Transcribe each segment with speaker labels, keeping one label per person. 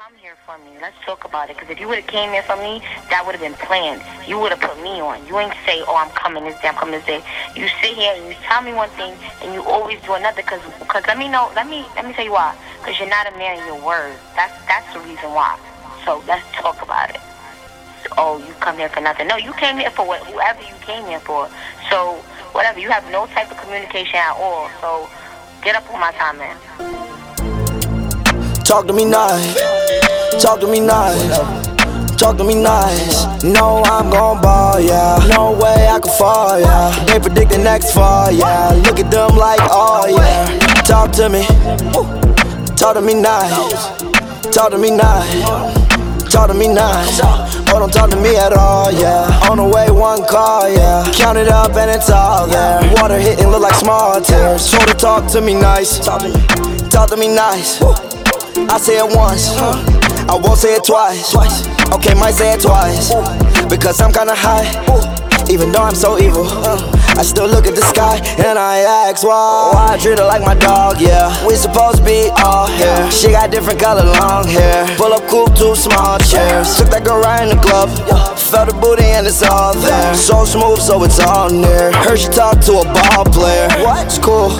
Speaker 1: come here for me. Let's talk about it. Because if you would have came here for me, that would have been planned. You would have put me on. You ain't say, oh, I'm coming this day, I'm coming this day. You sit here and you tell me one thing, and you always do another. Because cause let me know, let me let me tell you why. Because you're not a man of your word. That's that's the reason why. So let's talk about it. Oh, you come here for nothing. No, you came here for what, whoever you came here for. So whatever. You have no type of communication at all. So get up on my time, man.
Speaker 2: Talk to me nice, talk to me nice, talk to me nice. No, I'm gon' ball, yeah. No way I could fall, yeah. They predict the next fall, yeah. Look at them like, oh yeah. Talk to me, talk to me nice, talk to me nice, talk to me nice. Oh, don't talk to me at all, yeah. On the way, one call, yeah. Count it up and it's all there. Water hitting look like small tears. Show to talk to me nice, talk to me nice. I say it once, I won't say it twice. Okay, might say it twice because I'm kinda high. Even though I'm so evil, I still look at the sky and I ask why. Why I treat her like my dog? Yeah, we supposed to be all here. She got different color long hair. Pull up coupe, two small chairs. Took that girl right in the club. Felt the booty and it's all there. So smooth, so it's all near. Heard she talk to a ball player. What's cool?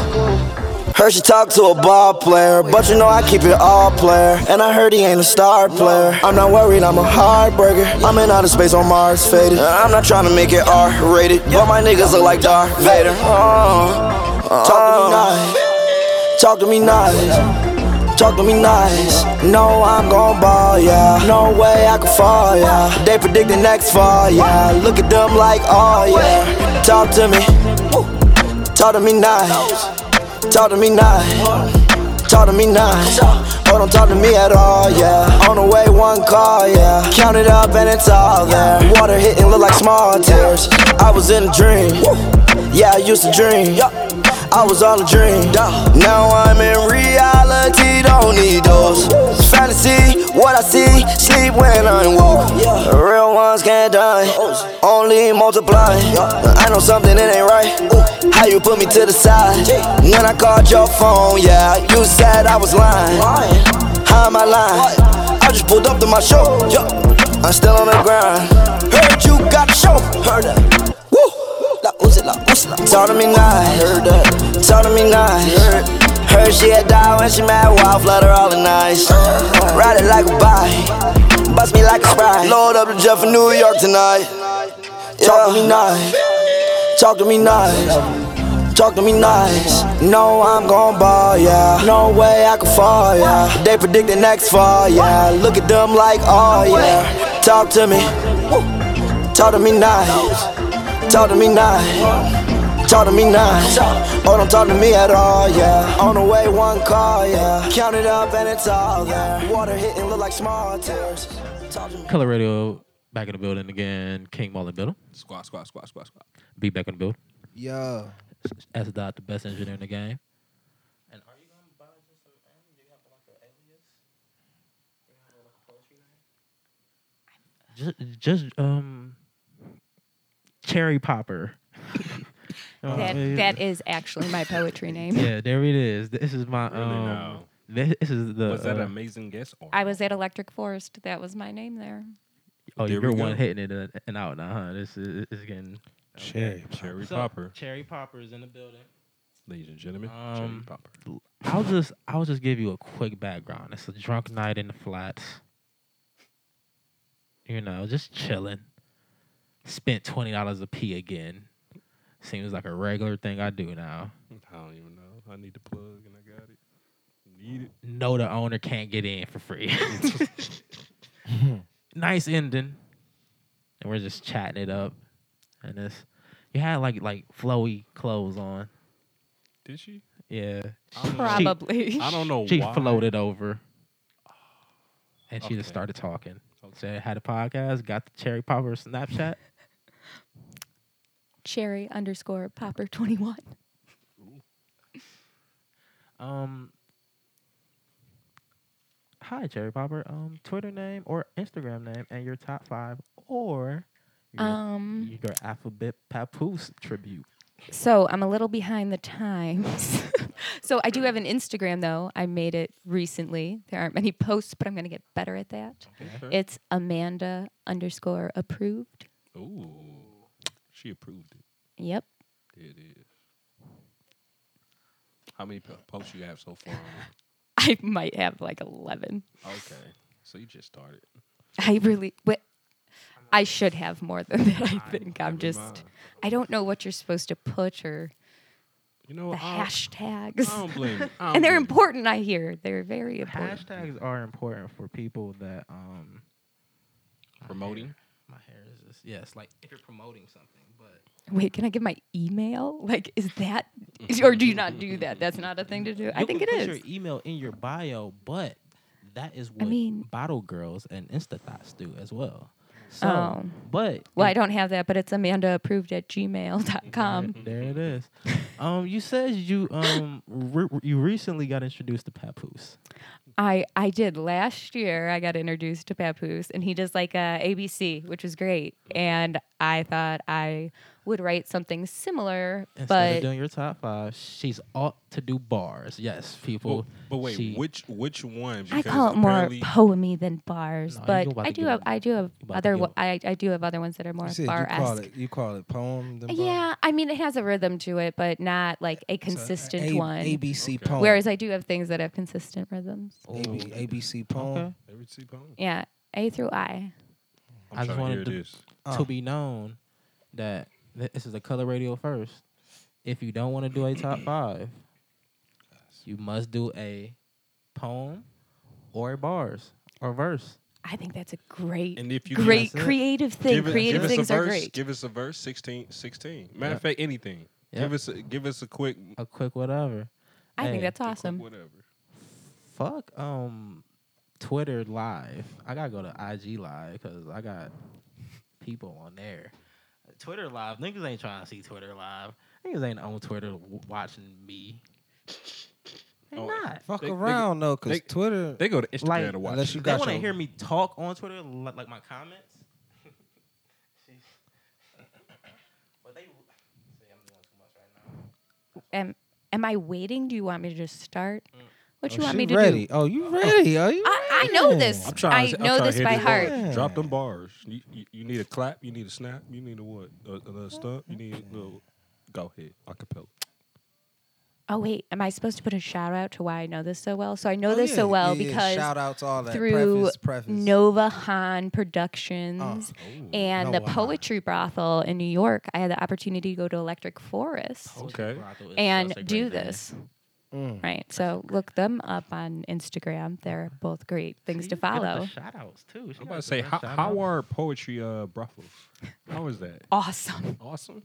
Speaker 2: Heard she talk to a ball player, but you know I keep it all player. And I heard he ain't a star player. I'm not worried, I'm a heartbreaker. I'm in outer space on Mars, faded. Uh, I'm not trying to make it R-rated, but my niggas look like Darth Vader. Uh, uh, talk to me nice, talk to me nice, talk to me nice. No, I'm gon' ball, yeah. No way I could fall, yeah. They predict the next fall, yeah. Look at them like, oh yeah. Talk to me, talk to me nice. Talk to me nice. Talk to me nice. Oh, don't talk to me at all, yeah. On the way, one call, yeah. Count it up and it's all there. Water hitting look like small tears. I was in a dream. Yeah, I used to dream. I was all a dream. Now I'm in reality, don't need those. Fantasy, what I see, sleep when I'm woke. Real ones can't die, only multiply. I know something that ain't right. How you put me to the side? When I called your phone, yeah, you said I was lying. How am I lying? I just pulled up to my show. yeah. I'm still on the grind. Heard you got a show. Heard that. Woo! La Uzi, la Uzi, la Told me nice. Heard that. Told me nice. Heard. Heard she had died when she mad. Wild flutter all the nice. Ride it like a bike. Bust me like a sprite. Uh-huh. Load up the jet for New York tonight. Talk to me nice. Talk to me nice. Talk to me nice. No, I'm gon' ball, yeah. No way I could fall, yeah. They predict the next fall, yeah. Look at them like, oh yeah. Talk to me. Talk to me nice. Talk to me nice. Talk to me nice. Oh, don't talk to me at all, yeah. On the way, one call, yeah. Count it up and it's all there. Water hitting look like small tears. Talk to me.
Speaker 3: Color Radio back in the building again. King Mullen Biddle.
Speaker 4: Squat, squat, squat, squat, squat.
Speaker 3: Be back in the building.
Speaker 5: Yo.
Speaker 3: S Dot, the best engineer in the game. And are you gonna buy just an Do you have like an alias? Just, just um, cherry popper. Oh,
Speaker 6: That
Speaker 3: man.
Speaker 6: that is actually my poetry name.
Speaker 3: yeah, there it is. This is my
Speaker 4: Really
Speaker 3: um.
Speaker 4: now.
Speaker 3: This, this is the.
Speaker 4: Was that
Speaker 3: uh,
Speaker 4: an amazing guess? Or
Speaker 6: I was at Electric Forest. That was my name there.
Speaker 3: oh,
Speaker 4: There we
Speaker 3: you're one
Speaker 4: go.
Speaker 3: hitting it uh, and out now, huh? This is it's getting
Speaker 5: Cherry.
Speaker 4: Cherry
Speaker 3: So,
Speaker 4: Popper,
Speaker 3: Cherry popper is in the building.
Speaker 4: ladies and gentlemen.
Speaker 3: Um,
Speaker 4: Cherry Popper.
Speaker 3: I'll just I'll just give you a quick background. It's a drunk night in the flats. You know, just chilling. Spent twenty dollars a pee again. Seems like a regular thing I do now.
Speaker 4: I don't even know. I need the plug and I got it. Need it.
Speaker 3: No, the owner can't get in for free. nice ending. And we're just chatting it up. And it's you had like like flowy clothes on.
Speaker 4: Did she?
Speaker 3: Yeah.
Speaker 4: I don't know.
Speaker 6: Probably.
Speaker 4: I don't know
Speaker 3: She
Speaker 4: why.
Speaker 3: floated over. And she just
Speaker 4: Okay.
Speaker 3: started talking.
Speaker 4: Okay.
Speaker 3: Said had a podcast, got the cherry popper Snapchat.
Speaker 6: Cherry underscore popper twenty one.
Speaker 3: um Hi Cherry Popper. Um Twitter name or Instagram name and your top five or your,
Speaker 6: Um.
Speaker 3: your alphabet papoose tribute.
Speaker 6: So I'm a little behind the times, So I do have an Instagram though. I made it recently. There aren't many posts, but I'm going to get better at that.
Speaker 7: Okay.
Speaker 6: It's Amanda underscore approved.
Speaker 7: Ooh, she approved it.
Speaker 6: Yep.
Speaker 7: There it is. How many po- posts you have so far? on
Speaker 6: I might have like 11.
Speaker 7: it? Okay, so you just started.
Speaker 6: I really, but I should have more than that. I think I'm
Speaker 7: never
Speaker 6: just,
Speaker 7: mind.
Speaker 6: I don't know what you're supposed to put or
Speaker 7: You know
Speaker 6: the
Speaker 7: what? I don't-
Speaker 6: hashtags.
Speaker 3: Oh,
Speaker 7: I don't blame you. I don't
Speaker 6: and they're
Speaker 3: um,
Speaker 7: blame you.
Speaker 6: important, I hear. They're very important.
Speaker 3: Hashtags are important for people that um my
Speaker 7: Promoting?
Speaker 3: hair- My hair is just, yes, like if you're promoting something, but
Speaker 6: Wait, can I give my email? Like, is that, or do you not do that? That's not a thing to do. I
Speaker 3: You
Speaker 6: think
Speaker 3: can
Speaker 6: it
Speaker 3: put
Speaker 6: is.
Speaker 3: your e email in your bio, but that is what
Speaker 6: mean-
Speaker 3: Bottle Girls and Instathoughts do as well. So,
Speaker 6: Oh.
Speaker 3: but
Speaker 6: Well, I
Speaker 3: it-
Speaker 6: don't have that, but it's Amanda approved at gmail.com.
Speaker 3: there it is. um, you said you um re- you recently got introduced to Papoose.
Speaker 6: I, I did last year. I got introduced to Papoose, and he does like uh, a ABC, which was great. And I thought I would write something similar,
Speaker 3: Instead
Speaker 6: but
Speaker 3: of doing your top five, she's ought to do bars. Yes, people.
Speaker 7: But, but wait,
Speaker 3: she-
Speaker 7: which which one?
Speaker 6: I
Speaker 7: Because
Speaker 6: call it more
Speaker 7: apparently-
Speaker 6: poemy than bars.
Speaker 3: No, you
Speaker 6: but
Speaker 3: about
Speaker 6: I
Speaker 3: to
Speaker 6: do
Speaker 3: give
Speaker 6: have
Speaker 3: it-
Speaker 6: I do have
Speaker 3: about to
Speaker 6: other
Speaker 3: give
Speaker 6: wa-
Speaker 3: it-
Speaker 6: I, I do have other ones that are more
Speaker 5: You said you
Speaker 6: bar
Speaker 5: call
Speaker 6: esque.
Speaker 5: it you call it poem. Then bar?
Speaker 6: Yeah, I mean it has a rhythm to it, but not like
Speaker 2: uh,
Speaker 6: a
Speaker 5: So,
Speaker 6: consistent
Speaker 5: A-
Speaker 6: one.
Speaker 5: ABC
Speaker 7: Okay.
Speaker 2: oh.
Speaker 5: poem.
Speaker 6: Whereas I do have things that have consistent rhythms.
Speaker 3: Oh,
Speaker 5: AB, ABC
Speaker 6: Mm-hmm.
Speaker 5: poem?
Speaker 3: okay.
Speaker 7: Every two poem.
Speaker 6: Yeah, A through I.
Speaker 7: I'm
Speaker 3: I just
Speaker 7: trying to
Speaker 3: wanted
Speaker 7: hear
Speaker 3: to-
Speaker 7: this.
Speaker 3: to be known that th- this is a color radio first. If you don't want to do a top five, you must do a poem or bars or verse.
Speaker 6: I think that's a great,
Speaker 7: And if you give
Speaker 6: great
Speaker 3: us a-
Speaker 6: creative thing.
Speaker 7: Give it-
Speaker 6: creative
Speaker 7: give us
Speaker 6: things
Speaker 7: a
Speaker 6: are
Speaker 7: verse,
Speaker 6: great.
Speaker 7: Give us a verse. 16, 16. Matter
Speaker 3: Yep.
Speaker 7: of fact, anything.
Speaker 3: Yep.
Speaker 7: Give us a, give us a quick. a
Speaker 3: A quick whatever.
Speaker 6: I think
Speaker 3: Hey,
Speaker 6: that's awesome.
Speaker 7: Quick whatever.
Speaker 3: Fuck um Twitter live. I gotta go to IG live because I got people on there. Twitter live, niggas ain't trying to see Twitter live. Niggas ain't on Twitter w- watching me. They
Speaker 7: Oh,
Speaker 3: not.
Speaker 5: Fuck
Speaker 7: They- they-
Speaker 5: around though, cause
Speaker 7: they-
Speaker 5: Twitter.
Speaker 7: They go to Instagram
Speaker 3: Like,
Speaker 7: to watch.
Speaker 5: unless you
Speaker 7: it.
Speaker 3: they
Speaker 5: got
Speaker 3: want to
Speaker 5: your-
Speaker 3: hear me talk on Twitter, li- like my comments. but they, see, I'm doing too much right now.
Speaker 6: Am am I waiting? Do you want me to just start? What
Speaker 5: Oh,
Speaker 6: you want
Speaker 5: she
Speaker 6: me to
Speaker 5: ready.
Speaker 6: do?
Speaker 5: Oh, you ready? Are you?
Speaker 6: I, I know
Speaker 5: ready?
Speaker 6: this.
Speaker 7: I'm trying.
Speaker 6: I
Speaker 7: to, I'm
Speaker 6: know
Speaker 7: trying to
Speaker 6: this
Speaker 7: hit
Speaker 6: by
Speaker 7: this
Speaker 6: heart.
Speaker 7: button.
Speaker 5: Yeah.
Speaker 7: Drop them bars. You, you, you need a clap. You need a snap. You need a what? A, a little stump. You need a little. Go ahead. Acapella.
Speaker 6: Oh wait, am I supposed to put a shout out to why I know this so well? So I know
Speaker 5: Oh,
Speaker 6: this
Speaker 5: yeah,
Speaker 6: so well
Speaker 5: yeah, yeah.
Speaker 6: because
Speaker 5: shout out to all that
Speaker 6: through
Speaker 5: preface, preface.
Speaker 6: Nova Han Productions
Speaker 3: Oh,
Speaker 6: and the
Speaker 5: Nova Han.
Speaker 6: Poetry Brothel in New York, I had the opportunity to go to Electric Forest
Speaker 3: Oh,
Speaker 7: Okay.
Speaker 6: and do this. Right. So look them up on Instagram. They're both great things to follow.
Speaker 3: Shout outs too. She gotta
Speaker 7: I'm about to say,
Speaker 3: give us
Speaker 7: how,
Speaker 3: shout
Speaker 7: how
Speaker 3: outs.
Speaker 7: are poetry uh, brothels? How is that?
Speaker 6: Awesome.
Speaker 7: Awesome.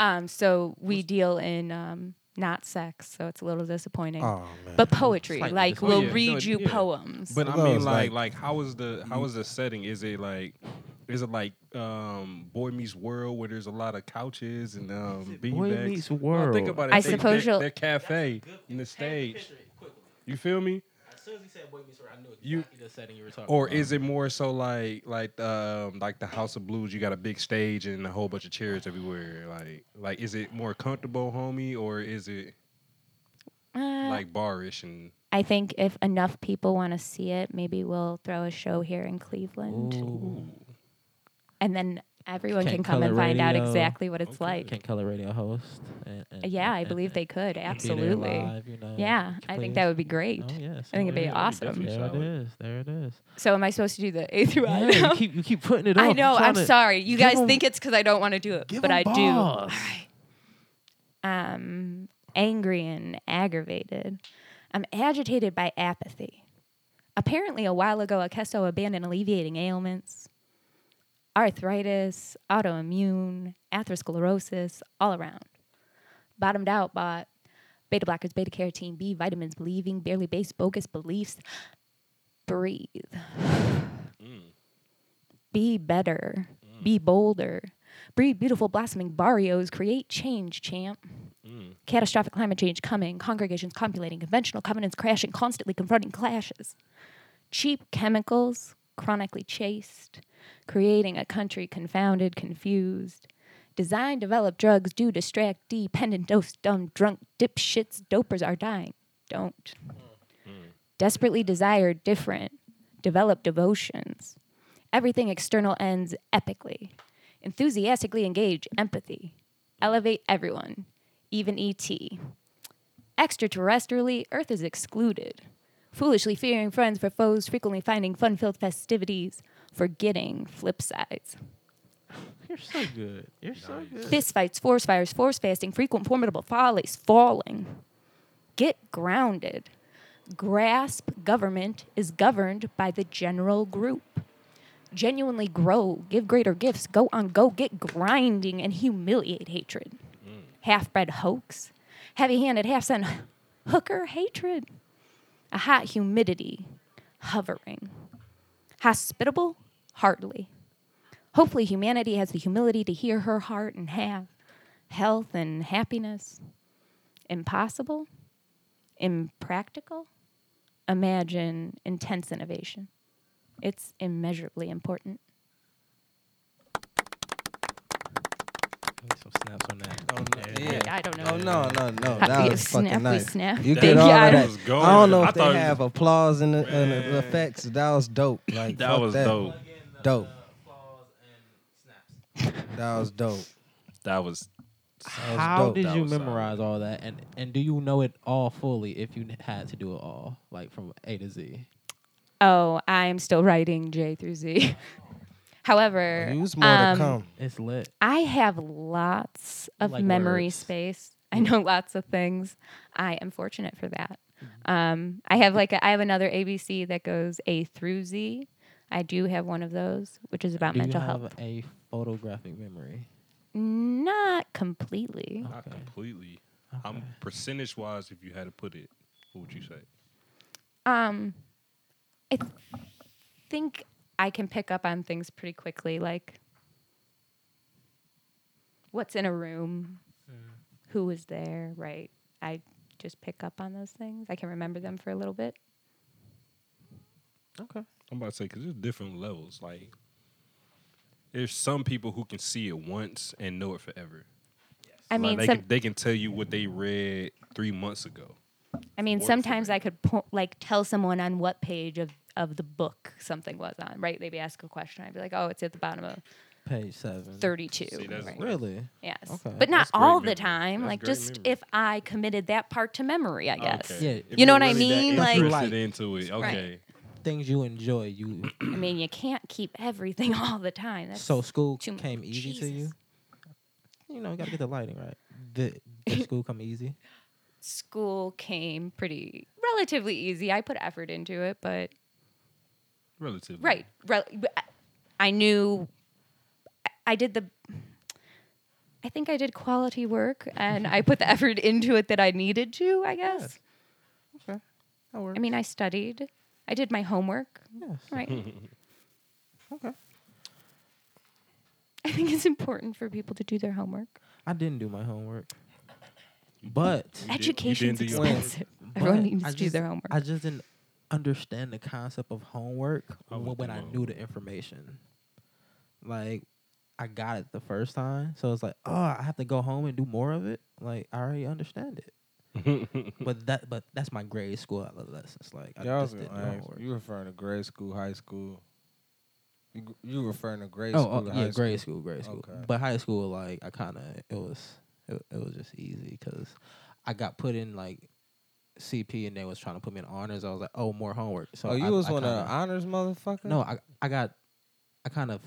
Speaker 6: Um, so we deal in um, not sex, so it's a little disappointing.
Speaker 5: Oh man.
Speaker 6: But poetry,
Speaker 3: Slightly
Speaker 6: like
Speaker 3: disappointing.
Speaker 6: we'll
Speaker 7: Oh, yeah.
Speaker 6: read
Speaker 7: No,
Speaker 6: you
Speaker 7: yeah.
Speaker 6: poems.
Speaker 7: But I
Speaker 5: Well,
Speaker 7: mean,
Speaker 5: it's
Speaker 7: like,
Speaker 5: like-
Speaker 7: like, how is the
Speaker 4: Mm-hmm.
Speaker 7: how is the setting? Is it like, is it like um, Boy Meets World where there's a lot of couches and um,
Speaker 3: Boy
Speaker 7: beanbags?
Speaker 3: Meets
Speaker 7: Well, think
Speaker 3: World?
Speaker 7: about it.
Speaker 6: I
Speaker 7: they,
Speaker 6: suppose
Speaker 7: they,
Speaker 6: you'll-
Speaker 7: their cafe in the stage. You feel me?
Speaker 3: As soon as he said Boy Meets World, I knew exactly
Speaker 7: You-
Speaker 3: the setting you were talking
Speaker 7: Or
Speaker 3: about.
Speaker 7: is it more so like like um, like the House of Blues? You got a big stage and a whole bunch of chairs everywhere. Like like is it more comfortable, homie, or is it
Speaker 6: Uh,
Speaker 7: like barish and
Speaker 6: I think if enough people want to see it, maybe we'll throw a show here in Cleveland. And then everyone
Speaker 3: Can
Speaker 6: can, come and
Speaker 3: Color
Speaker 6: find out
Speaker 3: Radio-
Speaker 6: exactly what it's
Speaker 7: Okay.
Speaker 6: like.
Speaker 3: Can Color Radio host? And, and-
Speaker 6: yeah, I
Speaker 3: and-
Speaker 6: believe
Speaker 3: and
Speaker 6: they could.
Speaker 3: be there
Speaker 6: Absolutely.
Speaker 3: live, you know,
Speaker 6: Yeah, I think that
Speaker 3: please.
Speaker 6: would be great.
Speaker 3: Oh yes,
Speaker 6: I think it'd be
Speaker 3: yeah,
Speaker 6: awesome.
Speaker 3: There it
Speaker 7: Solid.
Speaker 3: is. There it is.
Speaker 6: So am I supposed to do the A through I?
Speaker 3: Yeah,
Speaker 6: now?
Speaker 3: you keep you keep putting it on.
Speaker 6: I know. I'm
Speaker 3: tryna-
Speaker 6: sorry. You
Speaker 3: give
Speaker 6: guys
Speaker 3: 'em-
Speaker 6: think it's because I don't want to do it,
Speaker 3: give
Speaker 6: but
Speaker 3: 'em
Speaker 6: I do. All
Speaker 3: balls.
Speaker 6: right. Um, angry and aggravated. I'm agitated by apathy. Apparently, a while ago, Akeso abandoned alleviating ailments, arthritis, autoimmune, atherosclerosis, all around. Bottomed out by beta blockers, beta carotene, B vitamins, believing, barely based, bogus beliefs. Breathe be better, be bolder, breed beautiful blossoming barrios, create change, champ. Catastrophic climate change coming, congregations copulating, conventional covenants crashing, constantly confronting clashes. Cheap chemicals, chronically chased, creating a country confounded, confused, Design develop drugs do distract dependent dose dumb drunk dipshits dopers are dying. Don't. Desperately desire different. Develop devotions. Everything external ends epically. Enthusiastically engage empathy. Elevate everyone, even ET. Extraterrestrially, Earth is excluded. Foolishly fearing friends for foes, frequently finding fun filled festivities, forgetting flip sides.
Speaker 3: You're so good. You're so good.
Speaker 6: Fist fights, force fires, force fasting, frequent formidable follies, falling. Get grounded. Grasp government is governed by the general group. Genuinely grow, give greater gifts, go on, go, get grinding, and humiliate hatred. Half bred hoax, heavy handed, half sent hooker hatred. A hot humidity, hovering. Hospitable, hardly. Hopefully, humanity has the humility to hear her heart and have health and happiness. Impossible? Impractical? Imagine intense innovation. It's immeasurably important.
Speaker 3: Need Some snaps on that.
Speaker 5: Yeah.
Speaker 6: I don't know.
Speaker 5: Oh no no no!
Speaker 6: Hot
Speaker 5: That
Speaker 6: beat,
Speaker 5: was
Speaker 6: snap,
Speaker 5: fucking
Speaker 6: we
Speaker 5: nice.
Speaker 6: snap.
Speaker 5: You
Speaker 6: That-
Speaker 5: get all
Speaker 6: Yeah, I
Speaker 5: of
Speaker 6: don't-
Speaker 4: That was
Speaker 5: that. I
Speaker 4: going.
Speaker 5: don't know if
Speaker 4: thought
Speaker 5: they
Speaker 4: it was-
Speaker 5: have applause in the, in the effects. That was dope. Like
Speaker 4: That
Speaker 5: fuck
Speaker 4: was
Speaker 5: that.
Speaker 4: dope.
Speaker 5: Dope.
Speaker 3: Applause and snaps.
Speaker 5: That was dope.
Speaker 4: That was
Speaker 5: was
Speaker 3: How
Speaker 5: dope.
Speaker 3: did
Speaker 4: That
Speaker 3: you
Speaker 4: was solid.
Speaker 3: memorize all that, and and do you know it all fully if you had to do it all, like from A to Z?
Speaker 6: Oh, I'm still writing J through Z. However,
Speaker 5: Use more
Speaker 6: um,
Speaker 5: to come.
Speaker 3: It's lit.
Speaker 6: I have lots of
Speaker 3: Like
Speaker 6: memory
Speaker 3: words.
Speaker 6: space. I know lots of things. I am fortunate for that.
Speaker 3: Mm-hmm.
Speaker 6: Um, I have like a, I have another ABC that goes A through Z. I do have one of those, which is about
Speaker 3: do
Speaker 6: mental
Speaker 3: you have
Speaker 6: health.
Speaker 3: a photographic memory?
Speaker 6: Not
Speaker 3: Oh.
Speaker 6: completely.
Speaker 4: not completely. I'm percentage wise. If you had to put it, what would you say?
Speaker 6: Um, I th- think I can pick up on things pretty quickly, like what's in a room,
Speaker 4: Mm.
Speaker 6: who was there, right? I just pick up on those things. I can remember them for a little bit.
Speaker 3: Okay.
Speaker 4: I'm about to say because there's different levels. Like there's some people who can see it once and know it forever.
Speaker 6: I
Speaker 4: Like,
Speaker 6: mean,
Speaker 4: they
Speaker 6: some,
Speaker 4: can, they can tell you what they read three months ago.
Speaker 6: I mean,
Speaker 4: work for
Speaker 6: sometimes
Speaker 4: me.
Speaker 6: I could po- like tell someone on what page of of the book something was on, right? They'd be asked a question. I'd be like, "Oh, it's at the bottom of
Speaker 3: Page seven.
Speaker 6: 32."
Speaker 4: See, that's
Speaker 6: right?
Speaker 3: Really?
Speaker 6: Yes.
Speaker 3: Okay.
Speaker 6: But not
Speaker 4: That's great
Speaker 6: all the
Speaker 4: memory.
Speaker 6: time,
Speaker 4: That's
Speaker 6: like
Speaker 4: great
Speaker 6: just
Speaker 4: memory.
Speaker 6: if I committed that part to memory, I guess.
Speaker 4: Okay.
Speaker 3: Yeah.
Speaker 4: If
Speaker 6: You know
Speaker 4: you're
Speaker 6: what I
Speaker 4: really that
Speaker 6: mean? Like-
Speaker 4: interested into it. Okay.
Speaker 3: Things you enjoy. You
Speaker 6: I mean, you can't keep everything all the time. That's
Speaker 3: so school
Speaker 6: too much.
Speaker 3: came easy to you.
Speaker 6: Jesus.
Speaker 3: You know, you gotta get the lighting right. Did, did school come easy?
Speaker 6: school came pretty relatively easy. I put effort into it, but
Speaker 4: Relatively.
Speaker 6: Right. Rel- but I- I knew. I- I did the. I think I did quality work, and I put the effort into it that I needed to. I guess.
Speaker 3: Okay. That works.
Speaker 6: I mean, I studied. I did my homework.
Speaker 3: yes.
Speaker 6: Right.
Speaker 3: Okay.
Speaker 6: I think it's important for people to do their homework.
Speaker 3: I didn't do my homework, but
Speaker 4: did- you didn't
Speaker 6: Education's
Speaker 4: do your homework.
Speaker 6: expensive. Everyone
Speaker 3: But
Speaker 6: needs
Speaker 3: I
Speaker 6: to do
Speaker 3: just-
Speaker 6: their homework.
Speaker 3: I just didn't understand the concept of homework
Speaker 4: I
Speaker 3: when,
Speaker 4: went
Speaker 3: when
Speaker 4: through
Speaker 3: I
Speaker 4: mine.
Speaker 3: knew the information. Like, I got it the first time, so it's like, oh, I have to go home and do more of it. Like, I already understand it.
Speaker 5: Hmm.
Speaker 3: but that, but that's my grade school adolescence. Like, I just didn't do homework.
Speaker 5: you referring to grade school, high school? You, g- you referring to grade
Speaker 3: Oh,
Speaker 5: school?
Speaker 3: oh,
Speaker 5: to
Speaker 3: yeah,
Speaker 5: high
Speaker 3: grade school, grade school.
Speaker 5: Okay.
Speaker 3: But high school, like, I kind of it was it, it was just easy because I got put in like CP, and they was trying to put me in honors. I was like, oh, more homework. So
Speaker 5: oh, you
Speaker 3: I,
Speaker 5: was
Speaker 3: I
Speaker 5: one of
Speaker 3: kinda-
Speaker 5: the honors motherfucker?
Speaker 3: No, I I got I kind of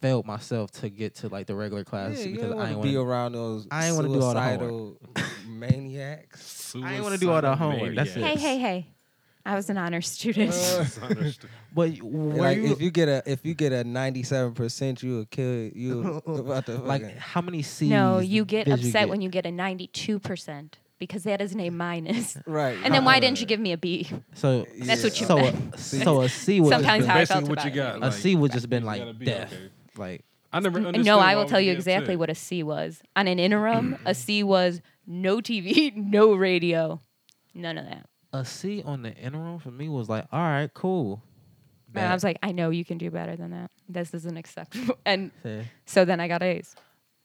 Speaker 3: failed myself to get to like the regular class
Speaker 5: yeah, you
Speaker 3: because
Speaker 5: don't
Speaker 3: I
Speaker 5: want
Speaker 3: ain't
Speaker 5: to be
Speaker 3: want
Speaker 5: around those
Speaker 3: I ain't wanna do all the
Speaker 5: suicidal maniacs.
Speaker 3: I ain't wanna do all the homework, that's
Speaker 6: hey,
Speaker 3: Yes.
Speaker 6: hey, hey! I was an honor student.
Speaker 7: Uh,
Speaker 4: Understood.
Speaker 3: But you- were
Speaker 5: like
Speaker 3: you,
Speaker 5: if you get a if you get a ninety seven percent, you will kill you about to
Speaker 3: like
Speaker 5: fucking-
Speaker 3: how many C's?
Speaker 6: no, you get
Speaker 3: did
Speaker 6: upset when you get a ninety-two percent because that is an A minus.
Speaker 5: right.
Speaker 6: And then why didn't you give me a B?
Speaker 3: So
Speaker 6: That's what you
Speaker 3: so
Speaker 6: meant.
Speaker 3: a, so a C would
Speaker 6: Sometimes
Speaker 3: just
Speaker 6: how I
Speaker 4: Basically
Speaker 6: felt
Speaker 4: what
Speaker 6: about
Speaker 4: you
Speaker 6: it.
Speaker 4: got.
Speaker 3: been, a
Speaker 4: like,
Speaker 3: C would just been
Speaker 4: you
Speaker 3: like
Speaker 4: gotta be
Speaker 3: death.
Speaker 4: okay.
Speaker 3: Like
Speaker 4: I never
Speaker 6: And
Speaker 4: understood.
Speaker 6: no,
Speaker 4: why
Speaker 6: I will
Speaker 4: would
Speaker 6: tell you
Speaker 4: be
Speaker 6: exactly
Speaker 4: upset.
Speaker 6: what a C was. On an interim, a C was no TV, no radio, none of that.
Speaker 3: a C on the interim for me was like, all right, cool.
Speaker 6: And I
Speaker 3: Bet.
Speaker 6: was like, I know you can do better than that. This isn't acceptable. And
Speaker 3: See?
Speaker 6: so then I got A's.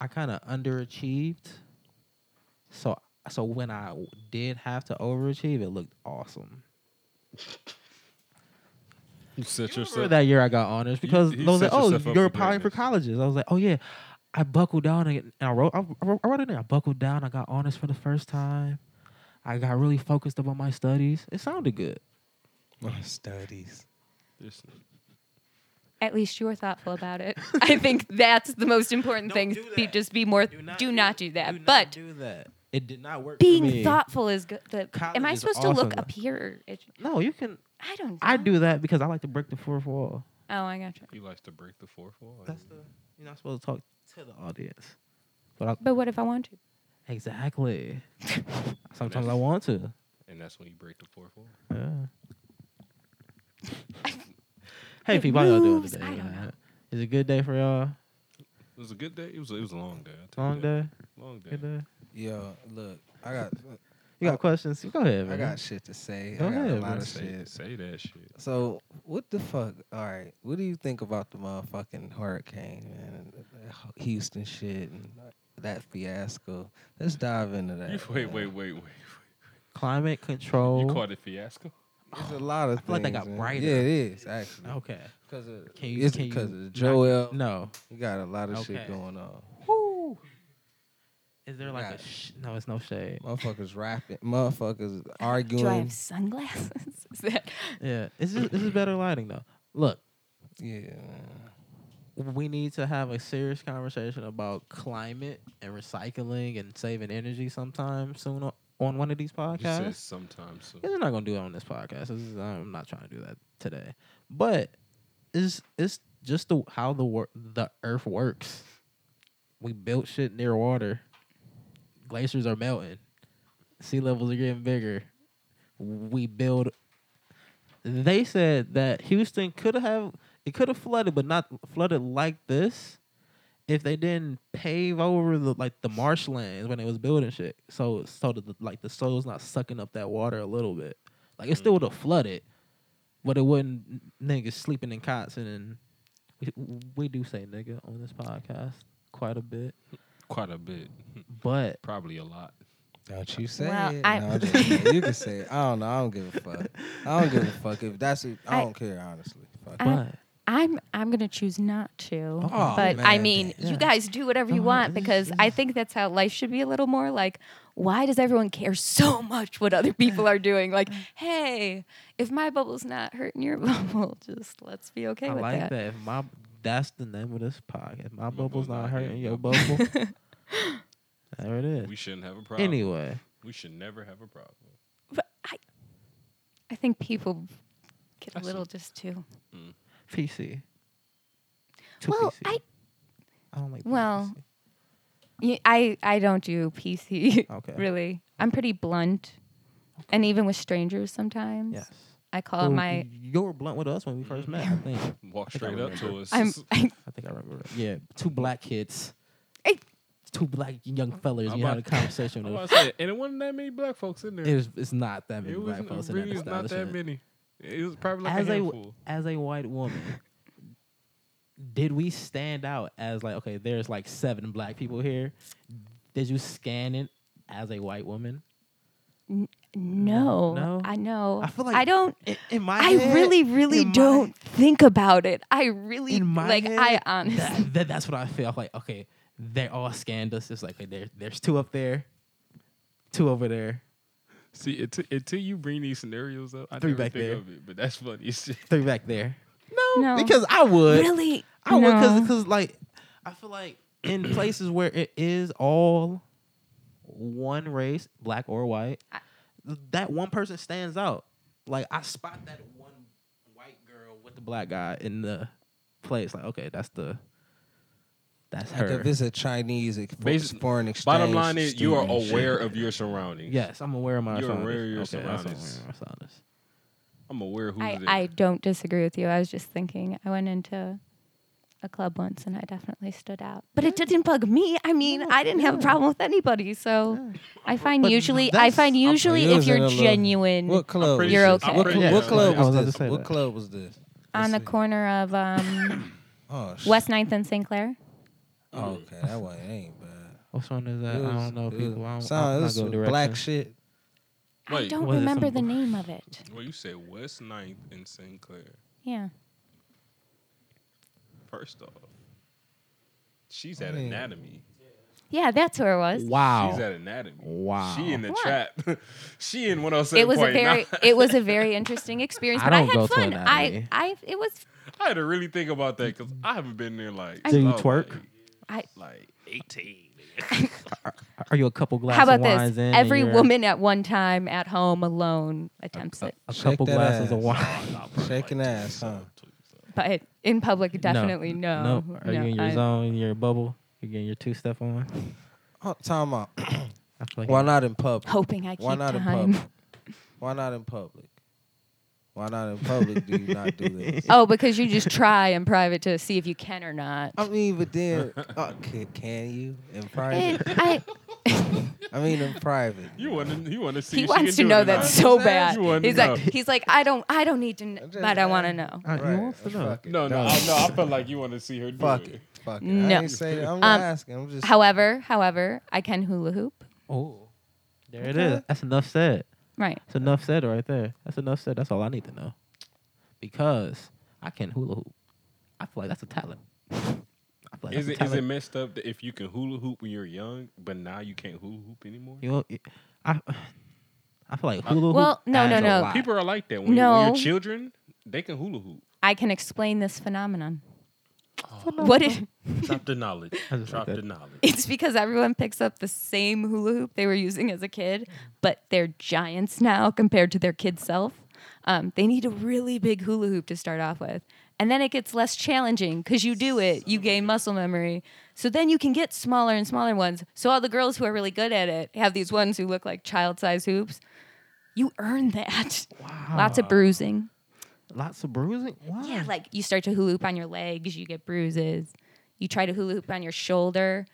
Speaker 3: I kind of underachieved. So so when I w- did have to overachieve, it looked awesome.
Speaker 4: You set
Speaker 3: Remember that year I got honors because
Speaker 4: you
Speaker 3: I was
Speaker 4: set
Speaker 3: like, "Oh,
Speaker 4: yourself up
Speaker 3: you're
Speaker 4: for
Speaker 3: applying for
Speaker 4: greatness.
Speaker 3: colleges." I was like, "Oh yeah." I buckled down and and I wrote, I wrote, I wrote it in. I buckled down. I got honors for the first time. I got really focused up on my studies. It sounded good.
Speaker 5: My studies.
Speaker 4: This-
Speaker 6: At least you were thoughtful about it. I think that's the most important
Speaker 3: Don't
Speaker 6: thing.
Speaker 3: do
Speaker 6: Be,
Speaker 3: that.
Speaker 6: just be more. Do not Uh, do, that. but
Speaker 3: do that. It did not work. for
Speaker 6: being
Speaker 3: me.
Speaker 6: thoughtful is good. The,
Speaker 3: College
Speaker 6: am I
Speaker 3: is
Speaker 6: supposed to
Speaker 3: awesome.
Speaker 6: look up here? It,
Speaker 3: No, you can.
Speaker 6: I don't. Know.
Speaker 3: I do that because I like to break the fourth wall.
Speaker 6: Oh, I gotcha.
Speaker 4: He likes to break the fourth wall.
Speaker 3: That's the. You're not supposed to talk to the audience. But I,
Speaker 6: But what if I want to?
Speaker 3: exactly. Sometimes I want to.
Speaker 4: and that's when you break the fourth wall.
Speaker 3: Yeah. hey,
Speaker 6: It
Speaker 3: people, how y'all doing
Speaker 6: moves,
Speaker 3: today?
Speaker 6: I don't
Speaker 3: man?
Speaker 6: know.
Speaker 3: Is it a good day for y'all?
Speaker 4: It was a good day. It was. It was a long day. I'll tell you
Speaker 3: Long
Speaker 4: that.
Speaker 3: day?
Speaker 4: Long day.
Speaker 3: Good day?
Speaker 5: Yo, look, I got
Speaker 3: You got questions? Go ahead,
Speaker 5: I
Speaker 3: man.
Speaker 5: got shit to say.
Speaker 3: Go
Speaker 5: I got
Speaker 3: ahead,
Speaker 5: a lot
Speaker 3: man.
Speaker 5: of
Speaker 4: Say,
Speaker 5: shit.
Speaker 4: say that shit.
Speaker 5: So what the fuck? All right, what do you think about the motherfucking hurricane, man? and Houston shit and that fiasco. Let's dive into
Speaker 4: You,
Speaker 5: that.
Speaker 4: wait,
Speaker 5: man.
Speaker 4: wait, wait, wait.
Speaker 3: Climate control.
Speaker 4: You caught it fiasco.
Speaker 5: There's a lot of
Speaker 3: feel like
Speaker 5: things.
Speaker 3: that got
Speaker 5: man.
Speaker 3: brighter.
Speaker 5: Yeah, it is actually.
Speaker 3: Okay.
Speaker 5: Because of
Speaker 3: Can you-
Speaker 5: it's
Speaker 3: can you
Speaker 5: because of
Speaker 3: not-
Speaker 5: Joel.
Speaker 3: No.
Speaker 5: You got a lot of shit
Speaker 3: Okay.
Speaker 5: going on.
Speaker 3: Is there like
Speaker 5: Got
Speaker 3: a
Speaker 5: it.
Speaker 3: sh- no? It's no shade.
Speaker 5: Motherfuckers rapping. Motherfuckers
Speaker 6: Do I
Speaker 5: arguing.
Speaker 6: have sunglasses? Is that-
Speaker 3: Yeah. This is this is better lighting though. Look,
Speaker 5: Yeah. man.
Speaker 3: we need to have a serious conversation about climate and recycling and saving energy sometime soon o- on one of these
Speaker 4: You said
Speaker 3: podcasts.
Speaker 4: sometimes. So.
Speaker 3: Yeah, they're not gonna do it on this podcast. This is, I'm not trying to do that today. But it's it's just the how the wor- the Earth works. We built shit near water. Glaciers are melting. Sea levels are getting bigger. We build. They said that Houston could have it could have flooded, but not flooded like this. If they didn't pave over the like the marshlands when they was building shit, so so that the, like the soil's not sucking up that water a little bit, like it still would have flooded, but it wouldn't n- niggas sleeping in cots and we, we do say nigga on this podcast quite a bit,
Speaker 4: Quite a bit.
Speaker 3: but
Speaker 4: Probably a lot.
Speaker 5: Don't you say
Speaker 6: Well,
Speaker 5: it.
Speaker 6: I-
Speaker 5: No, I'm just kidding. you can say it. I don't know. I don't give a fuck. I don't give a fuck if that's. It. I
Speaker 6: I-
Speaker 5: don't care honestly. Fuck.
Speaker 6: I-
Speaker 3: but
Speaker 6: I'm I'm gonna choose not to.
Speaker 5: Oh,
Speaker 6: but I
Speaker 5: man,
Speaker 6: mean,
Speaker 5: damn.
Speaker 6: you
Speaker 3: Yeah. Oh,
Speaker 6: guys do whatever you
Speaker 3: No,
Speaker 6: want
Speaker 3: this
Speaker 6: because I think that's how life should be a little more like. Why does everyone care so much what other people are doing? Like, hey, if my bubble's not hurting your bubble, just let's be okay
Speaker 3: I
Speaker 6: with
Speaker 3: like
Speaker 6: that.
Speaker 3: that. If my that's the name of this podcast. My bubble's
Speaker 4: bubble's
Speaker 3: not
Speaker 4: not
Speaker 3: hurting
Speaker 4: hitting
Speaker 3: your
Speaker 4: your
Speaker 3: bubble. there it is.
Speaker 4: We shouldn't have a problem.
Speaker 3: Anyway,
Speaker 4: we should never have a problem.
Speaker 6: But I, I think people get a
Speaker 4: I see.
Speaker 6: little just too.
Speaker 3: PC. Too
Speaker 6: Well,
Speaker 3: PC.
Speaker 6: I,
Speaker 3: I don't like. being
Speaker 6: well,
Speaker 3: PC.
Speaker 6: y- I, I don't do PC
Speaker 3: Okay.
Speaker 6: really. I'm pretty blunt, and even with strangers sometimes.
Speaker 3: yes.
Speaker 6: I call it
Speaker 3: Well,
Speaker 6: Uh, my.
Speaker 3: you were blunt with us when we first met. I think.
Speaker 4: Walk
Speaker 3: think I
Speaker 4: straight up to
Speaker 3: remember.
Speaker 4: us.
Speaker 6: I'm. I,
Speaker 3: I think I remember. That. Yeah, two black kids.
Speaker 6: Hey.
Speaker 3: Two black young fellas.
Speaker 4: I'm
Speaker 3: You had a
Speaker 4: about-
Speaker 3: conversation
Speaker 4: I'm about
Speaker 3: with.
Speaker 4: to say, and it wasn't that many black folks in there.
Speaker 3: It was, it's not that many
Speaker 4: It
Speaker 3: black
Speaker 4: wasn't
Speaker 3: folks in that
Speaker 4: really was not that
Speaker 3: establishment.
Speaker 4: many. It was probably like
Speaker 3: as
Speaker 4: a
Speaker 3: a
Speaker 4: handful.
Speaker 3: as a white woman, did we stand out as like okay? There's like seven black people here. Did you scan it as a white woman?
Speaker 6: no,
Speaker 3: No?
Speaker 6: I know.
Speaker 3: I feel like
Speaker 6: I don't.
Speaker 3: In, in my,
Speaker 6: I
Speaker 3: head-
Speaker 6: really, really
Speaker 3: in my-
Speaker 6: don't think about it. I really
Speaker 3: In my
Speaker 6: like.
Speaker 3: head,
Speaker 6: I honestly.
Speaker 3: that- that- that's what I feel like. Okay, they all scanned us. It's like okay, there, there's two up there, two over there,
Speaker 4: See, until, until you bring these scenarios up, I
Speaker 3: Three
Speaker 4: never
Speaker 3: back
Speaker 4: think
Speaker 3: there.
Speaker 4: of it. But that's funny. as shit.
Speaker 3: three back there. No,
Speaker 6: No.
Speaker 3: because I would
Speaker 6: really.
Speaker 3: I would because
Speaker 6: no.
Speaker 3: like I feel like in places where it is all one race, black or white, that one person stands out. Like I spot that one white girl with the black guy in the place. Like okay, that's the that's
Speaker 5: Like
Speaker 3: her.
Speaker 5: if it's a Chinese ex-
Speaker 4: Basi-
Speaker 5: foreign exchange.
Speaker 4: Bottom line is, you are
Speaker 5: student and
Speaker 4: aware
Speaker 5: shit.
Speaker 4: of your surroundings.
Speaker 3: yes, I'm aware of my
Speaker 4: You're
Speaker 3: surroundings.
Speaker 4: aware of your
Speaker 3: Okay, that's what I'm
Speaker 4: surroundings.
Speaker 3: aware of my surroundings.
Speaker 4: I'm aware who's
Speaker 6: I,
Speaker 4: there.
Speaker 6: I don't disagree with you. I was just thinking, I went into a club once and I definitely stood out. But it didn't bug me. I mean, I didn't have a problem with anybody. So I find
Speaker 3: But
Speaker 6: usually, I
Speaker 3: that's-
Speaker 6: find
Speaker 3: I'm-
Speaker 6: usually
Speaker 5: you
Speaker 6: if
Speaker 5: was in a
Speaker 6: you're
Speaker 5: little-
Speaker 6: genuine
Speaker 5: What club?
Speaker 4: pretty
Speaker 5: was
Speaker 6: sure-
Speaker 5: this?
Speaker 6: I'm
Speaker 5: What,
Speaker 6: pretty
Speaker 5: cl-
Speaker 6: sure
Speaker 5: what
Speaker 6: that's
Speaker 5: club
Speaker 3: what- I was
Speaker 5: was
Speaker 3: about to
Speaker 5: this?
Speaker 3: say
Speaker 5: What
Speaker 3: that.
Speaker 5: club was this?
Speaker 6: on the
Speaker 5: Let's see.
Speaker 6: corner of um,
Speaker 5: Oh, shit.
Speaker 6: West 9th and St. Clair.
Speaker 5: Okay, that one ain't bad.
Speaker 3: What's on is that?
Speaker 5: It
Speaker 3: I
Speaker 5: was-
Speaker 3: don't know
Speaker 5: it was-
Speaker 3: people. I don't,
Speaker 5: sound-
Speaker 3: I'm
Speaker 5: it
Speaker 3: not
Speaker 5: was
Speaker 3: gonna
Speaker 5: some
Speaker 3: direct
Speaker 5: black
Speaker 3: them.
Speaker 5: shit.
Speaker 6: I
Speaker 4: Wait,
Speaker 6: don't
Speaker 3: was it
Speaker 6: remember
Speaker 3: some-
Speaker 6: the name of it.
Speaker 4: Well, you said West 9th and Sinclair.
Speaker 6: Yeah.
Speaker 4: First off, she's at
Speaker 5: Man.
Speaker 4: anatomy.
Speaker 6: Yeah, that's where it was.
Speaker 4: She's
Speaker 3: Wow.
Speaker 4: at anatomy.
Speaker 3: Wow.
Speaker 4: She in the
Speaker 6: What?
Speaker 4: trap. she in 107.
Speaker 6: It was a very it was a very interesting experience,
Speaker 3: I
Speaker 6: but I,
Speaker 3: don't go
Speaker 6: had
Speaker 3: to
Speaker 6: fun.
Speaker 3: an
Speaker 6: I
Speaker 3: alley.
Speaker 6: I it was
Speaker 4: I had to really think about that because I haven't been there like.
Speaker 3: Do you
Speaker 4: oh,
Speaker 3: twerk?
Speaker 6: I
Speaker 4: Like, like 18.
Speaker 3: Are you a couple glasses
Speaker 6: How about
Speaker 3: of wines
Speaker 6: this?
Speaker 3: in? and
Speaker 6: Every
Speaker 3: you're
Speaker 6: woman at one time at home alone attempts it,
Speaker 3: A
Speaker 5: Shake
Speaker 3: couple
Speaker 5: that
Speaker 3: glasses of
Speaker 5: ass.
Speaker 3: wine.
Speaker 5: Shaking ass, huh?
Speaker 6: but in public, definitely no.
Speaker 3: No. Are you in your
Speaker 6: I-
Speaker 3: zone, in your bubble? You're getting your two step on?
Speaker 5: Oh, time out.
Speaker 3: I feel like
Speaker 5: Why not in public?
Speaker 6: Hoping I keep
Speaker 5: Why not in
Speaker 6: time.
Speaker 5: public? Why not in public? Why not in public? Do you not do this?
Speaker 6: Oh, because you just try in private to see if you can or not.
Speaker 5: I mean, but then, uh, can, can you in
Speaker 6: And
Speaker 5: private?
Speaker 6: I, Eh.
Speaker 5: I mean, in private.
Speaker 4: You want to? You want to see?
Speaker 6: he
Speaker 4: if she
Speaker 6: wants
Speaker 4: can
Speaker 6: to
Speaker 4: do it
Speaker 6: know
Speaker 4: or
Speaker 6: that
Speaker 4: not.
Speaker 6: so
Speaker 5: Just
Speaker 6: bad.
Speaker 4: ask one,
Speaker 6: He's
Speaker 4: no.
Speaker 6: like, he's like, I don't, I don't need to, kn-
Speaker 5: I'm just
Speaker 6: but I want to
Speaker 5: saying.
Speaker 6: know.
Speaker 3: Uh, you
Speaker 5: Right,
Speaker 3: want to know.
Speaker 5: fuck it.
Speaker 4: No, no, I, no. I felt like you want to see her do
Speaker 5: Fuck
Speaker 4: it.
Speaker 5: it. Fuck it. I
Speaker 6: No.
Speaker 5: ain't say I'm not
Speaker 6: Um,
Speaker 5: asking. I'm just.
Speaker 6: However, however, I can hula hoop.
Speaker 3: Oh, there it
Speaker 5: Okay.
Speaker 3: is. That's enough said.
Speaker 6: Right.
Speaker 3: That's enough said right there. That's enough said. That's all I need to know. Because I can hula hoop. I feel like that's a talent. I feel like
Speaker 4: Is
Speaker 3: that's
Speaker 4: it
Speaker 3: a
Speaker 4: is it
Speaker 3: talent.
Speaker 4: messed up that if you can hula hoop when you're young, but now you can't hula hoop anymore?
Speaker 3: You know, I, I feel like hula hoop.
Speaker 6: Well, no,
Speaker 3: adds
Speaker 6: no,
Speaker 3: a
Speaker 6: no.
Speaker 3: lot.
Speaker 4: People are like that. When, you, when
Speaker 6: No.
Speaker 4: you're children, they can hula hoop.
Speaker 6: I can explain this phenomenon. What is?
Speaker 4: Drop the knowledge.
Speaker 3: I just like
Speaker 4: Drop
Speaker 3: that.
Speaker 4: the knowledge.
Speaker 6: It's because everyone picks up the same hula hoop they were using as a kid, but they're giants now compared to their kid self. Um, they need a really big hula hoop to start off with. And then it gets less challenging because you do it, you gain muscle memory. So then you can get smaller and smaller ones. So all the girls who are really good at it have these ones who look like child size hoops. You earn that. Lots of bruising.
Speaker 3: Lots of bruising. Why?
Speaker 6: Yeah, like you start to hula hoop on your legs, you get bruises. You try to hula hoop on your shoulder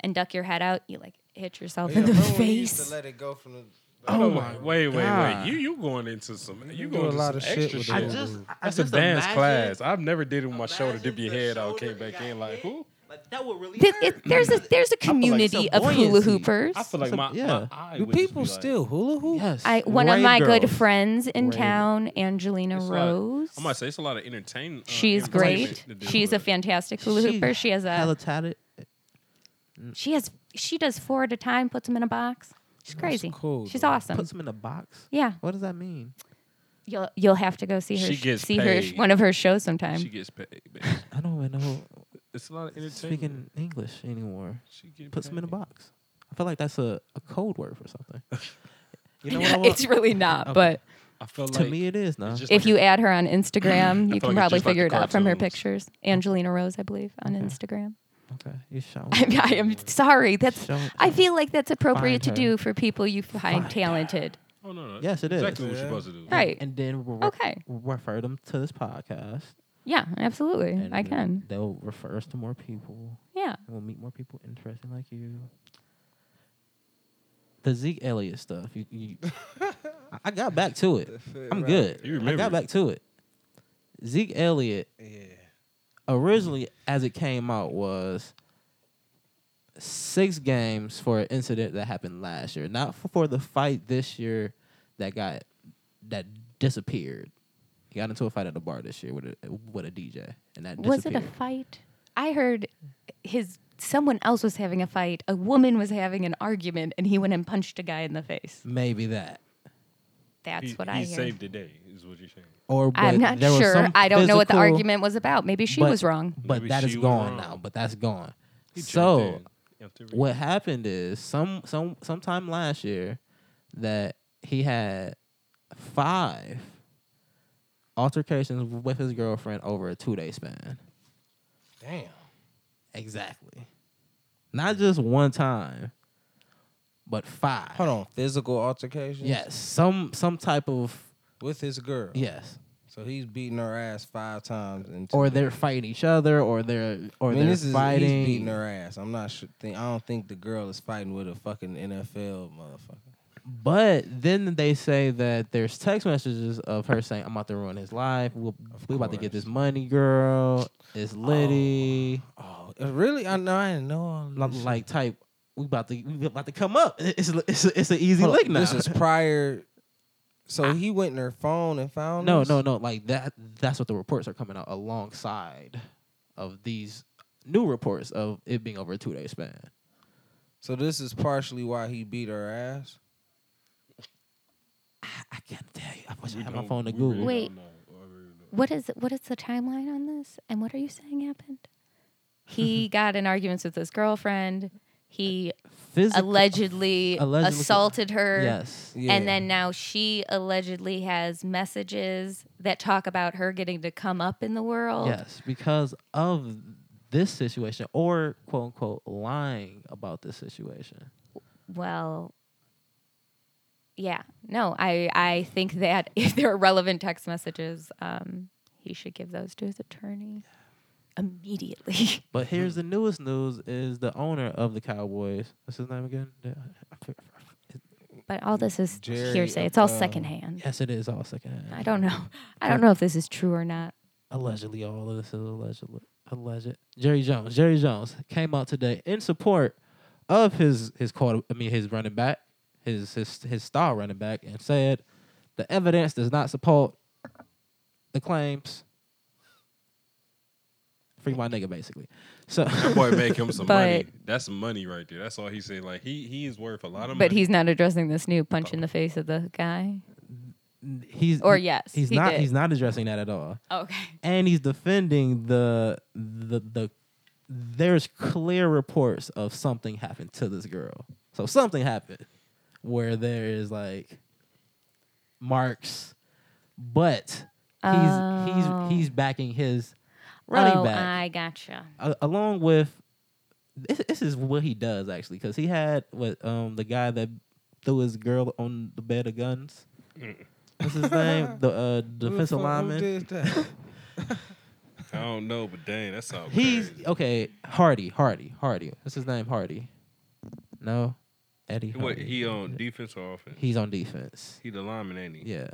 Speaker 6: and duck your head out, you like hit yourself in the
Speaker 5: remember when you used to
Speaker 6: face.
Speaker 5: let it go from the-
Speaker 4: Oh my! Wait, wait,
Speaker 3: God.
Speaker 4: wait! You you going into some? You
Speaker 5: do
Speaker 4: going
Speaker 5: a
Speaker 4: into
Speaker 5: lot
Speaker 4: some
Speaker 5: of shit
Speaker 4: extra
Speaker 5: with
Speaker 4: shit?
Speaker 5: that.
Speaker 3: I just, I
Speaker 4: That's a
Speaker 3: just
Speaker 4: dance
Speaker 3: imagine-
Speaker 4: class. I've never did it with my shoulder.
Speaker 3: imagine
Speaker 4: Dip your
Speaker 3: the
Speaker 4: head out,
Speaker 3: shoulder
Speaker 4: came back
Speaker 3: got
Speaker 4: in like who?
Speaker 3: Like that would really.
Speaker 6: Th- it- there's a there's a
Speaker 3: it's
Speaker 6: community
Speaker 3: a
Speaker 6: of hula
Speaker 3: buoyancy.
Speaker 6: hoopers.
Speaker 4: I feel like
Speaker 3: Some-
Speaker 4: my,
Speaker 3: yeah.
Speaker 4: my eye
Speaker 5: Do
Speaker 4: would just
Speaker 5: people
Speaker 4: be like-
Speaker 5: still hula hoop?
Speaker 3: Yes.
Speaker 6: I one of
Speaker 3: Rave
Speaker 6: my good
Speaker 3: girls.
Speaker 6: friends in
Speaker 3: Rave.
Speaker 6: town, Angelina
Speaker 4: It's a lot-
Speaker 6: Rose.
Speaker 4: I might say it's a lot of entertainment.
Speaker 7: uh,
Speaker 6: She's great. She's a fantastic hula
Speaker 3: She
Speaker 6: hooper. She has
Speaker 3: hella
Speaker 6: a
Speaker 3: tatted.
Speaker 6: she has she does four at a time, puts them in a box. She's crazy.
Speaker 5: cool,
Speaker 6: She's
Speaker 5: though.
Speaker 6: awesome.
Speaker 3: Puts them in a box.
Speaker 6: Yeah,
Speaker 3: What does that mean?
Speaker 6: you'll you'll have to go see her.
Speaker 4: She
Speaker 6: sh-
Speaker 4: gets
Speaker 6: see her sh-
Speaker 4: paid.
Speaker 6: one of her shows sometime.
Speaker 4: She gets paid. babe.
Speaker 3: I don't even know
Speaker 4: It's a lot of entertainment.
Speaker 3: speaking English anymore.
Speaker 4: she get
Speaker 3: Puts them in a
Speaker 4: paid.
Speaker 3: box. I feel like that's a, a code word for something. You know what I want?
Speaker 6: it's really not,
Speaker 3: Okay.
Speaker 6: but
Speaker 4: I feel like
Speaker 3: to me, it is now.
Speaker 4: it's just
Speaker 6: if
Speaker 4: like
Speaker 6: you add her on
Speaker 4: I
Speaker 6: Instagram,
Speaker 4: feel
Speaker 6: you can
Speaker 4: like it's
Speaker 6: probably
Speaker 4: just like
Speaker 6: figure
Speaker 4: the
Speaker 6: it out from her
Speaker 4: cartoons.
Speaker 6: pictures. Angelina Rose, I believe, on Instagram.
Speaker 3: Okay, you show.
Speaker 6: I,
Speaker 3: me.
Speaker 6: I am sorry. That's
Speaker 3: Show-
Speaker 6: I feel like that's appropriate
Speaker 3: Find
Speaker 6: to
Speaker 3: her.
Speaker 6: do for people you find talented.
Speaker 4: a- Oh no, no.
Speaker 3: Yes, it
Speaker 4: it
Speaker 3: is.
Speaker 4: is exactly
Speaker 5: Yeah.
Speaker 4: what you're supposed to do.
Speaker 6: Right.
Speaker 3: And then we'll re-
Speaker 6: Okay.
Speaker 3: refer them to this podcast.
Speaker 6: Yeah, absolutely.
Speaker 3: And
Speaker 6: I
Speaker 3: then
Speaker 6: can.
Speaker 3: They'll refer us to more people.
Speaker 6: Yeah.
Speaker 3: And we'll meet more people interested like you. The Zeke Elliott stuff. You, you, I- I got back to it. I'm good.
Speaker 4: You
Speaker 3: I
Speaker 4: remember.
Speaker 3: got back to it. Zeke Elliott
Speaker 5: Yeah.
Speaker 3: originally, as it came out, was six games for an incident that happened last year, not f- for the fight this year that got that disappeared. He got into a fight at the bar this year with a with a DJ, and that
Speaker 6: Was it a
Speaker 3: disappeared.
Speaker 6: fight? I heard his someone else was having a fight. A woman was having an argument and he went and punched a guy in the face.
Speaker 3: Maybe that.
Speaker 6: That's
Speaker 4: he,
Speaker 6: what
Speaker 4: he
Speaker 6: I hear.
Speaker 4: saved the day. Is what you're saying.
Speaker 3: Or
Speaker 6: I'm
Speaker 3: but
Speaker 6: not
Speaker 3: there was
Speaker 6: sure.
Speaker 3: some
Speaker 6: I don't know what the
Speaker 3: physical-
Speaker 6: argument was about. Maybe she
Speaker 3: but-
Speaker 6: was wrong.
Speaker 3: But
Speaker 4: Maybe
Speaker 3: that is
Speaker 4: she was
Speaker 3: gone
Speaker 4: wrong.
Speaker 3: now. But that's gone.
Speaker 4: He
Speaker 3: So
Speaker 4: jumped in after he-
Speaker 3: what happened is some some sometime last year that he had five altercations with his girlfriend over a two day span.
Speaker 5: Damn.
Speaker 3: Exactly. Not just one time, but five.
Speaker 5: Hold on. Physical altercation.
Speaker 3: Yes. Some some type of
Speaker 5: With his girl.
Speaker 3: yes.
Speaker 5: So he's beating her ass five times. In two
Speaker 3: Or
Speaker 5: days.
Speaker 3: they're fighting each other or they're or
Speaker 5: I mean,
Speaker 3: they're
Speaker 5: this is
Speaker 3: fighting.
Speaker 5: he's beating her ass. I'm not sure. Think, I don't think the girl is fighting with a fucking NFL motherfucker.
Speaker 3: But then they say that there's text messages of her saying, "I'm about to ruin his life. We'll, we about to get this
Speaker 5: course.
Speaker 3: Oh, money, girl. It's Liddy."
Speaker 5: Oh, Uh, Really? I know. I didn't know. all this
Speaker 3: Like,
Speaker 5: shit.
Speaker 3: like type, we about to we about to come up. It's it's it's an easy
Speaker 5: Hold
Speaker 3: lick
Speaker 5: on,
Speaker 3: now.
Speaker 5: This is prior. So he went in her phone and found.
Speaker 3: no,
Speaker 5: this?
Speaker 3: no, no. Like that. That's what the reports are coming out alongside of these new reports of it being over a two day span.
Speaker 5: So this is partially why he beat her ass.
Speaker 3: I, I can't tell you. I wish I
Speaker 4: We
Speaker 3: had my
Speaker 4: don't-
Speaker 3: phone to
Speaker 4: we really
Speaker 3: Google.
Speaker 6: Wait.
Speaker 4: don't know. I really don't.
Speaker 6: What is what is the timeline on this? And what are you saying happened? He got in arguments with his girlfriend. He
Speaker 3: Physical-
Speaker 6: allegedly,
Speaker 3: Allegedly-
Speaker 6: assaulted her.
Speaker 3: Yes.
Speaker 5: Yeah.
Speaker 6: And then now she allegedly has messages that talk about her getting to come up in the world.
Speaker 3: Yes, because of this situation, or quote unquote lying about this situation.
Speaker 6: Well, yeah. No, I, I think that if there are relevant text messages, um, he should give those to his attorney immediately.
Speaker 3: But here's the newest news: is the owner of the Cowboys. What's his name again? Yeah, I forget.
Speaker 6: but all this is
Speaker 5: Jerry,
Speaker 6: hearsay. It's all
Speaker 5: uh,
Speaker 6: secondhand.
Speaker 3: Yes, it is all secondhand.
Speaker 6: I don't know. I don't know if this is true or not.
Speaker 3: allegedly all of this is allegedly alleged. Jerry Jones, Jerry Jones came out today in support of his his quarter, I mean his running back, his his his star running back, and said the evidence does not support the claims. Free my nigga, basically. So
Speaker 4: That boy make him some
Speaker 6: But-
Speaker 4: money. That's some money right there. That's all he said. Like he he is worth a lot of money.
Speaker 6: But he's not addressing this new punch
Speaker 3: Oh.
Speaker 6: in the face of the guy.
Speaker 3: he's
Speaker 6: Or yes,
Speaker 3: he's
Speaker 6: he
Speaker 3: not
Speaker 6: did.
Speaker 3: he's not addressing that at all.
Speaker 6: Okay.
Speaker 3: and he's defending the the the there's clear reports of something happened to this girl. So something happened where there is like marks, but he's
Speaker 6: Oh.
Speaker 3: he's he's backing his running
Speaker 6: oh,
Speaker 3: back
Speaker 6: I gotcha.
Speaker 3: a- along with this, this is what he does actually because he had what um the guy that threw his girl on the bed of guns. What's his name? The
Speaker 5: Who the
Speaker 3: uh, defensive
Speaker 5: fuck- who
Speaker 3: lineman.
Speaker 5: did that?
Speaker 4: I don't know, but dang, that's all.
Speaker 3: He's
Speaker 4: crazy.
Speaker 3: okay. Hardy, Hardy, Hardy. What's his name? Hardy. No, Eddie.
Speaker 4: What
Speaker 3: Hardy.
Speaker 4: he on defense or offense?
Speaker 3: He's on defense.
Speaker 4: He the lineman, ain't he?
Speaker 3: Yeah,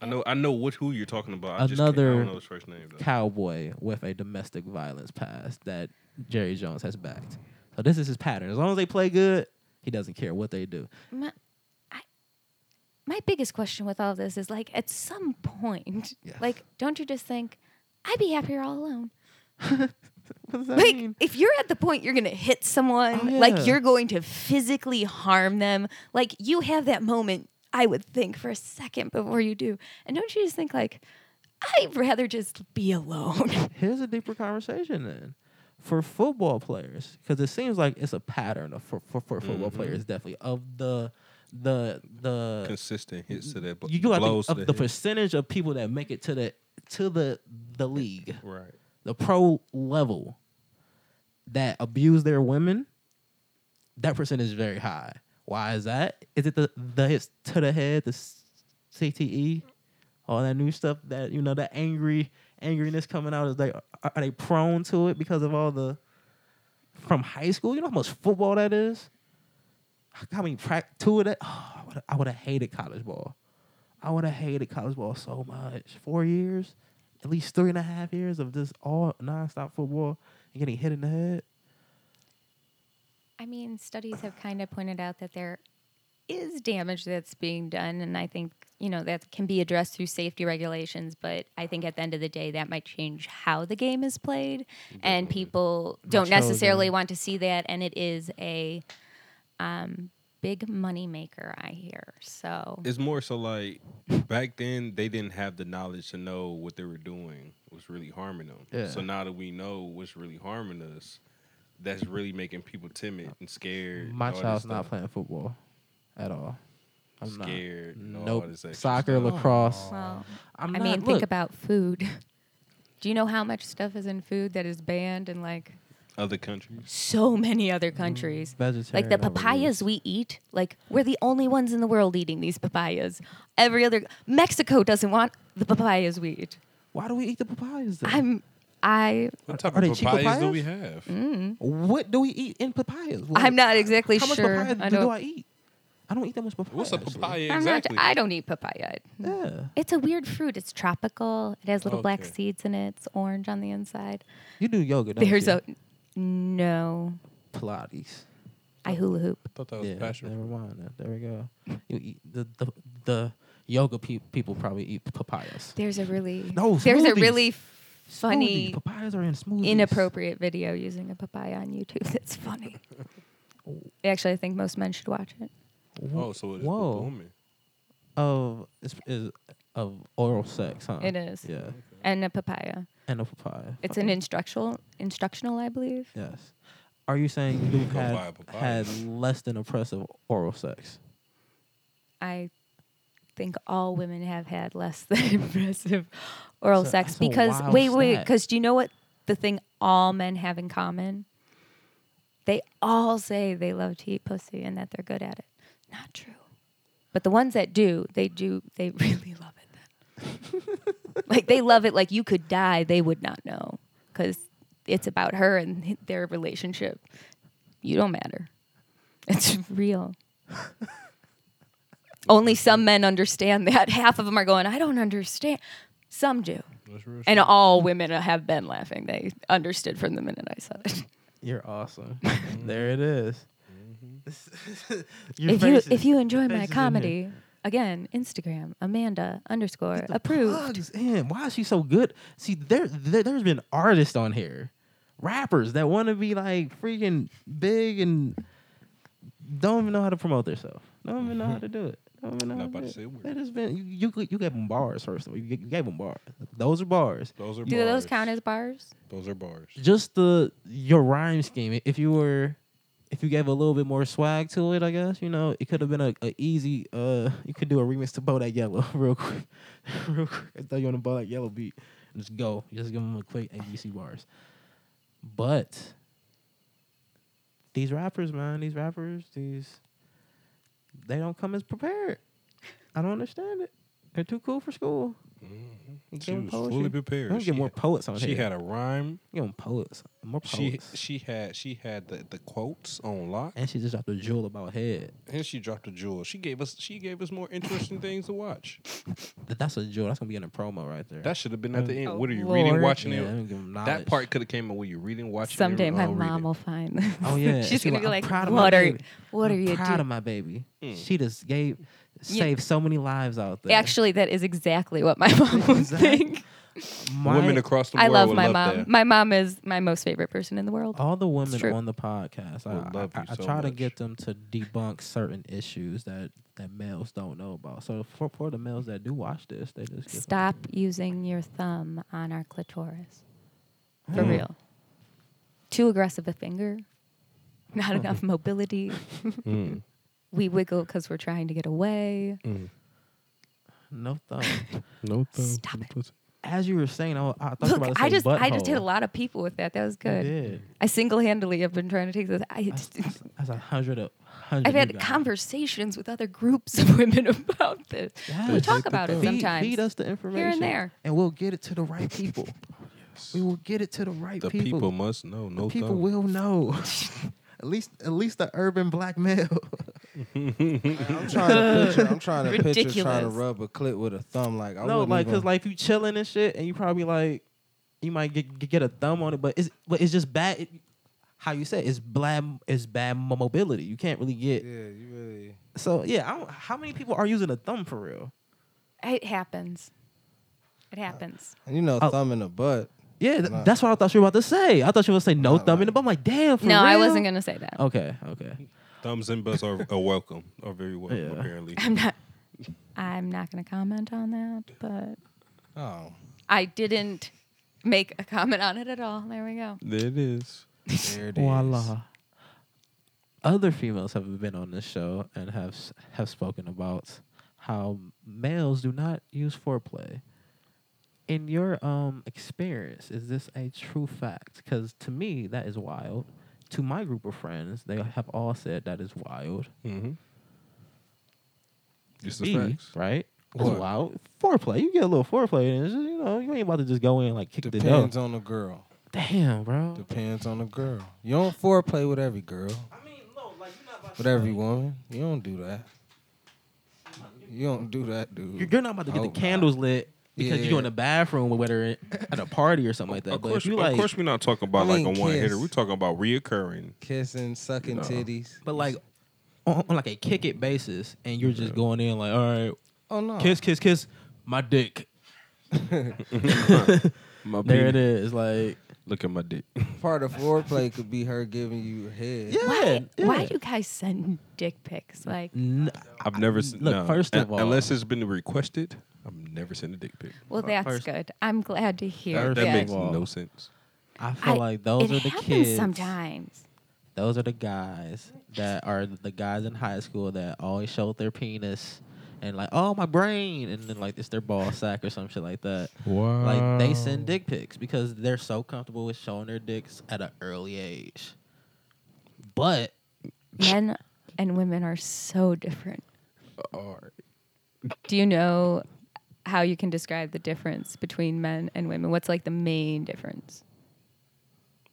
Speaker 4: I know. I know which who you're talking about. I just can't- I
Speaker 3: Another
Speaker 4: don't know his first name. Though.
Speaker 3: cowboy with a domestic violence past that Jerry Jones has backed. So this is his pattern. As long as they play good, he doesn't care what they do.
Speaker 6: My, I, my biggest question with all this is like, at some point,
Speaker 3: Yes.
Speaker 6: like, don't you just think, I'd be happier all alone?
Speaker 3: What does that
Speaker 6: Like,
Speaker 3: mean?
Speaker 6: if you're at the point you're going to hit someone,
Speaker 3: Oh, yeah.
Speaker 6: like, you're going to physically harm them, like, you have that moment, I would think, for a second before you do. And don't you just think, like, I'd rather just be alone?
Speaker 3: Here's a deeper conversation then. For football players, because it seems like it's a pattern of, for, for, for football players, definitely of the the the
Speaker 4: Mm-hmm. Consistent hits to that. bl-
Speaker 3: you do have
Speaker 4: blows
Speaker 3: to,
Speaker 4: to
Speaker 3: of the
Speaker 4: hit.
Speaker 3: percentage of people that make it to the to the the league,
Speaker 4: Right.
Speaker 3: the pro level that abuse their women. That percentage is very high. Why is that? Is it the the hits to the head, the s- CTE, all that new stuff that you know that angry angriness coming out? Is they are they prone to it because of all the from high school? You know how much football that is. I mean, prac- two of that. Oh, I would have hated college ball. I would have hated college ball so much. Four years, at least three and a half years of just all nonstop football and getting hit in the head.
Speaker 6: I mean, studies have kind of pointed out that there is damage that's being done, and I think you know that can be addressed through safety regulations. But I think at the end of the day, that might change how the game is played, and people don't
Speaker 3: Mature
Speaker 6: necessarily
Speaker 3: game.
Speaker 6: want to see that. And it is a um, big money maker, I hear. So
Speaker 4: It's more so like back then they didn't have the knowledge to know what they were doing was really harming them.
Speaker 3: Yeah.
Speaker 4: So now that we know what's really harming us, that's really making people timid and scared.
Speaker 3: My
Speaker 4: and all
Speaker 3: child's
Speaker 4: this
Speaker 3: not
Speaker 4: stuff.
Speaker 3: playing football at all. I'm
Speaker 4: Scared. and
Speaker 3: not.
Speaker 4: all
Speaker 3: Nope.
Speaker 4: this extra
Speaker 3: Soccer,
Speaker 4: stuff.
Speaker 3: lacrosse.
Speaker 6: well,
Speaker 3: I'm
Speaker 6: um, I
Speaker 3: not,
Speaker 6: mean, think
Speaker 3: look,
Speaker 6: about food. Do you know how much stuff is in food that is banned in like
Speaker 4: Other countries.
Speaker 6: so many other countries?
Speaker 3: vegetarian
Speaker 6: Like the
Speaker 3: overuse.
Speaker 6: papayas we eat, like we're the only ones in the world eating these papayas. Every other Mexico doesn't want the papayas we eat.
Speaker 3: Why do we eat the papayas? Then?
Speaker 6: I'm I
Speaker 4: What type
Speaker 3: are they
Speaker 4: of
Speaker 3: cheap
Speaker 4: papayas do
Speaker 3: papayas?
Speaker 4: we have?
Speaker 6: Mm.
Speaker 3: what do we eat in papayas? Like,
Speaker 6: I'm not exactly
Speaker 3: How much
Speaker 6: sure.
Speaker 3: papaya do
Speaker 6: I
Speaker 3: I,
Speaker 6: don't-
Speaker 3: do I eat? I don't eat that much papaya.
Speaker 4: What's a
Speaker 3: actually.
Speaker 4: papaya
Speaker 6: I'm
Speaker 4: exactly?
Speaker 6: not I don't eat papaya.
Speaker 3: Yeah.
Speaker 6: It's a weird fruit. It's tropical. It has little black
Speaker 4: Okay.
Speaker 6: seeds in it. It's orange on the inside.
Speaker 3: You do yoga, don't
Speaker 6: There's
Speaker 3: you?
Speaker 6: a No,
Speaker 3: Pilates.
Speaker 6: I hula hoop.
Speaker 4: thought that was
Speaker 3: yeah,
Speaker 4: passion.
Speaker 3: never mind. that. There we go. You eat the the, the yoga pe- people probably eat papayas.
Speaker 6: There's a really
Speaker 3: No,
Speaker 6: there's a
Speaker 3: smoothies.
Speaker 6: really
Speaker 3: Smoothie.
Speaker 6: funny
Speaker 3: papayas are in smoothies.
Speaker 6: inappropriate video using a papaya on YouTube. That's funny. Actually, I think most men should watch it.
Speaker 4: Oh, so it's
Speaker 3: Whoa.
Speaker 4: booming.
Speaker 3: Of is, is oh, of oral sex, huh?
Speaker 6: It is.
Speaker 3: Yeah,
Speaker 6: And a papaya.
Speaker 3: and a papaya.
Speaker 6: It's
Speaker 3: Fuck.
Speaker 6: an instructional instructional, I believe.
Speaker 3: yes. Are you saying you've
Speaker 4: Go buy a
Speaker 3: had,
Speaker 4: papaya.
Speaker 3: had less than oppressive oral sex?
Speaker 6: I think all women have had less than impressive oral
Speaker 3: So-
Speaker 6: sex
Speaker 3: that's a
Speaker 6: because
Speaker 3: wild
Speaker 6: wait, wait,
Speaker 3: stat.
Speaker 6: because do you know what the thing all men have in common? They all say they love to eat pussy and that they're good at it. Not true. But the ones that do, they do, they really love it then. like they love it like you could die, they would not know because it's about her and their relationship. You don't matter. It's real. Only some men understand that. Half of them are going, I don't understand. Some do.
Speaker 4: That's real
Speaker 6: And all women have been laughing. They understood from the minute I said it.
Speaker 3: You're awesome.
Speaker 4: Mm-hmm.
Speaker 3: there it is. Your
Speaker 6: if you
Speaker 3: faces-
Speaker 6: if you enjoy
Speaker 3: your
Speaker 6: my
Speaker 3: faces in here.
Speaker 6: comedy, again, Instagram, Amanda underscore approved.
Speaker 3: Plugs in. Why is she so good? See, there, there there's been artists on here, rappers that want to be like freaking big and don't even know how to promote themselves. Don't even know how to do it. Don't even know.
Speaker 4: Not
Speaker 3: how
Speaker 4: about
Speaker 3: to
Speaker 4: to say a
Speaker 3: do
Speaker 4: word.
Speaker 3: it. It has been you, you. g- You gave them bars first. Of all. You g- you gave them bars. Those are bars.
Speaker 4: Those are
Speaker 6: Do
Speaker 4: bars.
Speaker 6: those count as bars?
Speaker 4: Those are bars.
Speaker 3: Just the your rhyme scheme. If you were, if you gave a little bit more swag to it, I guess you know it could have been a, a easy. Uh, you could do a remix to Bodak Yellow real quick, real quick. I thought you on a Bodak Yellow beat. Just go. Just give them a quick ABC bars. But these rappers, man, these rappers, these they don't come as prepared. I don't understand it. They're too cool for school.
Speaker 4: Mm-hmm. She
Speaker 3: Give 'em
Speaker 4: was
Speaker 3: poetry.
Speaker 4: fully prepared.
Speaker 3: Don't get
Speaker 4: She
Speaker 3: more
Speaker 4: had-
Speaker 3: poets on
Speaker 4: She
Speaker 3: here.
Speaker 4: had a rhyme.
Speaker 3: Give them poets. More
Speaker 4: She
Speaker 3: poets.
Speaker 4: she had she had the, the quotes on lock,
Speaker 3: Oh. and she just dropped a jewel about head.
Speaker 4: and she dropped a jewel. She gave us she gave us more interesting things to watch.
Speaker 3: Th- That's a jewel. That's gonna be in a promo right there.
Speaker 4: That should have been at the end.
Speaker 6: Oh,
Speaker 4: what are you reading,
Speaker 6: Lord.
Speaker 4: watching
Speaker 3: yeah,
Speaker 4: it?
Speaker 3: I'm giving
Speaker 4: That
Speaker 3: knowledge.
Speaker 4: part could have came in when you reading, watching.
Speaker 6: Someday
Speaker 4: and,
Speaker 6: my
Speaker 4: uh,
Speaker 6: mom
Speaker 4: reading.
Speaker 6: will find this.
Speaker 3: Oh yeah,
Speaker 6: she's
Speaker 3: She
Speaker 6: gonna be like,
Speaker 3: I'm proud of
Speaker 6: "What
Speaker 3: my
Speaker 6: are
Speaker 3: baby.
Speaker 6: what are you
Speaker 3: I'm proud
Speaker 6: doing?"
Speaker 3: of my baby.
Speaker 4: Hmm.
Speaker 3: She just gave saved so many lives out there.
Speaker 6: Actually, that is exactly what my mom would
Speaker 3: Exactly.
Speaker 6: think.
Speaker 3: My-
Speaker 4: Women across the
Speaker 6: I
Speaker 4: world
Speaker 6: love
Speaker 4: would
Speaker 6: my
Speaker 4: love
Speaker 6: mom.
Speaker 4: that.
Speaker 6: My mom is my most favorite person in the world.
Speaker 3: all the women
Speaker 6: true.
Speaker 3: on the podcast, I,
Speaker 4: Would love
Speaker 3: I-
Speaker 4: you
Speaker 3: I
Speaker 4: so
Speaker 3: try to
Speaker 4: much.
Speaker 3: get them to debunk certain issues that that males don't know about. So for for the males that do watch this, they just get
Speaker 6: Stop using your thumb on our clitoris.
Speaker 3: Hmm.
Speaker 6: For real. Too aggressive a finger. Not enough mobility.
Speaker 3: Hmm.
Speaker 6: we wiggle because we're trying to get away.
Speaker 3: no thumb.
Speaker 4: No thumb.
Speaker 6: Stop
Speaker 4: no
Speaker 6: it.
Speaker 4: pussy.
Speaker 3: As you were saying, I, I thought about
Speaker 6: Look,
Speaker 3: to say
Speaker 6: I just I just hit a
Speaker 3: butthole.
Speaker 6: lot of people with that. That was
Speaker 3: You
Speaker 6: good.
Speaker 3: did.
Speaker 6: I single handedly have been trying to take this. I
Speaker 3: That's,
Speaker 6: just,
Speaker 3: that's, that's a hundred of hundred.
Speaker 6: I've
Speaker 3: you
Speaker 6: had
Speaker 3: guys.
Speaker 6: conversations with other groups of women about this. We
Speaker 3: Yes.
Speaker 6: talk about it
Speaker 3: Feed-
Speaker 6: sometimes.
Speaker 3: Feed us the information
Speaker 6: there.
Speaker 3: and we'll get it to the right people. We will get it to the right
Speaker 4: The people,
Speaker 3: people.
Speaker 4: must know. No
Speaker 3: The people
Speaker 4: thumb.
Speaker 3: will know. at least, at least the urban black male.
Speaker 5: I'm trying to picture. I'm trying to picture trying to
Speaker 6: Ridiculous.
Speaker 5: rub a clit with a thumb. Like I
Speaker 3: no,
Speaker 5: wouldn't
Speaker 3: like, cause
Speaker 5: even-
Speaker 3: like if you chilling and shit, and you probably like, you might get get- get a thumb on it, but it's but it's just bad. how you say it, it's bad it's bad mo- mobility. You can't really get.
Speaker 5: yeah, you really.
Speaker 3: So yeah, I don't, how many people are using a thumb for real?
Speaker 6: It happens. It happens.
Speaker 5: And you know,
Speaker 3: Oh.
Speaker 5: thumb in the butt.
Speaker 3: Yeah, th-
Speaker 5: Nah.
Speaker 3: that's what I thought you were about to say. I thought you were gonna say no
Speaker 5: Nah,
Speaker 3: thumb in
Speaker 5: like-
Speaker 3: the butt. I'm like, damn. For
Speaker 6: no, I
Speaker 3: real?
Speaker 6: wasn't gonna say that.
Speaker 3: Okay, okay.
Speaker 4: Thumbs and butts are, are welcome. Are very welcome.
Speaker 3: Yeah.
Speaker 4: Apparently,
Speaker 6: I'm not. I'm not going to comment on that, but
Speaker 5: Oh,
Speaker 6: I didn't make a comment on it at all. There we go.
Speaker 4: there it is.
Speaker 5: there it is.
Speaker 3: Voila. Other females have been on this show and have s- have spoken about how males do not use foreplay. In your um experience, is this a true fact? Because to me, that is wild. To my group of friends, they have all said that is wild.
Speaker 4: Mm-hmm. It's the
Speaker 3: B,
Speaker 4: facts.
Speaker 3: right? It's
Speaker 5: What?
Speaker 3: wild. Foreplay. You get a little foreplay, and it's just, you know you ain't about to just go in like kick the
Speaker 5: Depends
Speaker 3: door.
Speaker 5: on the girl.
Speaker 3: Damn, bro.
Speaker 5: Depends on the girl. You don't foreplay with every girl,
Speaker 3: I mean, no, like you're not about
Speaker 5: with every woman. You don't do that. You don't do that, dude.
Speaker 3: You're, you're not about to get
Speaker 5: Oh,
Speaker 3: the
Speaker 5: nah.
Speaker 3: candles lit because
Speaker 5: Yeah.
Speaker 3: you're in the bathroom or whether at a party or something like that.
Speaker 7: Of
Speaker 3: but
Speaker 7: course,
Speaker 3: if you
Speaker 7: of
Speaker 3: like,
Speaker 7: course, we're not talking about
Speaker 5: I mean,
Speaker 7: like a one hitter.
Speaker 5: kiss.
Speaker 7: We're talking about reoccurring.
Speaker 5: Kissing, sucking
Speaker 7: No.
Speaker 5: titties.
Speaker 3: but like on, on like a kick it basis, and you're just going in like, all right,
Speaker 5: oh no,
Speaker 3: kiss, kiss, kiss, my dick.
Speaker 7: My
Speaker 3: There it
Speaker 7: penis.
Speaker 3: is. Like,
Speaker 7: Look at my dick.
Speaker 5: part of foreplay could be her giving you head.
Speaker 3: yeah,
Speaker 6: Why,
Speaker 3: yeah.
Speaker 6: why do you guys send dick pics? Like,
Speaker 3: N-
Speaker 7: I've never seen.
Speaker 3: look,
Speaker 7: no.
Speaker 3: first of
Speaker 7: Un- unless
Speaker 3: all-
Speaker 7: it's been requested, I've never sent a dick pic.
Speaker 6: well, that's
Speaker 3: first-
Speaker 6: good. I'm glad to hear
Speaker 7: That,
Speaker 3: First
Speaker 7: that
Speaker 3: of
Speaker 6: that.
Speaker 7: makes
Speaker 3: all-
Speaker 7: no sense.
Speaker 3: I
Speaker 6: I-
Speaker 3: feel like
Speaker 6: it
Speaker 3: those are the
Speaker 6: happens
Speaker 3: kids.
Speaker 6: sometimes.
Speaker 3: Those are the guys that are the guys in high school that always show their penis and like, oh my brain, and then like it's their ball sack or some shit like that.
Speaker 4: Wow.
Speaker 3: Like they send dick pics because they're so comfortable with showing their dicks at an early age. But
Speaker 6: Men and women are so different. Do you know how you can describe the difference between men and women? What's like the main difference?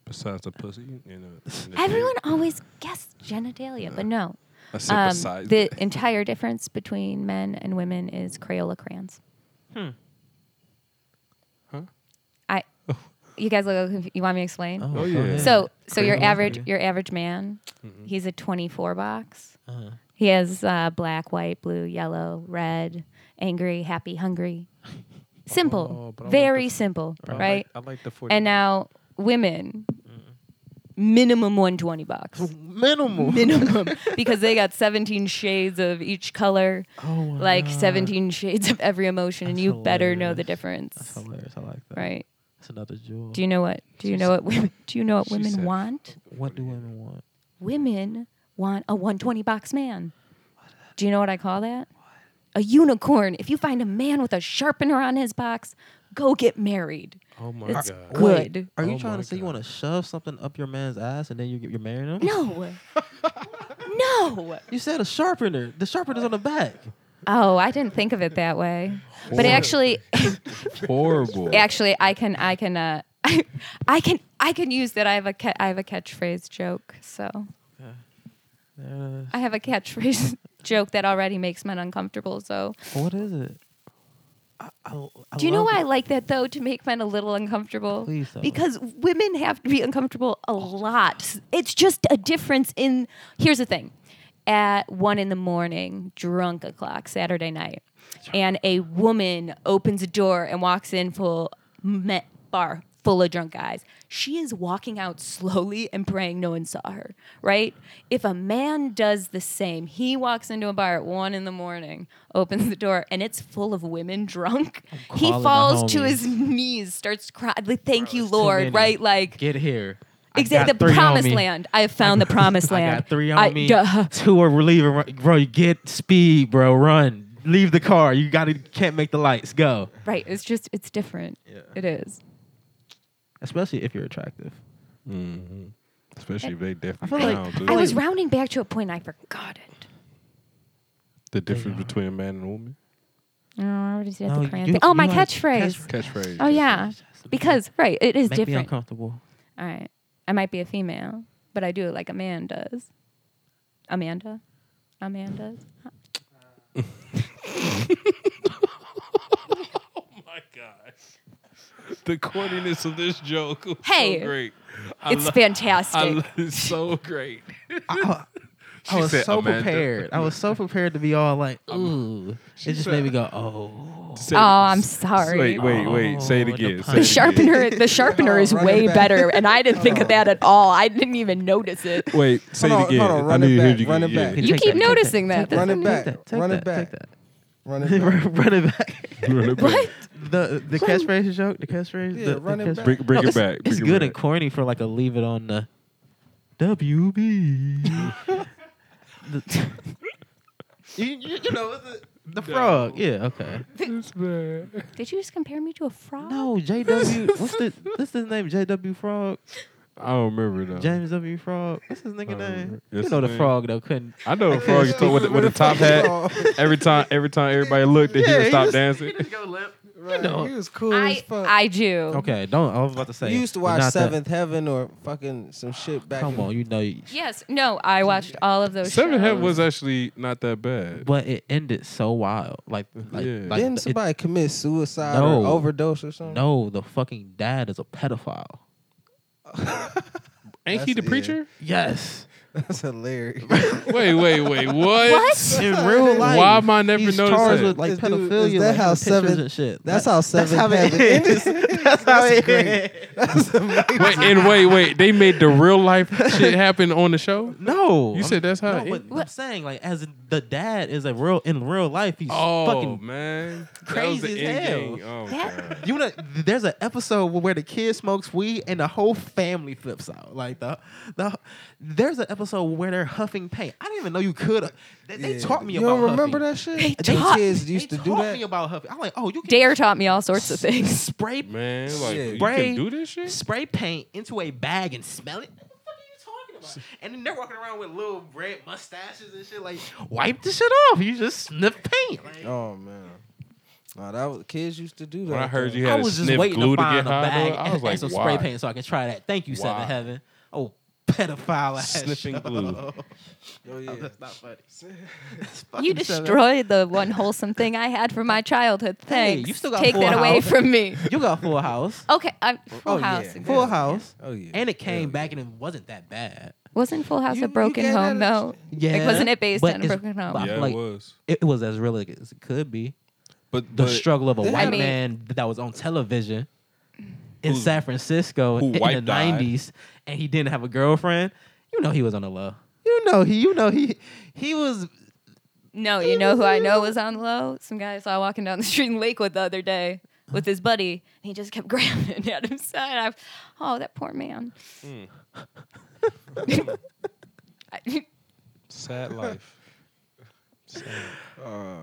Speaker 7: Besides the pussy, you know. and the
Speaker 6: Everyone
Speaker 7: dick.
Speaker 6: always guessed genitalia, but no.
Speaker 7: I said
Speaker 6: Um,
Speaker 7: besides.
Speaker 6: the
Speaker 7: that.
Speaker 6: entire difference between men and women is Crayola crayons.
Speaker 3: Hmm.
Speaker 7: Huh?
Speaker 6: I, you guys look. confu- You want me to explain?
Speaker 3: oh,
Speaker 7: Oh,
Speaker 3: go
Speaker 7: yeah.
Speaker 3: ahead.
Speaker 6: So, so your
Speaker 3: Crayola
Speaker 6: average,
Speaker 3: crayon.
Speaker 6: your average man,
Speaker 7: Mm-hmm.
Speaker 6: he's a twenty-four box.
Speaker 3: Uh-huh.
Speaker 6: He has uh, black, white, blue, yellow, red, angry, happy, hungry. Simple,
Speaker 7: Oh, but I like
Speaker 6: very
Speaker 7: the-
Speaker 6: simple,
Speaker 7: I like-
Speaker 6: right?
Speaker 7: I like the 40.
Speaker 6: and now women,
Speaker 7: Mm-hmm.
Speaker 6: minimum one twenty bucks.
Speaker 3: minimal.
Speaker 6: minimum because they got 17 shades of each color
Speaker 3: Oh, my
Speaker 6: like
Speaker 3: God.
Speaker 6: 17 shades of every emotion and
Speaker 3: That's
Speaker 6: you better know the
Speaker 3: hilarious.
Speaker 6: difference
Speaker 3: That's hilarious. I like that.
Speaker 6: right
Speaker 3: That's another jewel.
Speaker 6: do you know what do you know what women do you know what
Speaker 7: She
Speaker 6: women
Speaker 7: said-
Speaker 6: want
Speaker 3: what do women want?
Speaker 6: women want a 120 box man do you know what i call that a unicorn if you find a man with a sharpener on his box go get married
Speaker 7: Oh my
Speaker 6: it's
Speaker 7: god.
Speaker 6: good
Speaker 3: Are you
Speaker 7: Oh
Speaker 3: trying
Speaker 7: my
Speaker 3: to say you
Speaker 7: God.
Speaker 3: want to shove something up your man's ass and then you get you're marrying him?
Speaker 6: no no
Speaker 3: You said a sharpener. The sharpener's on the back.
Speaker 6: oh i didn't think of it that way but actually
Speaker 7: Horrible.
Speaker 6: Actually, I can, I can, uh, I, can, I can use that. I have a, ca- I have a catchphrase joke. So
Speaker 3: Uh,
Speaker 6: I have a catchphrase joke that already makes men uncomfortable. So
Speaker 3: what is it? I, I, I
Speaker 6: do you know
Speaker 3: love
Speaker 6: why I
Speaker 3: it.
Speaker 6: like that though? To make men a little uncomfortable.
Speaker 3: Please Oh. don't.
Speaker 6: Because women have to be uncomfortable a lot. It's just a difference in. Here's the thing. At one in the morning, drunk o'clock, Saturday night, and a woman opens a door and walks in full me- bar full of drunk guys. She is walking out slowly and praying no one saw her, right? If a man does the same, he walks into a bar at one in the morning, opens the door, and it's full of women drunk.
Speaker 3: Oh,
Speaker 6: He
Speaker 3: calling the
Speaker 6: falls to
Speaker 3: homies.
Speaker 6: his knees, starts to cry. Like, thank you,
Speaker 3: There's too many.
Speaker 6: Lord, right? Like,
Speaker 3: Get here. I
Speaker 6: exactly
Speaker 3: got
Speaker 6: the
Speaker 3: three on
Speaker 6: promised
Speaker 3: me.
Speaker 6: land. I have found the promised land.
Speaker 3: I got three on
Speaker 6: I-
Speaker 3: me.
Speaker 6: duh.
Speaker 3: Two are leaving. Ru- Bro, you get speed, bro. Run. Leave the car. You gotta can't make the lights go.
Speaker 6: Right. It's just, it's different. It is.
Speaker 3: Especially if you're attractive.
Speaker 7: Especially if they
Speaker 3: feel
Speaker 7: definitely
Speaker 3: like-
Speaker 7: down, dude.
Speaker 6: I was rounding back to a point I forgot it.
Speaker 7: the difference between a man and a woman.
Speaker 6: Oh, I already said
Speaker 3: No,
Speaker 6: the crayon
Speaker 3: you-
Speaker 6: thing. Oh,
Speaker 3: you
Speaker 6: my
Speaker 3: like
Speaker 6: catchphrase.
Speaker 3: catchphrase.
Speaker 7: Catchphrase.
Speaker 6: Oh yeah, because right, it is
Speaker 3: Make me
Speaker 6: different. All
Speaker 3: uncomfortable.
Speaker 6: right, I might be a female, but I do it like a man does. Amanda, Amanda.
Speaker 7: The corniness of this joke. Was
Speaker 6: Hey.
Speaker 7: so great. I
Speaker 6: It's
Speaker 7: lo-
Speaker 6: fantastic.
Speaker 7: I lo- it's so great.
Speaker 3: I was
Speaker 7: said
Speaker 3: so
Speaker 7: Amanda.
Speaker 3: prepared. I was so prepared to be all like, ooh. It just
Speaker 7: said-
Speaker 3: made me go, oh.
Speaker 7: Say-
Speaker 6: oh, I'm sorry.
Speaker 7: Wait, wait, wait. Say it
Speaker 3: Oh, the
Speaker 7: again. Say
Speaker 3: pun.
Speaker 6: The
Speaker 7: it again.
Speaker 6: sharpener, the sharpener
Speaker 3: Oh,
Speaker 6: is
Speaker 5: run it
Speaker 6: way
Speaker 5: back.
Speaker 6: better, and I didn't think of that at all. I didn't even notice it.
Speaker 7: Wait, say
Speaker 5: Hold
Speaker 7: it
Speaker 5: on,
Speaker 7: again.
Speaker 5: hold on, run
Speaker 7: I
Speaker 5: it
Speaker 7: need to hear
Speaker 5: back,
Speaker 7: you
Speaker 5: run it
Speaker 7: again.
Speaker 5: back.
Speaker 7: Yeah.
Speaker 6: You
Speaker 3: Take
Speaker 6: keep
Speaker 3: that, take
Speaker 6: noticing that.
Speaker 5: Run it
Speaker 6: That's-
Speaker 5: back.
Speaker 3: Take that,
Speaker 5: Run
Speaker 3: take
Speaker 5: it back.
Speaker 3: that, take
Speaker 5: Run
Speaker 3: that.
Speaker 5: it back.
Speaker 3: Run it back.
Speaker 7: Run it back.
Speaker 6: What?
Speaker 3: the the catchphrase joke, the catchphrase,
Speaker 5: Yeah,
Speaker 3: the, the
Speaker 5: run it
Speaker 3: catchphrase-
Speaker 5: back.
Speaker 7: Bring, bring
Speaker 3: No,
Speaker 7: it
Speaker 3: it's,
Speaker 7: back.
Speaker 3: It's
Speaker 7: bring it
Speaker 3: good
Speaker 7: back.
Speaker 3: and corny for like a leave it on the WB. The- you, you- you know the, the frog. Yeah, okay.
Speaker 6: Did you just compare me to a frog?
Speaker 3: No, JW. what's the what's his name? JW Frog.
Speaker 7: I don't remember though.
Speaker 3: James W Frog. What's his nigga name? You
Speaker 7: That's
Speaker 3: know the
Speaker 7: the Uh, name.
Speaker 3: frog though. Couldn't.
Speaker 7: I know a frog you told with, the- with a top hat. Every time, every time everybody looked, they hear
Speaker 3: he
Speaker 7: him stop
Speaker 3: just-
Speaker 7: dancing.
Speaker 3: Go lip.
Speaker 5: Right.
Speaker 3: know.
Speaker 5: He was cool as
Speaker 6: I,
Speaker 5: fuck.
Speaker 6: I do.
Speaker 3: Okay, don't. I was about to say.
Speaker 5: you used to
Speaker 3: it's
Speaker 5: watch
Speaker 3: not that-
Speaker 5: Seventh Heaven or fucking some shit back.
Speaker 3: Come
Speaker 5: in,
Speaker 3: on, you know. You,
Speaker 6: Yes. No, I watched all of those
Speaker 7: Seven
Speaker 6: shows.
Speaker 7: Heaven was actually not that bad.
Speaker 3: but it ended so wild. Like, like,
Speaker 7: Yeah.
Speaker 3: like
Speaker 5: Didn't
Speaker 3: it-
Speaker 5: somebody commit suicide
Speaker 3: No.
Speaker 5: or overdose or something?
Speaker 3: no, the fucking dad is a pedophile.
Speaker 7: Ain't he the
Speaker 5: That's- yeah.
Speaker 7: preacher?
Speaker 3: Yes,
Speaker 5: that's hilarious.
Speaker 7: Wait, wait, wait. What?
Speaker 6: What?
Speaker 3: in real life.
Speaker 7: Why am I never
Speaker 3: he's
Speaker 7: noticed
Speaker 3: charged
Speaker 7: that?
Speaker 3: with like
Speaker 5: This dude- is
Speaker 3: pedophilia,
Speaker 5: that
Speaker 3: like,
Speaker 5: how
Speaker 3: how
Speaker 5: Seven-
Speaker 3: and shit.
Speaker 5: That's how Seventh
Speaker 3: how it
Speaker 5: Heaven
Speaker 3: ends.
Speaker 5: ended.
Speaker 3: That's how it
Speaker 5: great.
Speaker 3: ends.
Speaker 5: That's amazing.
Speaker 7: Wait, and wait, wait. They made the real life shit happen on the show?
Speaker 3: No,
Speaker 7: You said that's how
Speaker 3: No,
Speaker 7: it
Speaker 3: but
Speaker 7: ended?
Speaker 3: I'm saying like as in- the dad is a real in real life. He's
Speaker 7: Oh,
Speaker 3: fucking.
Speaker 7: man.
Speaker 3: crazy
Speaker 7: that was the
Speaker 3: as
Speaker 7: end
Speaker 3: hell.
Speaker 7: game. Oh, God.
Speaker 3: You know, there's an episode where the kid smokes weed and the whole family flips out. Like the, the there's an episode where they're huffing paint. I didn't even know you could. They, they
Speaker 5: Yeah.
Speaker 3: taught me
Speaker 5: you
Speaker 3: about.
Speaker 5: don't remember
Speaker 3: huffing.
Speaker 5: that shit?
Speaker 6: They
Speaker 5: Them
Speaker 6: taught-
Speaker 5: kids used
Speaker 3: they
Speaker 5: to do
Speaker 3: taught
Speaker 5: that.
Speaker 3: me about huffing. I'm like, oh, you can
Speaker 6: Dare taught me all sorts of things.
Speaker 3: spray
Speaker 7: Man, like,
Speaker 5: Yeah.
Speaker 7: you
Speaker 3: Brain-
Speaker 7: can do this shit?
Speaker 3: spray paint into a bag and smell it. What the fuck are you talking about? And then they're walking around with little red mustaches and shit. Like, wipe the shit off. You just sniff paint. Like,
Speaker 5: Oh man. No, that was kids used to do that.
Speaker 7: When I heard
Speaker 5: though.
Speaker 7: you
Speaker 3: I
Speaker 7: had to
Speaker 3: was just
Speaker 7: sniff
Speaker 3: waiting
Speaker 7: glue
Speaker 3: to
Speaker 7: to
Speaker 3: find
Speaker 7: get
Speaker 3: a
Speaker 7: high,
Speaker 3: bag
Speaker 7: though, I
Speaker 3: and,
Speaker 7: was like,
Speaker 3: some
Speaker 7: why?
Speaker 3: spray paint so I can try that. Thank you,
Speaker 7: Why?
Speaker 3: Seven Heaven. Oh, pedophile ass
Speaker 7: Sniffing
Speaker 3: show.
Speaker 7: glue.
Speaker 5: Oh, yeah.
Speaker 3: That's not funny. It's
Speaker 6: You
Speaker 3: fucking Seven-
Speaker 6: destroyed the one wholesome thing I had from my childhood.
Speaker 3: Hey,
Speaker 6: Thanks.
Speaker 3: you still got
Speaker 6: Take
Speaker 3: Full
Speaker 6: that away
Speaker 3: House.
Speaker 6: from me.
Speaker 3: You got Full House.
Speaker 6: Okay, I'm Full
Speaker 5: Oh,
Speaker 6: House.
Speaker 5: yeah.
Speaker 3: Full House.
Speaker 5: Oh yeah.
Speaker 3: And it came back and it wasn't that bad.
Speaker 6: Wasn't Full House
Speaker 5: You-
Speaker 6: a
Speaker 5: you
Speaker 6: broken
Speaker 5: can't
Speaker 6: home
Speaker 5: have it.
Speaker 6: though?
Speaker 3: Yeah.
Speaker 6: Like, wasn't it based
Speaker 3: But
Speaker 6: on a
Speaker 3: it's-
Speaker 6: broken home?
Speaker 3: but,
Speaker 7: Yeah,
Speaker 3: like,
Speaker 7: it was.
Speaker 3: It was as real as it could be.
Speaker 7: But
Speaker 3: the
Speaker 7: but
Speaker 3: struggle of a
Speaker 5: I
Speaker 3: white
Speaker 6: mean-
Speaker 3: man that was on television in San Francisco
Speaker 7: who
Speaker 3: in the
Speaker 7: white died.
Speaker 3: nineties, and he didn't have a girlfriend. You know he was on the low. You know he. You know he. He was.
Speaker 6: No, you know who I know was on low? Some guy I saw walking down the street in Lakewood the other day with his buddy, and he just kept grabbing at his side. I, oh, that poor man.
Speaker 3: Hmm.
Speaker 6: I-
Speaker 7: sad life. Sad. Uh,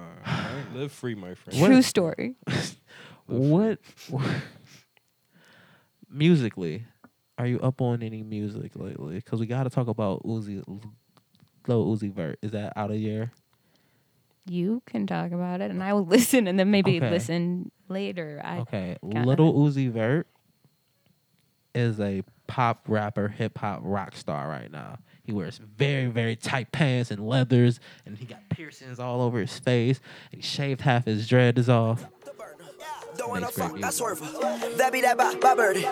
Speaker 7: Live free, my friend.
Speaker 6: True story.
Speaker 3: What? musically, are you up on any music lately? Because we got to talk about Uzi. Lil Uzi Vert. Is that out of your?
Speaker 6: You can talk about it, and I will listen, and then maybe
Speaker 3: Okay.
Speaker 6: listen later. I,
Speaker 3: Okay,
Speaker 6: kinda.
Speaker 3: Little Uzi Vert is a pop rapper, hip hop rock star right now. He wears very, very tight pants and leathers, and he got piercings all over his face. And he shaved half his dreads off.
Speaker 2: Don't wanna
Speaker 3: Makes great
Speaker 2: fuck, I swerve her. That be that by, by birdie.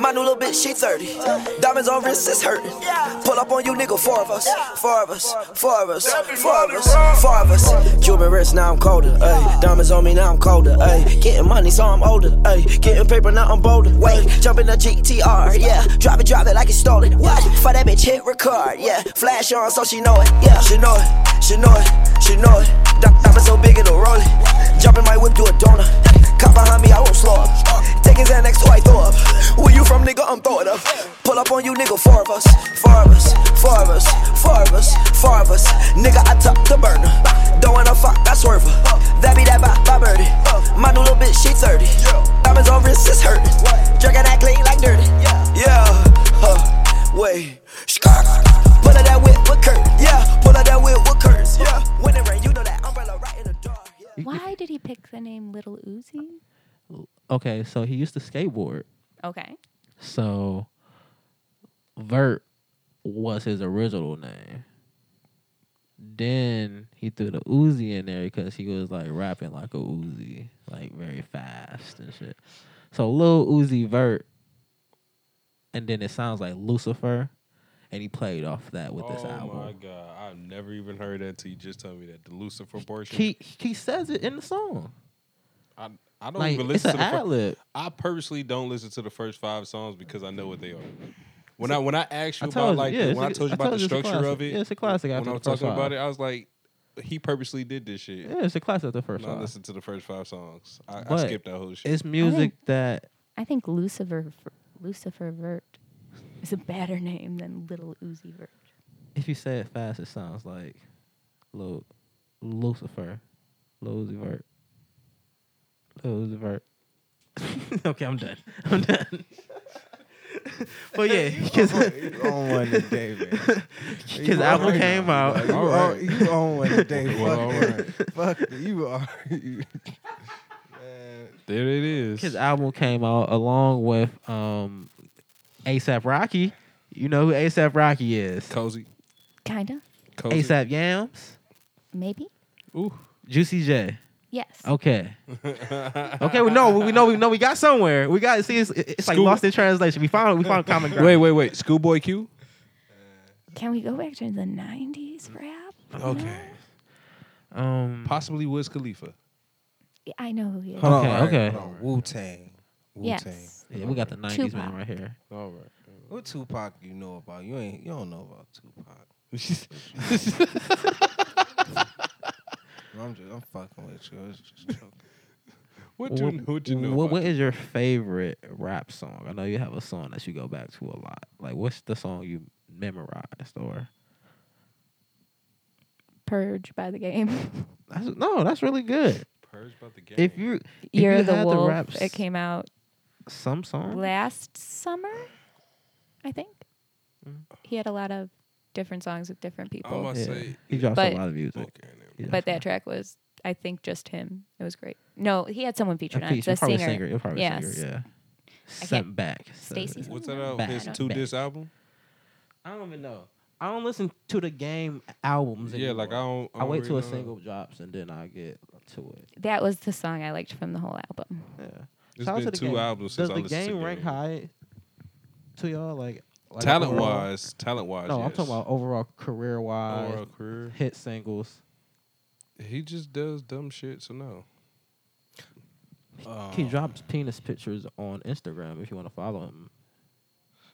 Speaker 2: My new little bitch, she 30. Diamonds on wrist, it's hurting. Pull up on you, nigga, four of us. Four of us, four of us, four of us, four of us. Cuban wrist, now I'm colder. Ayy. Diamonds on me, now I'm colder. Ayy. Getting money, so I'm older. Ayy. Getting paper, now I'm bolder. Wait, jump in the GTR, yeah. Drive it, drive it like it's stolen. What? For that bitch, hit record, yeah. Flash on, so she know it, yeah. She know it, she know it, she know it. Di- Diamonds so big, it'll roll it. Jump in my whip, do a donut. Cop behind me, I won't slow up. Take his hand next to I throw up. Where you from, nigga? I'm throwing up. Pull up on you, nigga. Four of us, four of us, four of us, four of us, four of us. Nigga, I top the burner. Don't wanna fuck, I swerve her. That be that by, by birdie. My new little bitch, she 30. Diamonds on wrist, it's hurting. Drinking that clean like dirty. Yeah, huh, wait. Skirt. Pull up that whip with curtains. Yeah, pull up that whip with curtains. Yeah, when it rain, you know that umbrella right in the door. Yeah.
Speaker 6: Why did he pick the name Little Uzi?
Speaker 3: Okay, so he used to skateboard.
Speaker 6: Okay.
Speaker 3: So Vert was his original name. Then he threw the Uzi in there because he was like rapping like a Uzi, like very fast and shit. So Lil Uzi Vert, and then it sounds like Lucifer, and he played off that with this
Speaker 7: oh my
Speaker 3: album.
Speaker 7: god, I've never even heard that until you just told me that the Lucifer portion.
Speaker 3: He he says it in the song.
Speaker 7: I, I don't
Speaker 3: Like
Speaker 7: even
Speaker 3: it's
Speaker 7: listen
Speaker 3: an
Speaker 7: to the
Speaker 3: ad
Speaker 7: fir-
Speaker 3: lib.
Speaker 7: I purposely don't listen to the first five songs because I know what they are. When I when I asked you
Speaker 3: I
Speaker 7: about
Speaker 3: told
Speaker 7: like
Speaker 3: you, yeah,
Speaker 7: the-
Speaker 3: it's
Speaker 7: when
Speaker 3: a-
Speaker 7: I told you
Speaker 3: I
Speaker 7: about
Speaker 3: told
Speaker 7: the
Speaker 3: you it's a
Speaker 7: structure
Speaker 3: classic.
Speaker 7: of it,
Speaker 3: Yeah, it's a classic
Speaker 7: When
Speaker 3: after
Speaker 7: I
Speaker 3: the
Speaker 7: was
Speaker 3: first
Speaker 7: talking about
Speaker 3: five.
Speaker 7: it, I was like, he purposely did this shit.
Speaker 3: Yeah, it's a classic at the first
Speaker 7: And I
Speaker 3: one.
Speaker 7: listened to the first five songs. I, I
Speaker 3: But
Speaker 7: skipped that whole shit.
Speaker 3: It's music that
Speaker 6: I think Lucifer Lucifer Vert is a better name than Little Uzi Vert.
Speaker 3: if you say it fast, it sounds like Lil Lucifer, Lil Uzi Vert, Lil Uzi Vert. okay, I'm done. I'm done. but yeah, his,
Speaker 5: You on one today, man.
Speaker 3: his album came out.
Speaker 5: You, on, you on one today.
Speaker 7: Well,
Speaker 5: fuck, it. fuck it. You are. You. Man,
Speaker 7: There it is.
Speaker 3: His album came out along with um ASAP Rocky. You know who ASAP Rocky is?
Speaker 7: Cozy.
Speaker 6: Kinda.
Speaker 7: Cozy.
Speaker 3: ASAP Yams,
Speaker 6: Maybe.
Speaker 7: Ooh.
Speaker 3: Juicy J.
Speaker 6: Yes.
Speaker 3: Okay. okay. We know. We know. We know. We got somewhere. We got. See, it's, it's like
Speaker 7: School-
Speaker 3: lost in translation. We found. We found common ground.
Speaker 7: Wait, wait, wait. Schoolboy Q?
Speaker 6: Can we go back to the '90s rap?
Speaker 7: Okay.
Speaker 3: Um.
Speaker 7: Possibly Wiz Khalifa.
Speaker 6: Yeah, I know who he is.
Speaker 3: Huh. Okay, okay.
Speaker 5: Wu Tang. Wu
Speaker 6: yes.
Speaker 5: Tang.
Speaker 3: Yeah, we got the '90s man
Speaker 6: Tupac.
Speaker 3: right here.
Speaker 7: All right.
Speaker 5: What Tupac you know about? You ain't you don't know about Tupac. I'm just I'm fucking with you. I was just joking.
Speaker 7: What you, what you know?
Speaker 3: What,
Speaker 7: about
Speaker 3: what is your favorite rap song? I know you have a song that you go back to a lot. Like, what's the song you memorized? Or
Speaker 6: Purge by the game.
Speaker 3: that's, no, that's really good.
Speaker 7: Purge about the game.
Speaker 3: If you, if
Speaker 6: Year
Speaker 3: you
Speaker 6: of the
Speaker 3: had
Speaker 6: Wolf.
Speaker 3: raps,
Speaker 6: it came out
Speaker 3: some song.
Speaker 6: last summer, I think. He had a lot of different songs with different
Speaker 7: I'm
Speaker 6: people,
Speaker 7: about to
Speaker 3: Yeah.
Speaker 7: say.
Speaker 3: He drops
Speaker 6: But-
Speaker 3: a lot of music.
Speaker 7: Okay, never
Speaker 3: He
Speaker 6: but
Speaker 3: drops a
Speaker 6: that track was, I think, just him. It was great. No, he had someone featured
Speaker 3: A
Speaker 6: on it.
Speaker 3: piece.
Speaker 6: The
Speaker 3: You're probably
Speaker 6: singer,
Speaker 3: a singer. You're probably
Speaker 6: Yes.
Speaker 3: a singer. Yeah.
Speaker 6: can't-
Speaker 3: Sent back. So-
Speaker 6: Stacey
Speaker 7: What's that
Speaker 6: Back.
Speaker 7: out? His
Speaker 6: Back.
Speaker 7: two disc album?
Speaker 3: I don't even know. I don't listen to the game albums.
Speaker 7: Yeah, like I
Speaker 3: anymore.
Speaker 7: don't.
Speaker 3: I wait till a
Speaker 7: really know.
Speaker 3: single drops and then I get to it.
Speaker 6: That was the song I liked from the whole album.
Speaker 3: Yeah.
Speaker 7: It's
Speaker 3: Shout out
Speaker 7: been
Speaker 3: to the
Speaker 7: two
Speaker 3: game.
Speaker 7: albums
Speaker 3: Does
Speaker 7: since I
Speaker 3: the
Speaker 7: listened to
Speaker 3: game
Speaker 7: the
Speaker 3: rank
Speaker 7: game.
Speaker 3: high to y'all? Like, like
Speaker 7: talent
Speaker 3: overall-
Speaker 7: wise, talent wise.
Speaker 3: No, I'm
Speaker 7: yes.
Speaker 3: talking about uh, overall career wise,
Speaker 7: overall career.
Speaker 3: hit singles.
Speaker 7: He just does dumb shit, so no. Oh.
Speaker 3: He drops penis pictures on Instagram if you want to follow him.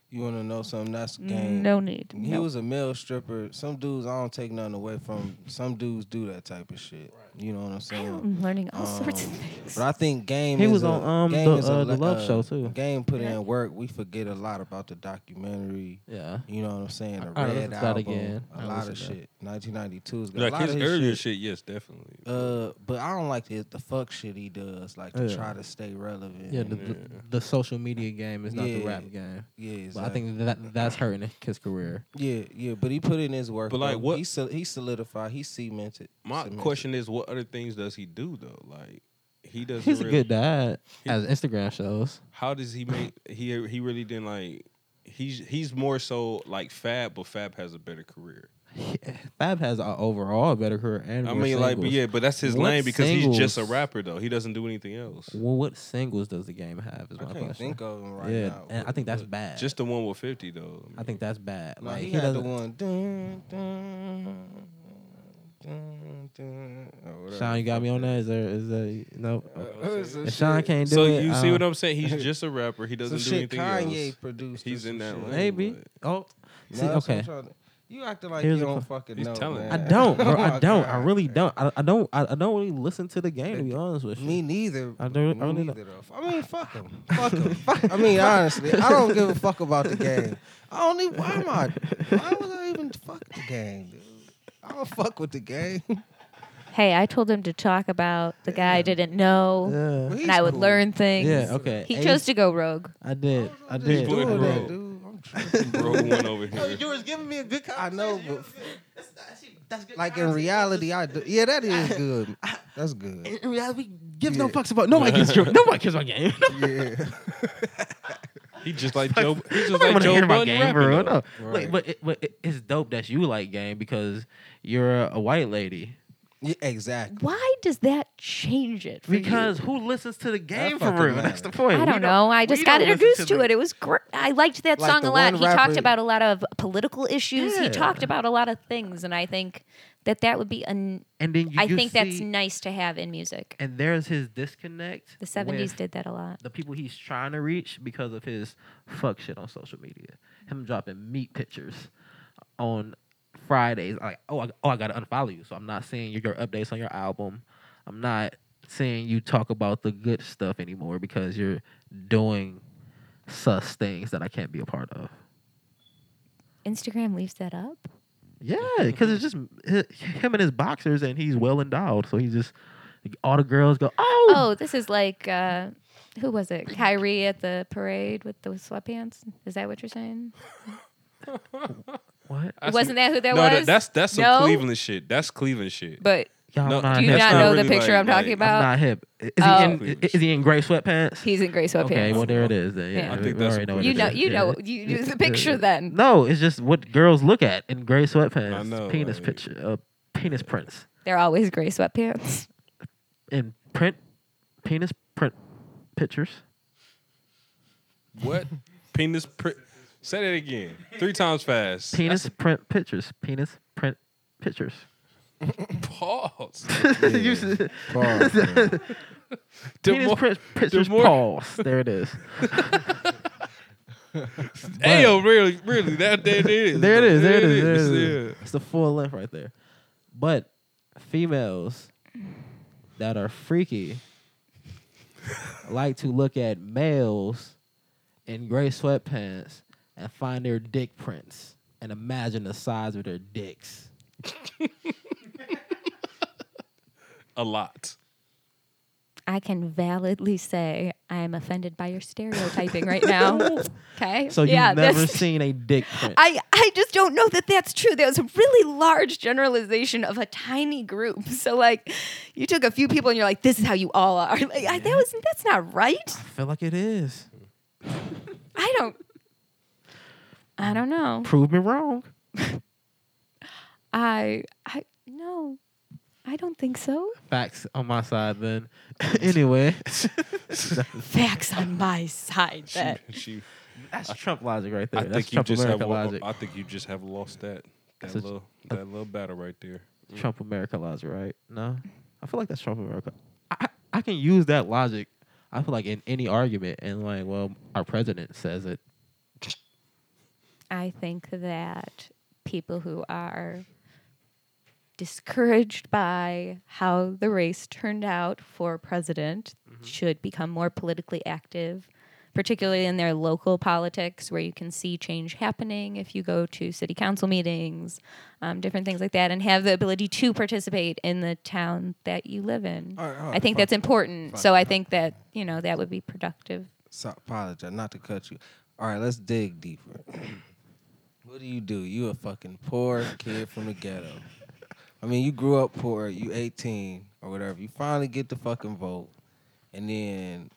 Speaker 5: You wanna know something that's
Speaker 3: Mm,
Speaker 5: game?
Speaker 6: No need.
Speaker 5: He
Speaker 6: Nope.
Speaker 5: was a male stripper. Some dudes I don't take nothing away from. Some dudes do that type of shit. You know what I'm saying?
Speaker 6: I'm learning all sorts of
Speaker 5: Um,
Speaker 6: things.
Speaker 5: But I think game.
Speaker 3: He
Speaker 5: is
Speaker 3: was
Speaker 5: a-
Speaker 3: on, um,
Speaker 5: Game
Speaker 3: the,
Speaker 5: is a
Speaker 3: uh, the
Speaker 5: le-
Speaker 3: Love Show, too.
Speaker 5: Game put
Speaker 6: Yeah.
Speaker 5: in work. We forget a lot about the documentary.
Speaker 3: Yeah.
Speaker 5: You know what I'm saying? The
Speaker 3: I- I
Speaker 5: Red
Speaker 3: listened to that
Speaker 5: album,
Speaker 3: again. I
Speaker 5: a lot of
Speaker 3: listened to that.
Speaker 5: shit. 1992's got
Speaker 7: Like
Speaker 5: a lot
Speaker 7: his
Speaker 5: of
Speaker 7: earlier
Speaker 5: shit.
Speaker 7: shit, yes, definitely.
Speaker 5: Uh, but I don't like the the fuck shit he does. Like to
Speaker 3: Yeah.
Speaker 5: try to stay relevant.
Speaker 3: Yeah, the, the, the social media game is not the
Speaker 5: Yeah.
Speaker 3: rap game.
Speaker 5: yeah.
Speaker 3: But
Speaker 5: exactly.
Speaker 3: I think that that's hurting his career.
Speaker 5: yeah, yeah. But he put in his work.
Speaker 7: But, like,
Speaker 5: though.
Speaker 7: what-
Speaker 5: he sol- he solidified. He cemented.
Speaker 7: My
Speaker 5: cemented.
Speaker 7: question is, what other things does he do though? Like he doesn't.
Speaker 3: He's a
Speaker 7: really-
Speaker 3: good dad,
Speaker 7: He-
Speaker 3: as Instagram shows.
Speaker 7: How does he make? He he really didn't like. He's he's more so like Fab, but Fab has a better career.
Speaker 3: Fab has an overall better career, and
Speaker 7: I
Speaker 3: more
Speaker 7: mean, like, but
Speaker 3: singles.
Speaker 7: yeah, but that's his
Speaker 3: What
Speaker 7: lane because he's just a
Speaker 3: singles-
Speaker 7: rapper though. He doesn't do anything else.
Speaker 3: Well, what singles does the game have? Is
Speaker 5: I
Speaker 3: my
Speaker 5: can't
Speaker 3: question.
Speaker 5: think of him right
Speaker 3: yeah,
Speaker 5: now.
Speaker 3: and I
Speaker 5: What-
Speaker 3: think that's
Speaker 5: what-
Speaker 3: bad.
Speaker 7: Just the one with fifty though.
Speaker 3: I think that's bad.
Speaker 5: Nah,
Speaker 3: like
Speaker 5: he,
Speaker 3: he,
Speaker 5: had the
Speaker 3: doesn't.
Speaker 5: one. Dun, dun, dun, dun, or whatever
Speaker 3: Sean,
Speaker 5: the
Speaker 3: you got
Speaker 5: fuck
Speaker 3: me on
Speaker 5: that.
Speaker 3: that. Is there? Is there? No.
Speaker 5: Uh, it was some
Speaker 3: If Sean
Speaker 5: shit-
Speaker 3: can't do
Speaker 7: So
Speaker 3: it.
Speaker 7: you see
Speaker 3: uh,
Speaker 7: what I'm saying? He's just a rapper. He doesn't
Speaker 5: some
Speaker 7: do
Speaker 5: shit
Speaker 7: anything
Speaker 5: Kanye
Speaker 7: else.
Speaker 5: produced. or
Speaker 7: He's in
Speaker 5: some
Speaker 7: that
Speaker 5: shit.
Speaker 7: lane.
Speaker 3: Maybe.
Speaker 7: but-
Speaker 3: Oh,
Speaker 5: Nah,
Speaker 3: see,
Speaker 5: that's what I'm
Speaker 3: okay.
Speaker 5: trying to- You acting like
Speaker 3: Here's
Speaker 5: you
Speaker 3: the
Speaker 5: don't
Speaker 3: fu-
Speaker 5: fucking
Speaker 7: He's
Speaker 5: know.
Speaker 7: telling you.
Speaker 5: Man.
Speaker 3: I don't, bro. I
Speaker 5: Oh,
Speaker 3: don't. I
Speaker 5: God.
Speaker 3: really don't. I, I don't. I, I don't really listen to the game. To be honest with you,
Speaker 5: Me neither.
Speaker 3: I don't-
Speaker 5: Me
Speaker 3: I really don't.
Speaker 5: neither. Though. I mean, fuck him. Fuck him. I mean, honestly, I don't give a fuck about the game. I don't even. Why am I? Why was I even fuck the game? Dude? I don't fuck with the game.
Speaker 6: hey, I told him to talk about the guy I didn't know,
Speaker 3: yeah,
Speaker 6: and I would learn things.
Speaker 3: yeah, okay.
Speaker 6: He
Speaker 3: Ace-
Speaker 6: chose to go rogue.
Speaker 3: I did. I
Speaker 5: Just
Speaker 3: did.
Speaker 5: doing
Speaker 7: Bro.
Speaker 5: that, dude. I'm tripping.
Speaker 7: Bro, one over here.
Speaker 3: was giving me a good
Speaker 5: I know, but
Speaker 3: That's, that's, that's good
Speaker 5: like in reality, I do. Yeah, that is good. That's good.
Speaker 3: in reality, we give no
Speaker 5: Yeah.
Speaker 3: fucks about nobody gives your nobody cares about game.
Speaker 5: Yeah.
Speaker 7: He just like Joe. He's
Speaker 3: Nobody
Speaker 7: just like
Speaker 3: wanna hear
Speaker 7: Joe
Speaker 3: about
Speaker 7: Budden
Speaker 3: game,
Speaker 7: rapping,
Speaker 3: bro.
Speaker 7: though.
Speaker 3: No.
Speaker 5: Right.
Speaker 3: Like, but it, but it, it's dope that you like game because you're a, white lady.
Speaker 5: yeah exactly.
Speaker 6: Why does that change it? For you?
Speaker 3: Because who listens to the game for
Speaker 5: fucking
Speaker 3: real?
Speaker 5: matter.
Speaker 3: That's the point.
Speaker 6: I
Speaker 3: We
Speaker 6: don't know. I
Speaker 3: we
Speaker 6: just got
Speaker 3: don't listen
Speaker 6: introduced to,
Speaker 3: the-
Speaker 6: it. It was great. I liked that
Speaker 5: Like
Speaker 6: song a
Speaker 5: the
Speaker 6: lot.
Speaker 5: one
Speaker 6: He talked
Speaker 5: rapper-
Speaker 6: about a lot of political issues. He
Speaker 3: Yeah.
Speaker 6: talked about a lot of things, and I think that that would be an.
Speaker 3: And then you,
Speaker 6: I
Speaker 3: you
Speaker 6: think that's
Speaker 3: see-
Speaker 6: nice to have in music.
Speaker 3: and there's his disconnect.
Speaker 6: The seventies
Speaker 3: with
Speaker 6: did that a lot.
Speaker 3: the people he's trying to reach because of his fuck shit on social media. Him dropping meat pictures on Fridays. Like, oh, I, oh, I gotta unfollow you, so I'm not seeing your, your updates on your album. I'm not seeing you talk about the good stuff anymore because you're doing sus things that I can't be a part of.
Speaker 6: Instagram leaves that up.
Speaker 3: Yeah, because it's just hi- him and his boxers, and he's well endowed, so he's just all the girls go, oh,
Speaker 6: Oh, this is like uh, who was it? Kyrie at the parade with the sweatpants. Is that what you're saying?
Speaker 3: what?
Speaker 7: I see-
Speaker 6: Wasn't that who that
Speaker 7: no,
Speaker 6: was?
Speaker 7: that- that's that's some
Speaker 6: No?
Speaker 7: Cleveland shit. That's Cleveland shit.
Speaker 6: But
Speaker 3: Y'all
Speaker 7: No,
Speaker 3: not
Speaker 6: Do you
Speaker 3: hip.
Speaker 7: that's
Speaker 6: not
Speaker 7: not
Speaker 6: know the
Speaker 7: really
Speaker 6: picture
Speaker 7: like-
Speaker 6: I'm talking
Speaker 3: I'm
Speaker 7: like-
Speaker 6: about?
Speaker 3: not hip. Is,
Speaker 6: Oh.
Speaker 3: he in, is he in gray sweatpants?
Speaker 6: He's in gray sweatpants.
Speaker 3: Okay, well there it is. Then. Yeah,
Speaker 6: Yeah. I
Speaker 3: we-
Speaker 7: think
Speaker 3: we
Speaker 7: that's Uh,
Speaker 3: already
Speaker 7: what
Speaker 3: what
Speaker 6: you
Speaker 3: it
Speaker 6: know,
Speaker 3: is.
Speaker 6: you
Speaker 3: Yeah.
Speaker 6: know, you use the picture then.
Speaker 3: No, it's just what girls look at in gray sweatpants.
Speaker 7: I know,
Speaker 3: penis
Speaker 7: like-
Speaker 3: picture, uh, penis prints,
Speaker 6: They're always gray sweatpants.
Speaker 3: and print, penis print pictures.
Speaker 7: What? Penis print. Say that again. Three times fast.
Speaker 3: Penis print pictures. Penis print pictures.
Speaker 7: Pause.
Speaker 3: You s-
Speaker 5: Pause, man.
Speaker 3: penis
Speaker 7: more-
Speaker 3: print pictures.
Speaker 7: more-
Speaker 3: Pause. There it is.
Speaker 7: Hey, yo, really, really. That, there it is.
Speaker 3: There it is. There it is. There it
Speaker 7: It's-
Speaker 3: is.
Speaker 7: yeah.
Speaker 3: It's the full length right there. But females that are freaky like to look at males in gray sweatpants and find their dick prints and imagine the size of their dicks.
Speaker 7: A lot.
Speaker 6: I can validly say I am offended by your stereotyping right now. Okay.
Speaker 3: So you've
Speaker 6: yeah,
Speaker 3: never
Speaker 6: that's-
Speaker 3: seen a dick print.
Speaker 6: I, I just don't know that that's true. That was a really large generalization of a tiny group. So like, you took a few people and you're like, this is how you all are. Like, I, that was that's not right.
Speaker 3: I feel like it is.
Speaker 6: I don't. I don't know.
Speaker 3: Prove me wrong.
Speaker 6: I I no. I don't think so.
Speaker 3: Facts on my side then. anyway.
Speaker 6: Facts on my side. That
Speaker 7: She,
Speaker 3: That's Trump logic right there.
Speaker 7: I
Speaker 3: That's
Speaker 7: think you
Speaker 3: Trump
Speaker 7: just have.
Speaker 3: America
Speaker 7: lo-
Speaker 3: logic.
Speaker 7: I think you just have lost that. That
Speaker 3: That's a-
Speaker 7: little. That little battle right there.
Speaker 3: Trump America logic, right? Mm. No, I feel like that's Trump America. I, I I can use that logic. I feel like in any argument, and like, well, our president says it.
Speaker 6: I think that people who are discouraged by how the race turned out for president
Speaker 5: Mm-hmm.
Speaker 6: should become more politically active, particularly in their local politics where you can see change happening if you go to city council meetings, um, different things like that, and have the ability to participate in the town that you live in.
Speaker 5: All right, all
Speaker 6: I
Speaker 5: right,
Speaker 6: think
Speaker 5: fine,
Speaker 6: that's important.
Speaker 5: fine,
Speaker 6: so I think that, you know, that would be productive.
Speaker 5: So, apologize, not to cut you. All right, let's dig deeper. what do you do? You a fucking poor kid from the ghetto. I mean, you grew up poor. You 18 or whatever. You finally get the fucking vote, and then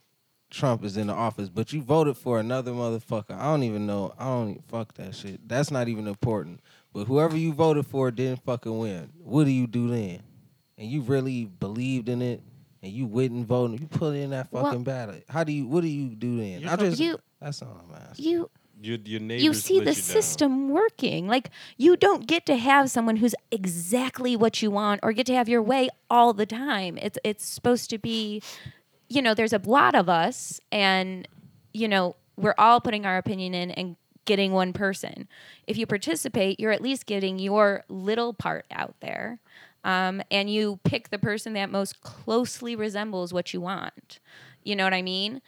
Speaker 5: Trump is in the office, but you voted for another motherfucker. I don't even know. I don't even, fuck that shit. That's not even important. But whoever you voted for didn't fucking win. What do you do then? And you really believed in it, and you wouldn't vote. and You put in that
Speaker 6: Well-
Speaker 5: fucking ballot. How do you? What do you do then? I just.
Speaker 6: You-
Speaker 5: that's all I'm asking.
Speaker 6: You
Speaker 7: Your your neighbors.
Speaker 6: you see
Speaker 7: let
Speaker 6: the
Speaker 7: down.
Speaker 6: system working. Like you don't get to have someone who's exactly what you want or get to have your way all the time. It's it's supposed to be, you know, there's a lot of us and you know, we're all putting our opinion in and getting one person. If you participate, you're at least getting your little part out there. Um, and you pick the person that most closely resembles what you want. You know what I mean?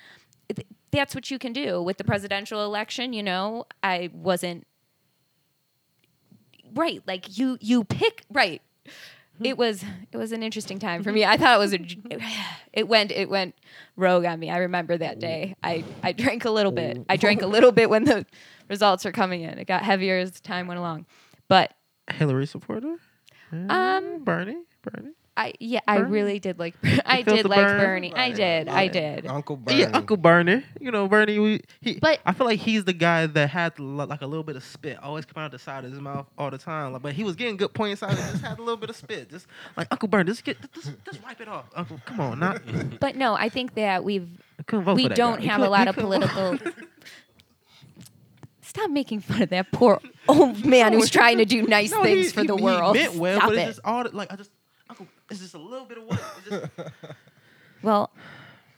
Speaker 6: th- that's what you can do with the presidential election you know i wasn't right like you you pick right
Speaker 3: Hmm.
Speaker 6: it was it was an interesting time
Speaker 3: Mm-hmm.
Speaker 6: for me i thought it was a j- it went it went rogue on me i remember that day i i drank a little bit i drank a little bit when the results were coming in it got heavier as time went along but
Speaker 3: Hillary supporter,
Speaker 6: um
Speaker 3: Bernie, Bernie.
Speaker 6: i yeah i
Speaker 3: Bernie?
Speaker 6: really did like i
Speaker 3: You felt
Speaker 6: did
Speaker 3: the
Speaker 6: like
Speaker 3: burn?
Speaker 6: bernie i did i did
Speaker 5: Uncle Bernie.
Speaker 3: Yeah, Uncle Bernie. You know, Bernie. We, he,
Speaker 6: But-
Speaker 3: I feel like he's the guy that had lo- like a little bit of spit always come out the side of his mouth all the time. Like, but he was getting good points out. He just had a little bit of spit. Just like Uncle Bernie, just get just, just wipe it off. Uncle, come on, now.
Speaker 6: but no i think that we've
Speaker 3: I couldn't vote
Speaker 6: we
Speaker 3: for that
Speaker 6: don't
Speaker 3: guy. You
Speaker 6: have a
Speaker 3: couldn't-
Speaker 6: lot
Speaker 3: you
Speaker 6: of
Speaker 3: couldn't-
Speaker 6: political. Stop making fun of that poor old man who's trying to do nice
Speaker 3: No,
Speaker 6: things
Speaker 3: he-
Speaker 6: for
Speaker 3: he-
Speaker 6: the
Speaker 3: he
Speaker 6: world.
Speaker 3: meant well,
Speaker 6: Stop
Speaker 3: but
Speaker 6: it.
Speaker 3: it's just all the- like I just, Uncle, it's just a little bit of what. It's just,
Speaker 6: well,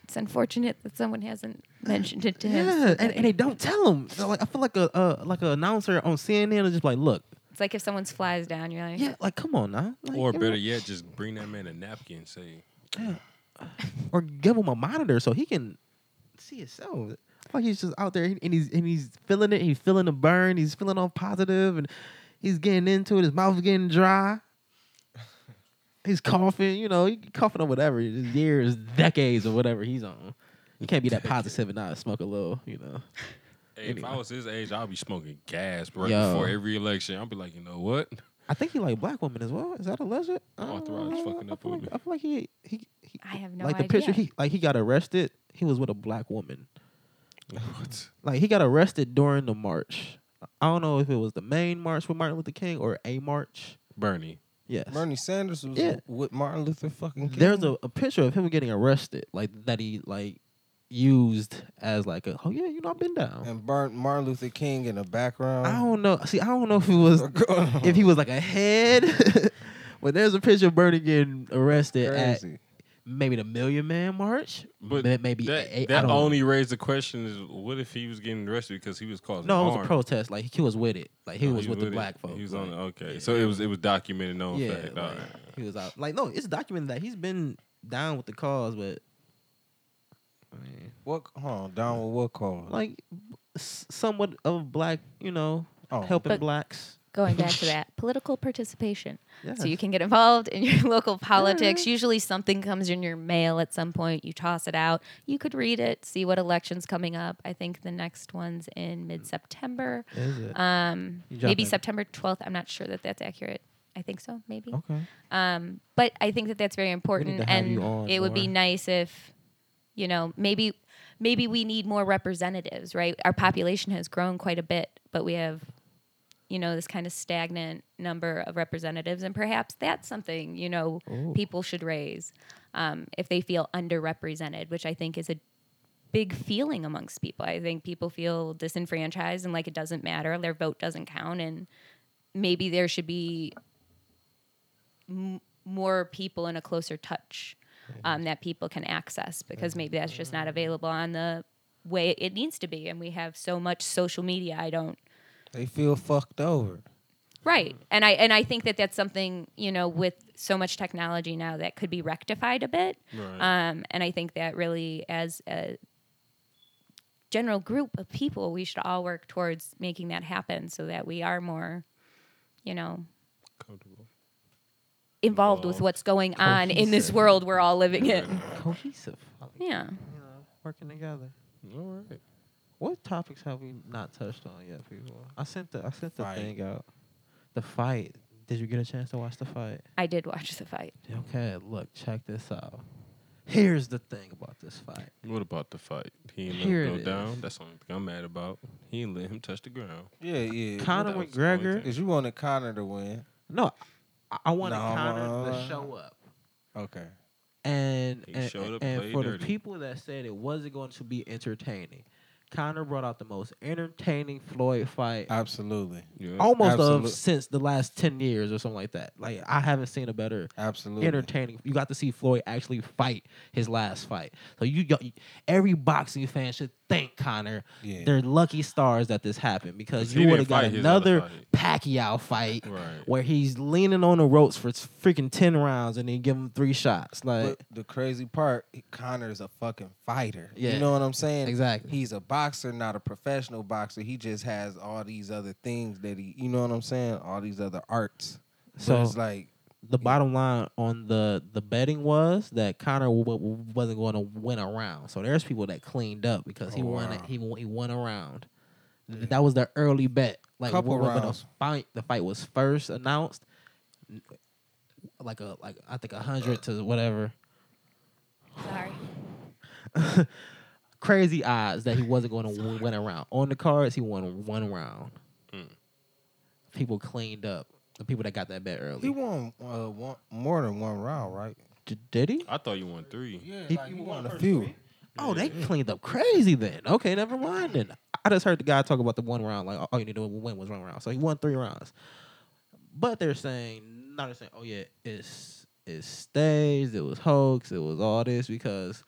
Speaker 6: it's unfortunate that someone hasn't mentioned it to him.
Speaker 3: yeah, and, and they don't tell him. like I feel like a uh, like an announcer on CNN is just like, look,
Speaker 6: It's like if someone's flies down, you're like,
Speaker 3: yeah, like come on now, Like,
Speaker 7: Or
Speaker 3: you
Speaker 7: better
Speaker 3: know,
Speaker 7: yet, just bring that man a napkin. and Say,
Speaker 3: or give him a monitor so he can see himself. Like he's just out there and he's and he's feeling it. He's feeling the burn. He's feeling all positive and he's getting into it. His mouth's getting dry. He's coughing. You know, he coughing on whatever his years, decades, or whatever he's on. You can't be that positive and not smoke a little. You know.
Speaker 7: hey, if I
Speaker 3: Anyway.
Speaker 7: was his age, I'd be smoking gas right
Speaker 3: Yo.
Speaker 7: before every election. I'd be like, you know what?
Speaker 3: I think he like black women as well. Is that alleged? I don't
Speaker 7: Arthur Rogers
Speaker 3: know.
Speaker 7: fucking
Speaker 3: I
Speaker 7: up
Speaker 3: feel
Speaker 7: on
Speaker 3: like,
Speaker 7: me.
Speaker 3: I feel like he he, he
Speaker 6: I have no
Speaker 3: like the
Speaker 6: idea.
Speaker 3: picture he like he got arrested. He was with a black woman.
Speaker 7: What?
Speaker 3: Like he got arrested during the march. I don't know if it was the main march with Martin Luther King or a march.
Speaker 7: Bernie.
Speaker 3: Yes.
Speaker 5: Bernie Sanders was
Speaker 3: Yeah.
Speaker 5: with Martin Luther fucking King.
Speaker 3: There's a, a picture of him getting arrested, like that he like used as like a oh yeah, you know I've been down.
Speaker 5: and Bar- Martin Luther King in the background.
Speaker 3: I don't know. See, I don't know if it was if he was like a head. but there's a picture of Bernie getting arrested at
Speaker 5: crazy.
Speaker 3: maybe the Million Man March.
Speaker 7: But
Speaker 3: May- maybe
Speaker 7: that,
Speaker 3: a- a- I
Speaker 7: that
Speaker 3: don't know.
Speaker 7: only raised the question: Is what if he was getting arrested because he was causing
Speaker 3: No, it was
Speaker 7: harm?
Speaker 3: a protest. Like he was with it. Like he
Speaker 7: Oh,
Speaker 3: was with the
Speaker 7: it.
Speaker 3: black folks.
Speaker 7: He was on.
Speaker 3: like,
Speaker 7: Okay,
Speaker 3: yeah.
Speaker 7: so it was it was documented known
Speaker 3: yeah,
Speaker 7: fact. All
Speaker 3: like,
Speaker 7: right.
Speaker 3: he was out. Like no, it's documented that he's been down with the cause, but I mean,
Speaker 5: What? Hold on, down with what cause?
Speaker 3: like s- somewhat of black, you know,
Speaker 5: Oh.
Speaker 3: helping
Speaker 6: But-
Speaker 3: blacks.
Speaker 6: Going back to that, political participation.
Speaker 3: Yes.
Speaker 6: So you can get involved in your local politics. Usually something comes in your mail at some point. You toss it out. You could read it, see what election's coming up. I think the next one's in mid September.
Speaker 3: Is it?
Speaker 6: Um,
Speaker 3: You
Speaker 6: maybe
Speaker 3: jumping.
Speaker 6: September 12th. I'm not sure that that's accurate. I think so, maybe.
Speaker 3: okay.
Speaker 6: Um, but I think that that's very important,
Speaker 3: to have
Speaker 6: and
Speaker 3: you on
Speaker 6: it would be
Speaker 3: more.
Speaker 6: nice if, you know, maybe maybe we need more representatives, right? Our population has grown quite a bit, but we have, you know, this kind of stagnant number of representatives, and perhaps that's something you know people should raise um, if they feel underrepresented, which I think is a big feeling amongst people. I think people feel disenfranchised and like it doesn't matter, their vote doesn't count, and maybe there should be m- more people in a closer touch um, that people can access because maybe that's just not available on the way it needs to be. And we have so much social media. I don't
Speaker 5: They feel fucked over.
Speaker 6: Right. And I and I think that that's something, you know, with so much technology now that could be rectified a bit.
Speaker 7: Right.
Speaker 6: Um, and I think that really as a general group of people, we should all work towards making that happen so that we are more, you know,
Speaker 7: Comfortable.
Speaker 6: involved with what's going on in this world we're all living in.
Speaker 3: Cohesive. I mean,
Speaker 6: Yeah.
Speaker 3: You know, working together.
Speaker 7: All right.
Speaker 3: What topics have we not touched on yet, people? I sent the I sent the
Speaker 5: Fight.
Speaker 3: thing out. The fight. Did you get a chance to watch the fight?
Speaker 6: I did watch the fight.
Speaker 3: Okay, look, check this out. Here's the thing about this fight.
Speaker 7: What about the fight? He didn't
Speaker 3: Here
Speaker 7: let him
Speaker 3: it
Speaker 7: go down.
Speaker 3: is.
Speaker 7: That's the only thing I'm mad about. He didn't let him touch the ground.
Speaker 5: Yeah, yeah.
Speaker 3: Conor
Speaker 7: that was the only
Speaker 3: McGregor.
Speaker 7: thing.
Speaker 5: Cause you wanted Connor to win.
Speaker 3: No, I, I wanted
Speaker 5: No,
Speaker 3: Conor
Speaker 5: uh,
Speaker 3: to show up.
Speaker 5: Okay.
Speaker 3: And
Speaker 7: He
Speaker 3: and,
Speaker 7: showed up,
Speaker 3: and
Speaker 7: played
Speaker 3: for the
Speaker 7: dirty.
Speaker 3: people that said it wasn't going to be entertaining, Conor brought out the most entertaining Floyd fight
Speaker 5: Absolutely.
Speaker 7: Yeah.
Speaker 3: almost
Speaker 5: absolute-
Speaker 3: of since the last ten years or something like that. Like I haven't seen a better
Speaker 5: Absolutely.
Speaker 3: entertaining. You got to see Floyd actually fight his last fight. So you got every boxing fan should thank Connor.
Speaker 5: Yeah.
Speaker 3: They're lucky stars that this happened because
Speaker 7: He
Speaker 3: you would have
Speaker 7: didn't
Speaker 3: got
Speaker 7: fight his other
Speaker 3: another Pacquiao fight
Speaker 7: Right.
Speaker 3: where he's leaning on the ropes for freaking ten rounds and then give him three shots. Like
Speaker 5: But the crazy part, Connor's a fucking fighter.
Speaker 3: Yeah.
Speaker 5: You know what I'm saying?
Speaker 3: Exactly.
Speaker 5: He's a boxer, not a professional boxer. He just has all these other things that he, you know what I'm saying? All these other arts. So
Speaker 3: So-
Speaker 5: it's like,
Speaker 3: the bottom line on the the betting was that Connor w- w- wasn't going to win a round. So there's people that cleaned up because he
Speaker 5: Oh,
Speaker 3: won
Speaker 5: wow.
Speaker 3: it. He won, he won a round. Th- That was the early bet. Like
Speaker 5: Couple
Speaker 3: when- when
Speaker 5: rounds.
Speaker 3: the fight the fight was first announced, n- like a like I think a hundred to whatever
Speaker 6: Sorry.
Speaker 3: crazy odds that he wasn't going to win a round. On the cards, he won one round.
Speaker 5: Mm.
Speaker 3: People cleaned up. The people that got that bet early.
Speaker 5: he won uh, one, more than one round, right?
Speaker 3: D- Did he?
Speaker 7: I thought you won three.
Speaker 5: Yeah,
Speaker 3: He- like,
Speaker 5: he won a few.
Speaker 3: Oh, they cleaned up crazy then. Okay, never mind then. I just heard the guy talk about the one round, like all you need to win was one round. So he won three rounds. But they're saying, not saying, oh yeah, it's it's staged, it was hoax, it was all this because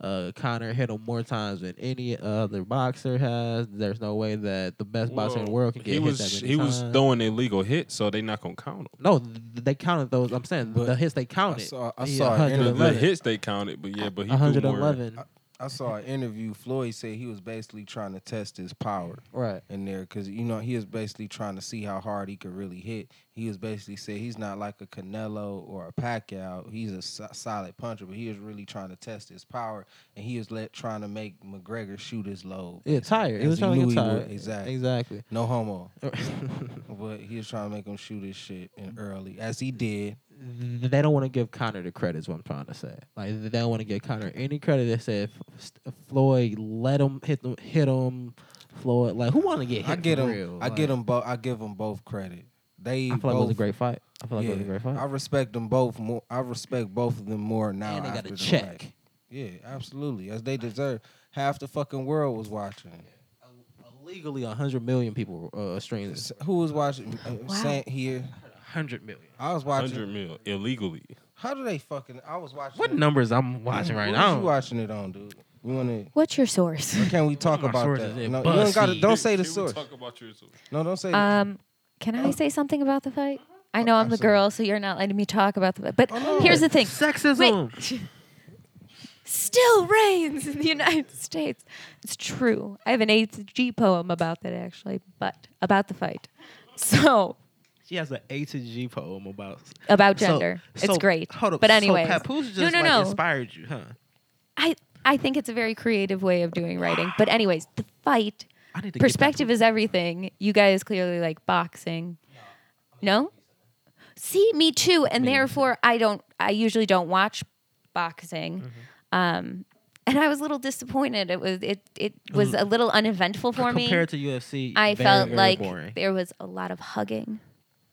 Speaker 3: uh, Connor hit him more times than any other boxer has. There's no way that the best boxer in the world can get
Speaker 7: he
Speaker 3: hit
Speaker 7: was
Speaker 3: that many
Speaker 7: he was
Speaker 3: times.
Speaker 7: throwing illegal hits, so they not gonna count him.
Speaker 3: no, th- they counted those. I'm saying
Speaker 5: But
Speaker 3: the hits they
Speaker 5: I
Speaker 3: counted.
Speaker 5: saw, I
Speaker 3: He
Speaker 5: saw an
Speaker 7: The, the
Speaker 3: 111.
Speaker 5: interview.
Speaker 7: hits they counted, but yeah, but he threw more.
Speaker 3: 111.
Speaker 5: I saw an interview. Floyd said he was basically trying to test his power
Speaker 3: Right.
Speaker 5: in there because you know he was basically trying to see how hard he could really hit. He was basically saying he's not like a Canelo or a Pacquiao. He's a so- solid puncher, but he was really trying to test his power, and he was let trying to make McGregor shoot his load.
Speaker 3: Yeah, tired. It was
Speaker 5: As he
Speaker 3: trying to
Speaker 5: knew
Speaker 3: get
Speaker 5: he would,
Speaker 3: tired.
Speaker 5: exactly.
Speaker 3: Exactly.
Speaker 5: No homo, but he was trying to make him shoot his shit in early, as he did.
Speaker 3: th- they don't want to give Connor the credit. Is what I'm trying to say. Like they don't want to give Connor any credit. They said F- St- Floyd let him hit them, hit him. Floyd, like who want to get hit?
Speaker 5: I get
Speaker 3: for
Speaker 5: him.
Speaker 3: real?
Speaker 5: I get him both. I give them both credit. They
Speaker 3: Like, I feel like it
Speaker 5: both
Speaker 3: was a great fight. I feel like it was a great fight.
Speaker 5: I respect them both more. I respect both of them more now.
Speaker 3: and they got
Speaker 5: after
Speaker 3: a
Speaker 5: the
Speaker 3: check.
Speaker 5: fact. Yeah, absolutely. As they deserve. Half the fucking world was watching.
Speaker 3: Illegally, hundred million people uh, streamed.
Speaker 5: S- Who was watching? Uh,
Speaker 6: Wow.
Speaker 5: Sant here.
Speaker 3: Hundred million.
Speaker 5: I was
Speaker 7: Hundred
Speaker 5: watching.
Speaker 7: mil illegally.
Speaker 5: How do they fucking? I was watching.
Speaker 3: What
Speaker 5: it-
Speaker 3: numbers I'm watching
Speaker 5: What
Speaker 3: right
Speaker 5: was You
Speaker 3: now?
Speaker 5: watching it on, dude? You want
Speaker 6: What's your source?
Speaker 5: to? Can we talk
Speaker 3: my
Speaker 5: about
Speaker 3: sources
Speaker 5: that?
Speaker 3: is
Speaker 5: No, you don't, gotta,
Speaker 3: BuzzFeed.
Speaker 5: don't say the
Speaker 7: Can we
Speaker 5: source.
Speaker 7: Talk about your source.
Speaker 5: No, don't say.
Speaker 3: Uh,
Speaker 6: Um, can I say something about the fight?
Speaker 3: Oh,
Speaker 6: I know I'm the
Speaker 5: absolutely.
Speaker 6: girl, so you're not letting me talk about the fight. But
Speaker 5: no.
Speaker 6: here's the thing:
Speaker 3: Sexism.
Speaker 6: Wait. Still reigns in the United States. It's true. I have an eighth G poem about that actually, but about the fight. So
Speaker 3: She has an A to G poem about
Speaker 6: about
Speaker 3: So-
Speaker 6: gender,
Speaker 3: so-
Speaker 6: it's great.
Speaker 3: Hold up.
Speaker 6: but
Speaker 3: so
Speaker 6: anyway,
Speaker 3: Papoose just
Speaker 6: no, no,
Speaker 3: like,
Speaker 6: no.
Speaker 3: inspired you, huh?
Speaker 6: I I think it's a very creative way of doing writing. But anyways, the fight
Speaker 3: I need to get
Speaker 6: perspective is everything. You guys clearly like boxing. No? See, me too. And therefore I don't I usually don't watch boxing. Um and I was a little disappointed. It was it it was a little uneventful for me.
Speaker 3: compared to UFC.
Speaker 6: I
Speaker 3: very,
Speaker 6: felt
Speaker 3: very
Speaker 6: like
Speaker 3: boring.
Speaker 6: there was a lot of hugging.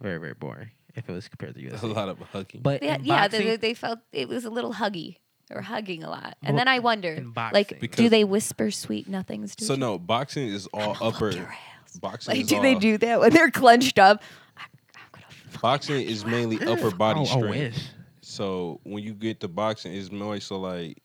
Speaker 3: Very very boring. If it was compared to UFC.
Speaker 7: A lot of hugging.
Speaker 3: But
Speaker 6: Yeah,
Speaker 3: in
Speaker 6: yeah
Speaker 3: boxing,
Speaker 6: they, they felt it was a little huggy. They were hugging a lot. And
Speaker 3: Well,
Speaker 6: then I wonder,
Speaker 3: in boxing.
Speaker 6: like, do
Speaker 7: Because-
Speaker 6: they whisper sweet nothings to
Speaker 7: So
Speaker 6: each
Speaker 7: no, boxing is all upper.
Speaker 6: your ass.
Speaker 7: Boxing
Speaker 6: Like,
Speaker 7: is
Speaker 6: do
Speaker 7: all,
Speaker 6: they do that when they're clenched up? I, I'm gonna fuck
Speaker 7: Boxing is mainly upper body
Speaker 3: Oh, I
Speaker 7: strength.
Speaker 3: wish.
Speaker 7: So when you get to boxing, it's more so like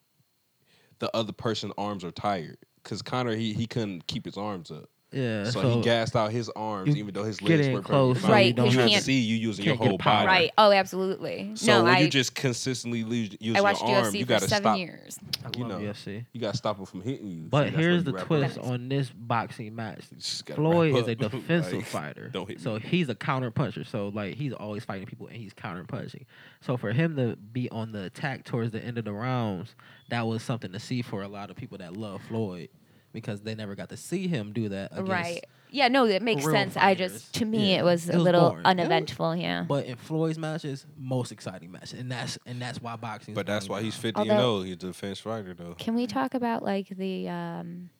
Speaker 7: the other person's arms are tired. Cause Connor he he couldn't keep his arms up,
Speaker 3: Yeah.
Speaker 7: so, he gassed out his arms,
Speaker 3: you
Speaker 7: even though his
Speaker 3: get
Speaker 7: legs
Speaker 3: in
Speaker 7: were
Speaker 3: close,
Speaker 7: perfectly fine.
Speaker 6: Right, 'cause
Speaker 7: You
Speaker 6: you
Speaker 7: have to
Speaker 6: can't-
Speaker 7: see you using your
Speaker 3: can't get
Speaker 7: whole
Speaker 3: a power.
Speaker 7: body.
Speaker 6: right. Oh, absolutely.
Speaker 7: So
Speaker 6: no,
Speaker 7: when
Speaker 6: I,
Speaker 7: you just consistently lose, using
Speaker 6: I watched
Speaker 7: your arm,
Speaker 6: UFC
Speaker 7: you
Speaker 6: for
Speaker 7: gotta
Speaker 6: seven
Speaker 7: stop.
Speaker 6: years.
Speaker 3: I
Speaker 7: you
Speaker 3: love
Speaker 7: know.
Speaker 3: UFC.
Speaker 7: You gotta stop him from hitting you.
Speaker 3: But
Speaker 7: See, that's where
Speaker 3: here's
Speaker 7: you
Speaker 3: the
Speaker 7: wrap up.
Speaker 3: twist on this boxing match.
Speaker 7: Just gotta
Speaker 3: Floyd
Speaker 7: wrap
Speaker 3: is a
Speaker 7: up.
Speaker 3: defensive
Speaker 7: Like,
Speaker 3: fighter.
Speaker 7: don't hit
Speaker 3: so
Speaker 7: me.
Speaker 3: he's a counter puncher. So like he's always fighting people and he's counter punching. So for him to be on the attack towards the end of the rounds, that was something to see for a lot of people that love Floyd because they never got to see him do that against
Speaker 6: Right. Yeah, no, that makes
Speaker 3: real
Speaker 6: sense. I
Speaker 3: fighters.
Speaker 6: just, to me,
Speaker 3: Yeah.
Speaker 6: it was
Speaker 3: It
Speaker 6: a
Speaker 3: was
Speaker 6: little
Speaker 3: boring.
Speaker 6: uneventful. Yeah.
Speaker 3: But in Floyd's matches, most exciting match, and that's and that's why boxing.
Speaker 7: But that's why he's fifty and
Speaker 6: Although-
Speaker 7: old. He's a defense fighter though.
Speaker 6: Can we talk about like the um,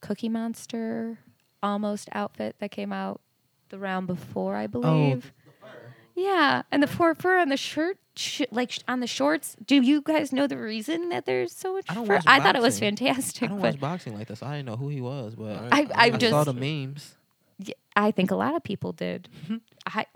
Speaker 6: Cookie Monster almost outfit that came out the round before,
Speaker 3: Oh.
Speaker 6: I believe? yeah, and the fur fur on the shirt, sh- like sh- on the shorts. Do you guys know the reason that there's so much
Speaker 3: I don't
Speaker 6: fur?
Speaker 3: watch
Speaker 6: I thought it was
Speaker 3: boxing. I
Speaker 6: fantastic,
Speaker 3: don't
Speaker 6: but
Speaker 3: watch boxing like this. I didn't know who he was, but
Speaker 7: I-
Speaker 6: I- I
Speaker 3: saw
Speaker 6: just-
Speaker 3: the memes.
Speaker 6: y- I think a lot of people did. I,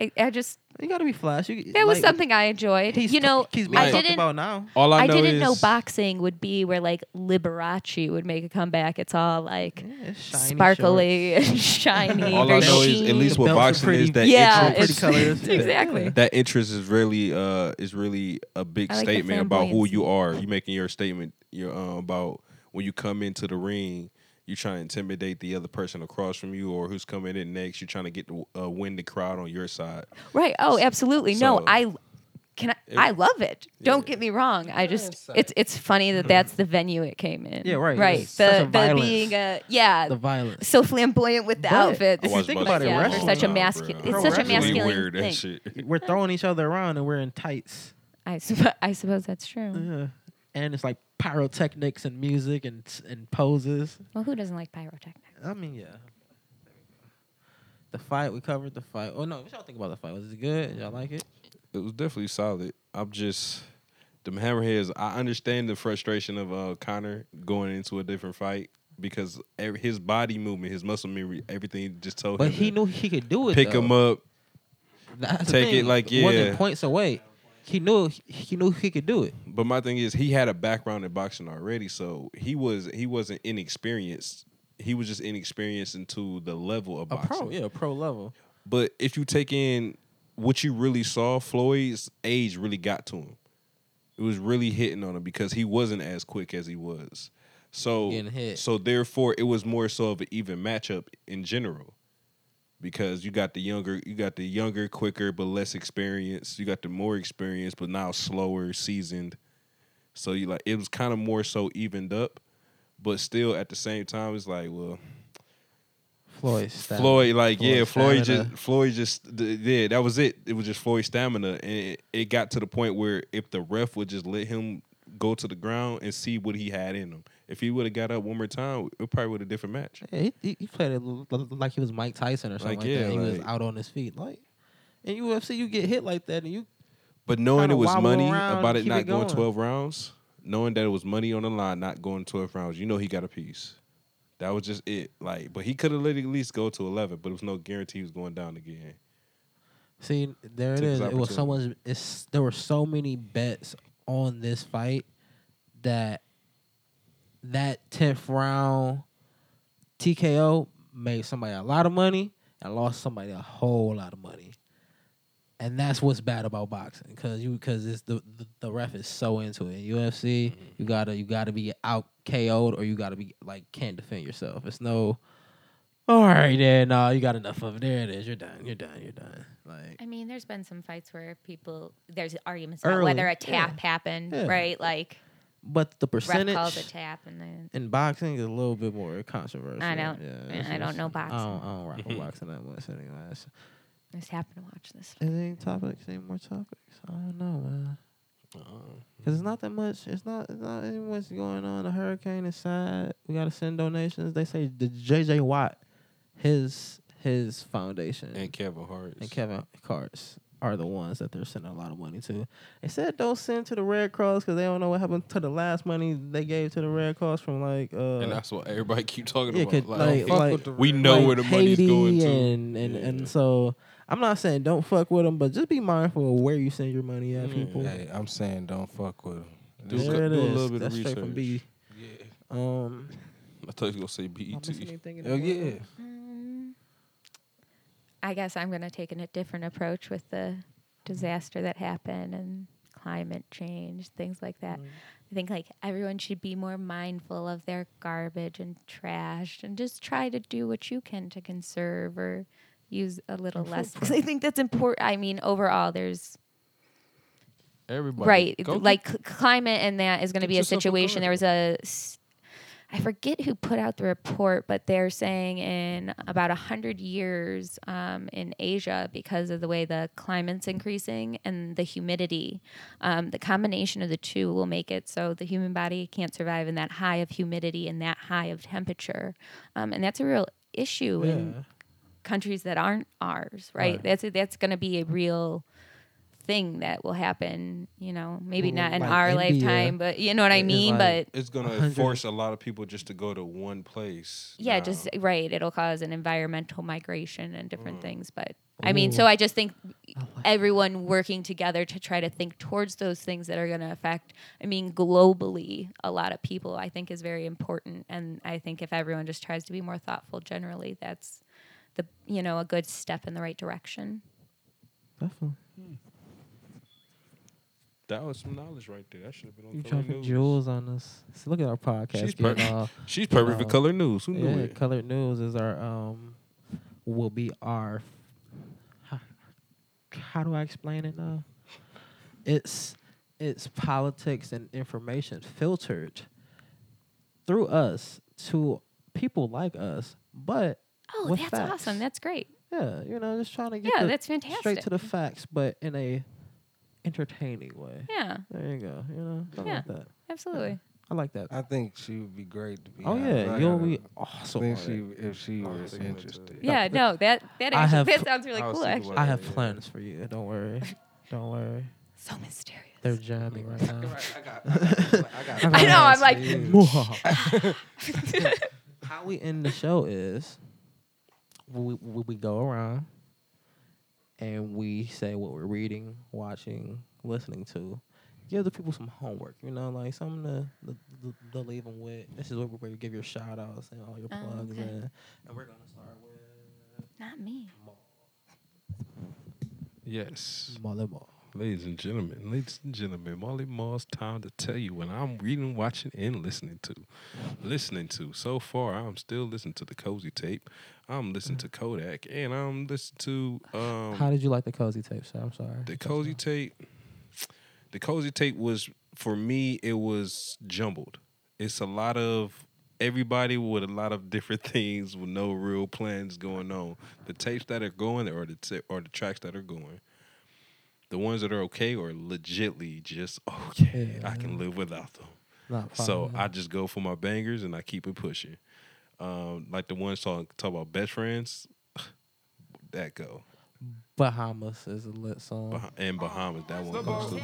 Speaker 6: I, I just
Speaker 3: You got to be flash. You,
Speaker 6: that was
Speaker 3: like,
Speaker 6: something I enjoyed.
Speaker 3: He's
Speaker 6: You know,
Speaker 3: he's being
Speaker 6: I
Speaker 7: like-
Speaker 3: talked
Speaker 6: didn't.
Speaker 3: about now.
Speaker 7: All I,
Speaker 6: I,
Speaker 7: know
Speaker 6: didn't know
Speaker 7: is-
Speaker 6: boxing would be where like Liberace would make a comeback. It's all like
Speaker 3: Yeah, it's shiny
Speaker 6: sparkly and shiny.
Speaker 7: Mm-hmm. All I
Speaker 6: very
Speaker 7: know is at
Speaker 6: sheen.
Speaker 7: least
Speaker 3: The
Speaker 7: what
Speaker 3: belts are
Speaker 7: boxing
Speaker 3: pretty-
Speaker 7: is that
Speaker 6: Yeah,
Speaker 7: interest-
Speaker 6: it's-
Speaker 3: colors, yeah.
Speaker 6: exactly.
Speaker 7: that interest is really uh is really a big
Speaker 6: I like the
Speaker 7: statement about who
Speaker 6: flamboyancy.
Speaker 7: you are. You making your statement your um about when you come into the ring, you trying to intimidate the other person across from you or who's coming in next. You're trying to get the, uh, win the crowd on your side.
Speaker 6: Right. Oh, absolutely. no,
Speaker 7: So-
Speaker 6: I can. I, I love it. Don't get me wrong. I just it's it's funny
Speaker 7: Mm-hmm.
Speaker 6: that that's the venue it came in.
Speaker 3: Yeah, right.
Speaker 6: Right.
Speaker 3: It's such a
Speaker 6: The, the
Speaker 3: violence.
Speaker 6: being a yeah
Speaker 3: The violence.
Speaker 6: so flamboyant with the
Speaker 3: But-
Speaker 6: outfits.
Speaker 3: If you
Speaker 7: I watch
Speaker 3: think
Speaker 7: boxing
Speaker 3: about it,
Speaker 7: all
Speaker 6: yeah,
Speaker 7: the
Speaker 6: for
Speaker 3: wrestling-
Speaker 6: such a
Speaker 7: time,
Speaker 6: masculine,
Speaker 7: bro.
Speaker 6: it's
Speaker 3: Pro
Speaker 6: such a
Speaker 3: wrestling.
Speaker 7: Really
Speaker 6: masculine
Speaker 7: weird
Speaker 6: thing.
Speaker 7: that shit.
Speaker 3: We're throwing each other around and we're in tights.
Speaker 6: I, sup- I suppose that's true.
Speaker 3: Yeah. And it's like pyrotechnics and music and and poses.
Speaker 6: Well, who doesn't like pyrotechnics?
Speaker 3: I mean, yeah. The fight we covered the fight. Oh no, what y'all think about the fight? Was it good? Y'all like it?
Speaker 7: It was definitely solid. I'm just the hammerheads. I understand the frustration of uh, Connor going into a different fight because ev- his body movement, his muscle memory, everything just told
Speaker 3: But
Speaker 7: him.
Speaker 3: he
Speaker 7: to
Speaker 3: knew he could do it.
Speaker 7: pick him up. take it like, yeah.
Speaker 3: Wasn't points away. He knew he knew he could do it.
Speaker 7: But my thing is, he had a background in boxing already, so he was he wasn't inexperienced. He was just inexperienced into the level of
Speaker 3: A
Speaker 7: boxing.
Speaker 3: pro, yeah, a pro level.
Speaker 7: But if you take in what you really saw, Floyd's age really got to him. It was really hitting on him because he wasn't as quick as he was. So
Speaker 3: Getting hit.
Speaker 7: so therefore it was more so of an even matchup in general. Because you got the younger, you got the younger, quicker but less experienced. You got the more experienced but now slower, seasoned. So you like it was kind of more so evened up, but still at the same time it's like, well,
Speaker 3: Floyd. Stamina.
Speaker 7: Floyd, like yeah, Floyd
Speaker 3: stamina.
Speaker 7: just Floyd just th- yeah, that was it. It was just Floyd's stamina, and it, it got to the point where if the ref would just let him go to the ground and see what he had in him, if he would have got up one more time, it probably would a different match.
Speaker 3: Yeah, he- he, he played it l- l- like he was Mike Tyson or something
Speaker 7: Like,
Speaker 3: like,
Speaker 7: yeah,
Speaker 3: that. He was
Speaker 7: like-
Speaker 3: out on his feet. Like in UFC, you get hit like that, and you
Speaker 7: But knowing
Speaker 3: Kinda
Speaker 7: it was
Speaker 3: wobble
Speaker 7: money
Speaker 3: around,
Speaker 7: about it
Speaker 3: keep
Speaker 7: not
Speaker 3: it
Speaker 7: going.
Speaker 3: going.
Speaker 7: twelve rounds, knowing that it was money on the line not going twelve rounds, you know he got a piece. That was just it. Like, but he could have let it at least go to eleven, but it was no guarantee he was going down again.
Speaker 3: see there it
Speaker 7: Took his
Speaker 3: is. It was
Speaker 7: opportunity.
Speaker 3: someone's. It's there were so many bets on this fight that that tenth round TKO made somebody a lot of money and lost somebody a whole lot of money. And that's what's bad about boxing, cause you, cause it's the the, the ref is so into it. In UFC, you gotta you gotta be out KO'd or you gotta be like can't defend yourself. It's no, all right, there, no, you got enough of it. There it is. You're done. You're done. You're done. Like
Speaker 6: I mean, there's been some fights where people there's arguments
Speaker 3: Early,
Speaker 6: about whether
Speaker 3: yeah.
Speaker 6: a tap happened,
Speaker 3: Yeah.
Speaker 6: right? Like
Speaker 3: But the
Speaker 6: ref calls a
Speaker 3: percentage
Speaker 6: tap, and then
Speaker 3: in boxing is a little bit more controversial.
Speaker 6: I don't-
Speaker 3: Yeah,
Speaker 6: I
Speaker 3: it's
Speaker 6: don't
Speaker 3: just-
Speaker 6: know
Speaker 3: I
Speaker 6: boxing.
Speaker 3: don't, I don't rock with boxing that much anyway. So-
Speaker 6: I just happen to watch this.
Speaker 3: Is there any topics? Any more topics? I don't know, man.
Speaker 7: Uh,
Speaker 3: Cause it's not that much. It's not. It's not any much going on. The hurricane is sad. We gotta send donations. They say the J.J. Watt, his his foundation
Speaker 7: And Kevin Hart
Speaker 3: and Kevin Carts are the ones that they're sending a lot of money to. They said don't send to the Red Cross because they don't know what happened to the last money they gave to the Red Cross from like uh
Speaker 7: And that's what everybody keep talking
Speaker 3: Yeah,
Speaker 7: about.
Speaker 3: 'cause, like-
Speaker 7: fuck
Speaker 3: like-
Speaker 7: with the we know
Speaker 3: like
Speaker 7: where the money's going to.
Speaker 3: and and,
Speaker 7: Yeah.
Speaker 3: and so I'm not saying don't fuck with them, but just be mindful of where you send your money at, people.
Speaker 5: Hey, I'm saying don't fuck with him.
Speaker 7: Mm. Do,
Speaker 3: there
Speaker 7: do
Speaker 3: it
Speaker 7: a
Speaker 3: is.
Speaker 7: little bit
Speaker 3: That's
Speaker 7: of
Speaker 3: straight from B.
Speaker 7: research.
Speaker 3: Um,
Speaker 7: I thought you were gonna say E
Speaker 3: am I
Speaker 7: BET.
Speaker 3: missing anything in
Speaker 5: Oh
Speaker 3: the world?
Speaker 5: yeah.
Speaker 6: Um, I guess I'm going to take an- a different approach with the disaster that happened and climate change, things like that. I think like everyone should be more mindful of their garbage and trash and just try to do what you can to conserve or use a little less because I think that's important. I mean, overall, there's
Speaker 7: Everybody,
Speaker 6: right
Speaker 7: go get-
Speaker 6: like cl- climate and that is going to
Speaker 7: get
Speaker 6: be a
Speaker 7: yourself a
Speaker 6: situation there was a s- i forget who put out the report but they're saying in about 100 years um, in asia because of the way the climate's increasing and the humidity um, the combination of the two will make it so the human body can't survive in that high of humidity and that high of temperature um, and that's a real issue in countries that aren't ours, right? That's that's going to be a real thing that will happen. You know, maybe not in
Speaker 3: Like
Speaker 6: our
Speaker 3: India,
Speaker 6: lifetime, but you know what I
Speaker 3: it's
Speaker 6: mean.
Speaker 3: like-
Speaker 6: but
Speaker 7: it's gonna
Speaker 3: 100
Speaker 7: force a lot of people just to go to one place.
Speaker 6: yeah,
Speaker 7: now.
Speaker 6: just right. It'll cause an environmental migration and different things. But I mean, so I just think everyone working together to try to think towards those things that are going to affect. I mean, globally, a lot of people I think is very important, and I think if everyone just tries to be more thoughtful generally, that's the you know a good step in the right direction.
Speaker 3: Definitely.
Speaker 7: that was some knowledge right there. That should have been on
Speaker 3: You
Speaker 7: color
Speaker 3: dropping
Speaker 7: news.
Speaker 3: jewels on us. So look at our podcast.
Speaker 7: She's
Speaker 3: getting
Speaker 7: perfect.
Speaker 3: all-
Speaker 7: She's perfect for
Speaker 3: Wow.
Speaker 7: color news. Who knew
Speaker 3: yeah,
Speaker 7: it?
Speaker 3: colored news is our um will be our how, how do I explain it now? It's it's politics and information filtered through us to people like us, but
Speaker 6: Oh,
Speaker 3: with
Speaker 6: that's
Speaker 3: facts.
Speaker 6: awesome. That's great.
Speaker 3: yeah, you know, just trying to get
Speaker 6: Yeah,
Speaker 3: the-
Speaker 6: that's
Speaker 3: straight to
Speaker 6: fantastic.
Speaker 3: the facts, but in a entertaining way.
Speaker 6: Yeah,
Speaker 3: There you go. You know, something like
Speaker 6: Yeah.
Speaker 3: that.
Speaker 6: absolutely.
Speaker 3: I like that.
Speaker 5: I think she would be great to be.
Speaker 3: oh
Speaker 5: on.
Speaker 3: yeah,
Speaker 5: I
Speaker 3: you'll
Speaker 5: gotta-
Speaker 3: be
Speaker 5: I
Speaker 3: awesome.
Speaker 5: think
Speaker 3: on it.
Speaker 5: she if she
Speaker 7: Oh, I was
Speaker 5: was
Speaker 7: thinking that too.
Speaker 5: interested.
Speaker 6: Yeah, no, that that
Speaker 3: I
Speaker 6: actually
Speaker 3: have
Speaker 6: that
Speaker 3: pl-
Speaker 6: sounds really
Speaker 7: I was
Speaker 6: cool.
Speaker 7: thinking
Speaker 6: Actually,
Speaker 7: about
Speaker 3: I
Speaker 7: it,
Speaker 3: have
Speaker 7: yeah.
Speaker 3: plans for you. Don't worry. Don't worry.
Speaker 6: so mysterious.
Speaker 3: They're jamming right now.
Speaker 6: I know. I'm like,
Speaker 3: How we end the show is we, we, we go around and we say what we're reading, watching, listening to. Give the people some homework, you know, like something to, to, to leave them with. This is where, where you give your shout outs and all your
Speaker 6: Oh,
Speaker 3: plugs.
Speaker 6: okay.
Speaker 3: and, and we're going to start with
Speaker 6: not me.
Speaker 7: Yes,
Speaker 3: Mother Ball.
Speaker 7: Ladies and gentlemen, ladies and gentlemen, Molly Mall's time to tell you what I'm reading, watching, and listening to. Listening to. So far, I'm still listening to the Cozy Tape. I'm
Speaker 3: Mm.
Speaker 7: listening to Kodak, and I'm listening to um,
Speaker 3: How did you like the cozy tape? So I'm sorry.
Speaker 7: the cozy tape the cozy tape was for me it was jumbled it's a lot of everybody with a lot of different things with no real plans going on the tapes that are going or the t- or the tracks that are going the ones that are okay are legitly just okay i can live without them
Speaker 3: Not
Speaker 7: so
Speaker 3: fine.
Speaker 7: I just go for my bangers and I keep it pushing. Um, like the ones talk talk about best friends, that go
Speaker 3: Bahamas is a lit song.
Speaker 7: Bah- and Bahamas. That one goes to me.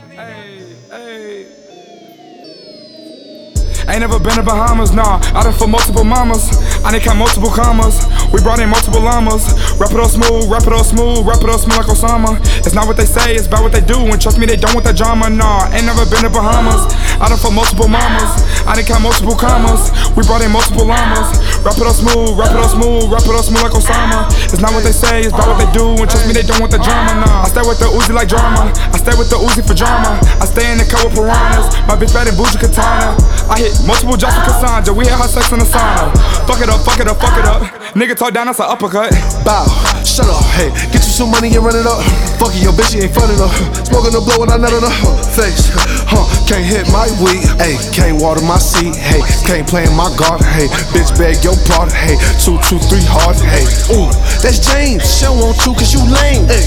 Speaker 8: Ain't never been to Bahamas, nah. I done for multiple mamas. I done count multiple commas. We brought in multiple llamas. Rap it all smooth, rap it all smooth, rap it all smooth like Osama. It's not what they say, it's about what they do. And trust me, they don't want that drama, nah. Ain't never been to Bahamas. I done for multiple mamas. I done count multiple commas. We brought in multiple llamas. Rap it all smooth, rap it all smooth, rap it all smooth like Osama. It's not what they say, it's about what they do. And trust me, they don't want that drama, nah. I stay with the Uzi like drama. I stay with the Uzi for drama. I stay in the car with piranhas. My bitch bad in bougie katana. I hit multiple jobs with Cassandra. We had her sex in the sauna. Fuck it up, fuck it up, fuck it up. Nigga talk down, that's an uppercut.
Speaker 9: Bow, shut up, hey, get you some money and run it up. Fucking your bitch, you ain't fun enough. Smoking the blow and I nut in her face. Huh, can't hit my weed, hey, can't water my seed, hey, can't play in my garden, hey, bitch beg your pardon, hey, two, two, three hard, hey. Ooh, that's James, she don't want you cause you lame, hey.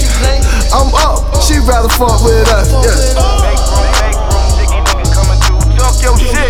Speaker 9: I'm up, she'd rather fuck with us, yeah.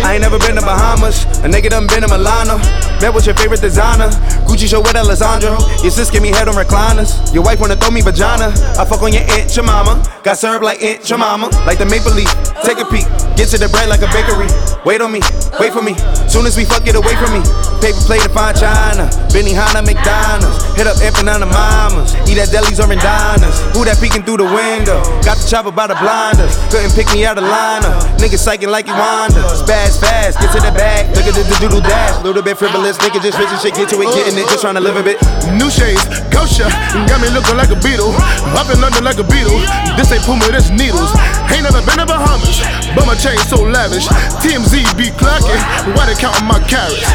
Speaker 10: I ain't never been to Bahamas. A nigga done been to Milano. Met with your favorite designer. Gucci show with Alessandro. Your sis give me head on recliners. Your wife wanna throw me vagina. I fuck on your aunt, your mama. Got served like aunt, your mama. Like the maple leaf. Take a peek. Get to the bread like a bakery. Wait on me. Wait for me. Soon as we fuck it away from me. Paper plate to find China. Benny Hanna McDonald's. Hit up Infinana Mamas. Eat at delis or Rendana's. Who that peeking through the window? Got the chopper by the blinders. Couldn't pick me out of lineup. Nigga psyching like he Wanda. Spaz fast, get to the bag. Look at the doodle dash. Little bit frivolous. Nigga just rich and shit. Get to it, getting it. Just trying to live a bit.
Speaker 9: New shades, kosher, got me looking like a beetle. Up and under like a beetle. This ain't Puma, this needles. Ain't never been to Bahamas, but my chain so lavish. TMZ be clocking, why they counting my carrots?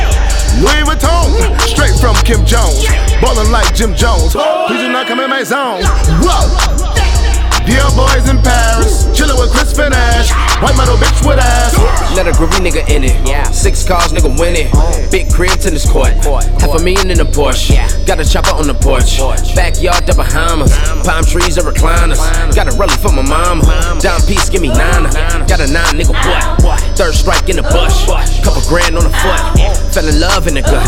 Speaker 9: Louis Vuitton, straight from Kim Jones. Ballin' like Jim Jones. Please do not come in my zone. Whoa. Dear boys in Paris, chillin' with Chris Ash. White metal bitch with ass.
Speaker 10: Let a groovy nigga in it. Yeah. Six cars, nigga winning. Big crib, tennis court. Half a million in a Porsche. Got a chopper on the porch. Backyard, the Bahamas. Palm trees and recliners. Got a rally for my mama. Dime piece, give me nine. Got a nine, nigga what? Third strike in the bush. Oh. Couple grand on the foot. Fell in love in the gut.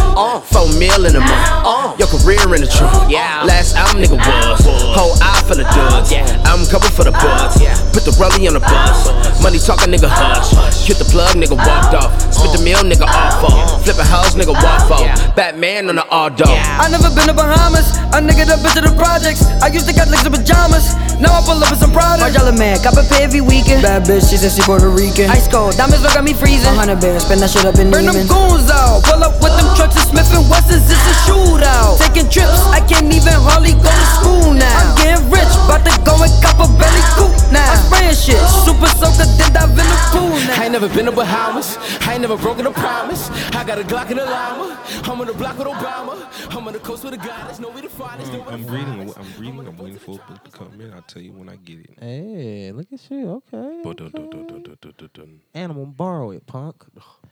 Speaker 10: Four mil in a month. Your career in the trunk. Oh. Last album, nigga was. Whole eye for the duds. I'm covered for the buds. Put the rally on the bus. Money talking, nigga hush. Hit the plug, nigga walked off. Spit the meal, nigga off off. Flip a house, nigga waffle. Batman on the all dog.
Speaker 11: I never been to Bahamas. A nigga done been to the projects. I used to got licks in pajamas. Now I pull up in some products. Margiela man, cop a pay every weekend. Bad bitch, she says she Puerto Rican. Ice cold, diamonds look at me freezing. 100 bands, spend that shit up in Burn them goons out. Pull up with them trucks and Smith and Wessons. It's a shootout. Taking trips, I can't even hardly go to school now. I'm getting rich, bout to go and cop a belly coop now. I'm spraying shit, super soaker, then dive in the pool now.
Speaker 10: I ain't never been to Bahamas. I ain't never broken a promise. I got a Glock and a llama. I'm on the block with Obama. I'm on the coast with a goddess. Know where to find us.
Speaker 7: Um,
Speaker 10: know where to
Speaker 7: I'm
Speaker 10: find
Speaker 7: reading.
Speaker 10: us.
Speaker 7: I'm reading. I'm waiting for a book to come in. I'll tell you when I get it.
Speaker 3: Hey, look at you. Okay. okay.
Speaker 7: Ba-da-da-da-da-da-da-dun.
Speaker 3: Animal borrow it, punk.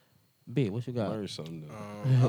Speaker 3: B, what you got?
Speaker 7: Learn something. though.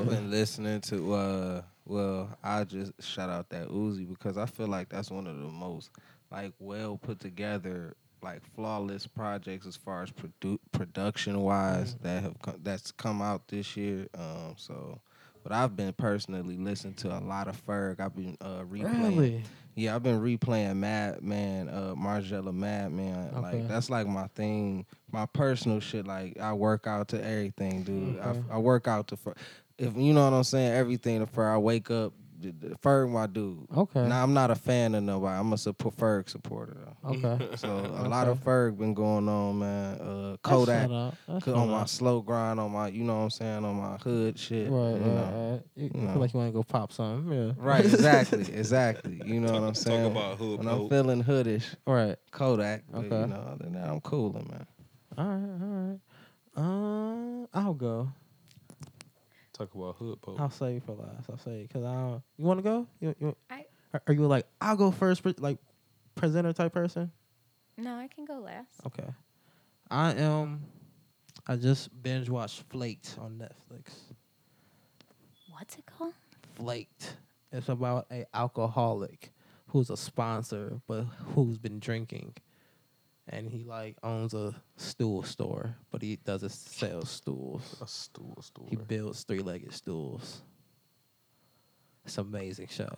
Speaker 5: I've been listening to uh well, I just shout out that Uzi because I feel like that's one of the most like well put together like flawless projects as far as produ- production wise that have come, that's come out this year. Um so but I've been personally listening to a lot of Ferg. I've been uh replaying
Speaker 3: Really?
Speaker 5: yeah, I've been replaying Madman, uh, Margiela Madman.
Speaker 3: Okay.
Speaker 5: Like that's like my thing, my personal shit. Like I work out to everything, dude. I, I work out to, fir- if you know what I'm saying, everything. To fur. I wake up, the- the Ferg, my dude.
Speaker 3: Okay.
Speaker 5: Now I'm not a fan of nobody. I'm a support Ferg supporter though.
Speaker 3: Okay.
Speaker 5: So a lot of Ferg been going on, man. Uh, Kodak
Speaker 3: not up. That's
Speaker 5: co-
Speaker 3: not
Speaker 5: on my
Speaker 3: up.
Speaker 5: slow grind, on my you know what I'm saying, on my hood shit.
Speaker 3: Right,
Speaker 5: you
Speaker 3: right,
Speaker 5: know.
Speaker 3: right. You, you
Speaker 5: know.
Speaker 3: feel like you want to go pop something, yeah.
Speaker 5: Right, exactly, exactly. You know what I'm saying.
Speaker 7: about hood
Speaker 5: When I'm
Speaker 7: pope.
Speaker 5: feeling hoodish,
Speaker 3: right.
Speaker 5: Kodak. Okay. But, you
Speaker 3: Okay.
Speaker 5: know, other than that, I'm cooling, man.
Speaker 3: All right, all right. Uh, I'll go.
Speaker 7: Talk about hood pope.
Speaker 3: I'll save for last. I'll save because I don't. You want to go? You, you,
Speaker 6: I-
Speaker 3: are, are you like I'll go first, pre- like presenter type person?
Speaker 6: No, I can go last.
Speaker 3: Okay. I am. I just binge watched Flaked on Netflix.
Speaker 6: What's it called?
Speaker 3: Flaked. It's about a alcoholic who's a sponsor, but who's been drinking, and he like owns a stool store, but he doesn't sell stools.
Speaker 7: A stool, stool.
Speaker 3: He builds three-legged stools. It's an amazing show.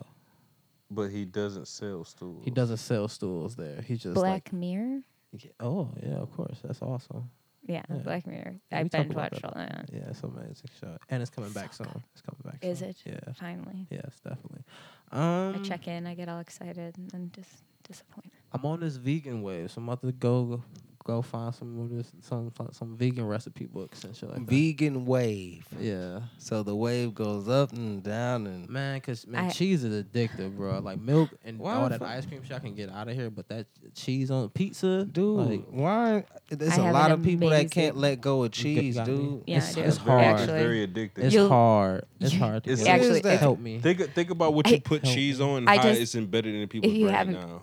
Speaker 7: But he doesn't sell stools.
Speaker 3: He doesn't sell stools there. He just
Speaker 6: Black Mirror.
Speaker 3: like, oh yeah, of course, that's awesome.
Speaker 6: Yeah,
Speaker 3: Yeah.
Speaker 6: Black Mirror.
Speaker 3: Yeah,
Speaker 6: I
Speaker 3: we talked
Speaker 6: binge
Speaker 3: about
Speaker 6: watched all that.
Speaker 3: Yeah, it's an amazing show, and it's coming back
Speaker 6: So
Speaker 3: soon. It's coming back.
Speaker 6: Is
Speaker 3: soon.
Speaker 6: it?
Speaker 3: Yeah,
Speaker 6: Finally.
Speaker 3: yes, definitely. Um,
Speaker 6: I check in, I get all excited and then just disappointed.
Speaker 3: I'm on this vegan wave, so I'm about to go go find some of this some some vegan recipe books and shit like that.
Speaker 5: Vegan wave.
Speaker 3: Yeah,
Speaker 5: So the wave goes up and down and
Speaker 3: man, cause man,
Speaker 6: I-
Speaker 3: cheese is addictive, bro. Like milk and
Speaker 5: Why
Speaker 3: all
Speaker 5: the
Speaker 3: that
Speaker 5: fuck-
Speaker 3: ice cream shit, I can get out of here. But that cheese on pizza,
Speaker 5: Dude,
Speaker 3: like,
Speaker 5: why? There's
Speaker 6: I
Speaker 5: a
Speaker 6: have
Speaker 5: lot
Speaker 6: an
Speaker 5: of people that
Speaker 6: amazing-
Speaker 5: can't let go of cheese,
Speaker 3: got me.
Speaker 5: dude.
Speaker 6: Yeah,
Speaker 3: It's-
Speaker 6: I do.
Speaker 3: it's
Speaker 7: Very-
Speaker 3: hard.
Speaker 7: It's
Speaker 6: Actually,
Speaker 7: very addictive.
Speaker 3: it's
Speaker 6: You'll-
Speaker 3: hard. It's hard. To
Speaker 7: It's-
Speaker 3: get
Speaker 5: What
Speaker 6: Actually,
Speaker 5: is that?
Speaker 3: help me,
Speaker 7: think think about what you
Speaker 6: I-
Speaker 7: put cheese on. and
Speaker 6: I
Speaker 7: how
Speaker 6: just-
Speaker 7: it's embedded in people's
Speaker 6: you
Speaker 7: brain
Speaker 6: haven't-
Speaker 7: now.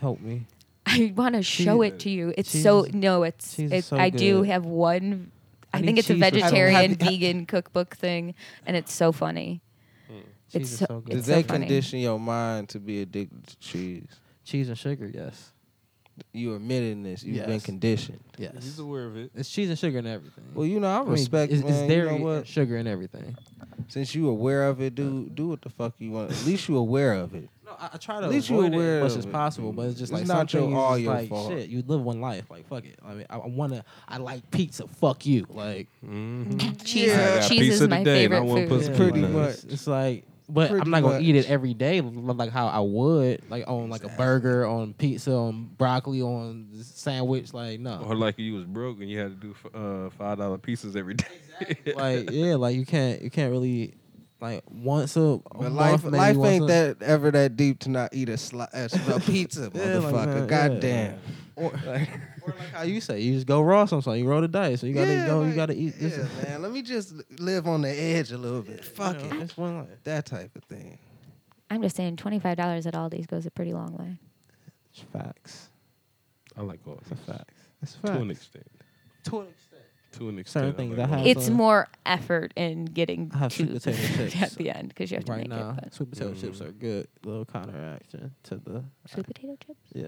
Speaker 3: help me.
Speaker 6: I want to show it to you. It's so
Speaker 3: cheese-
Speaker 6: no, it's
Speaker 3: cheese is
Speaker 6: it's
Speaker 3: so
Speaker 6: I do
Speaker 3: good.
Speaker 6: have one.
Speaker 3: I
Speaker 6: I,
Speaker 3: need
Speaker 6: think it's a
Speaker 3: cheese with- I don't have-
Speaker 6: vegetarian vegan cookbook thing, and it's so funny.
Speaker 3: Mm. Cheese
Speaker 6: It's
Speaker 3: is
Speaker 6: so,
Speaker 3: so good.
Speaker 6: it's
Speaker 5: Does
Speaker 6: so
Speaker 5: that
Speaker 6: funny.
Speaker 5: condition your mind to be addicted to cheese?
Speaker 3: Cheese and sugar, yes,
Speaker 5: You admitting this. You've been
Speaker 3: Yes.
Speaker 5: conditioned.
Speaker 3: yes.
Speaker 7: He's aware of it.
Speaker 3: It's cheese and sugar and everything.
Speaker 5: Well, you know, I
Speaker 3: I mean,
Speaker 5: respect,
Speaker 3: it's,
Speaker 5: man.
Speaker 3: it's dairy,
Speaker 5: you know
Speaker 3: and
Speaker 5: what?
Speaker 6: uh,
Speaker 3: sugar, and everything.
Speaker 5: Since you aware of it, dude, do what the fuck you want. At least you aware of it.
Speaker 3: No, I, I try to
Speaker 5: At least you
Speaker 3: avoid
Speaker 5: aware
Speaker 3: it as much
Speaker 5: of
Speaker 3: as
Speaker 5: it.
Speaker 3: possible, but it's just
Speaker 5: It's
Speaker 3: like
Speaker 5: not
Speaker 3: some
Speaker 5: your-
Speaker 3: things
Speaker 5: all
Speaker 3: is
Speaker 5: your
Speaker 3: like
Speaker 5: fault.
Speaker 3: shit. You live one life, like fuck it. I mean, I, I wanna, I like pizza. Fuck you, like
Speaker 6: Cheese,
Speaker 7: I got
Speaker 6: cheese
Speaker 7: pizza
Speaker 6: is my
Speaker 7: today, and I
Speaker 6: favorite
Speaker 7: wanna
Speaker 6: food.
Speaker 7: put some
Speaker 3: Yeah,
Speaker 5: pretty
Speaker 3: like,
Speaker 5: much.
Speaker 3: It's, it's like, but
Speaker 5: Pretty
Speaker 3: I'm not gonna eat
Speaker 5: much.
Speaker 3: it every day, l- like how I would, like on like a burger, on pizza, on broccoli, on sandwich. Like
Speaker 7: Or
Speaker 3: no,
Speaker 7: like you was broke and you had to do f- uh, five dollar pieces every day.
Speaker 3: like yeah, like you can't, you can't really. Like once a, a
Speaker 5: But
Speaker 3: month,
Speaker 5: life,
Speaker 3: maybe
Speaker 5: life
Speaker 3: once
Speaker 5: ain't
Speaker 3: a-
Speaker 5: that ever that deep to not eat a, sli- a, a pizza,
Speaker 3: Yeah, like,
Speaker 5: motherfucker.
Speaker 3: man, yeah.
Speaker 5: Goddamn.
Speaker 3: Or, or like how you say, you just go raw sometimes. You roll the dice, so you gotta
Speaker 5: Yeah,
Speaker 3: go.
Speaker 5: like,
Speaker 3: you gotta eat this.
Speaker 5: Yeah, man. Let me just live on the edge a little bit. Fuck
Speaker 3: You know,
Speaker 5: it.
Speaker 3: It's one life.
Speaker 5: That type of thing.
Speaker 6: I'm just saying, twenty five dollars at Aldi's goes a pretty long way.
Speaker 3: It's facts.
Speaker 7: I like all
Speaker 3: It's a facts. It's
Speaker 7: to an
Speaker 3: facts.
Speaker 7: extent.
Speaker 3: To an extent.
Speaker 7: To an
Speaker 3: Certain
Speaker 7: extent,
Speaker 3: things
Speaker 7: I
Speaker 3: I
Speaker 7: like
Speaker 3: have.
Speaker 6: It's
Speaker 3: uh,
Speaker 6: more effort in getting
Speaker 3: I have
Speaker 6: to
Speaker 3: sweet potato chips
Speaker 6: at the end because you have to
Speaker 3: right
Speaker 6: make
Speaker 3: now.
Speaker 6: it. But
Speaker 3: Sweet potato chips
Speaker 7: Mm.
Speaker 3: are good. Little counteraction to the
Speaker 6: sweet potato chips.
Speaker 3: yeah,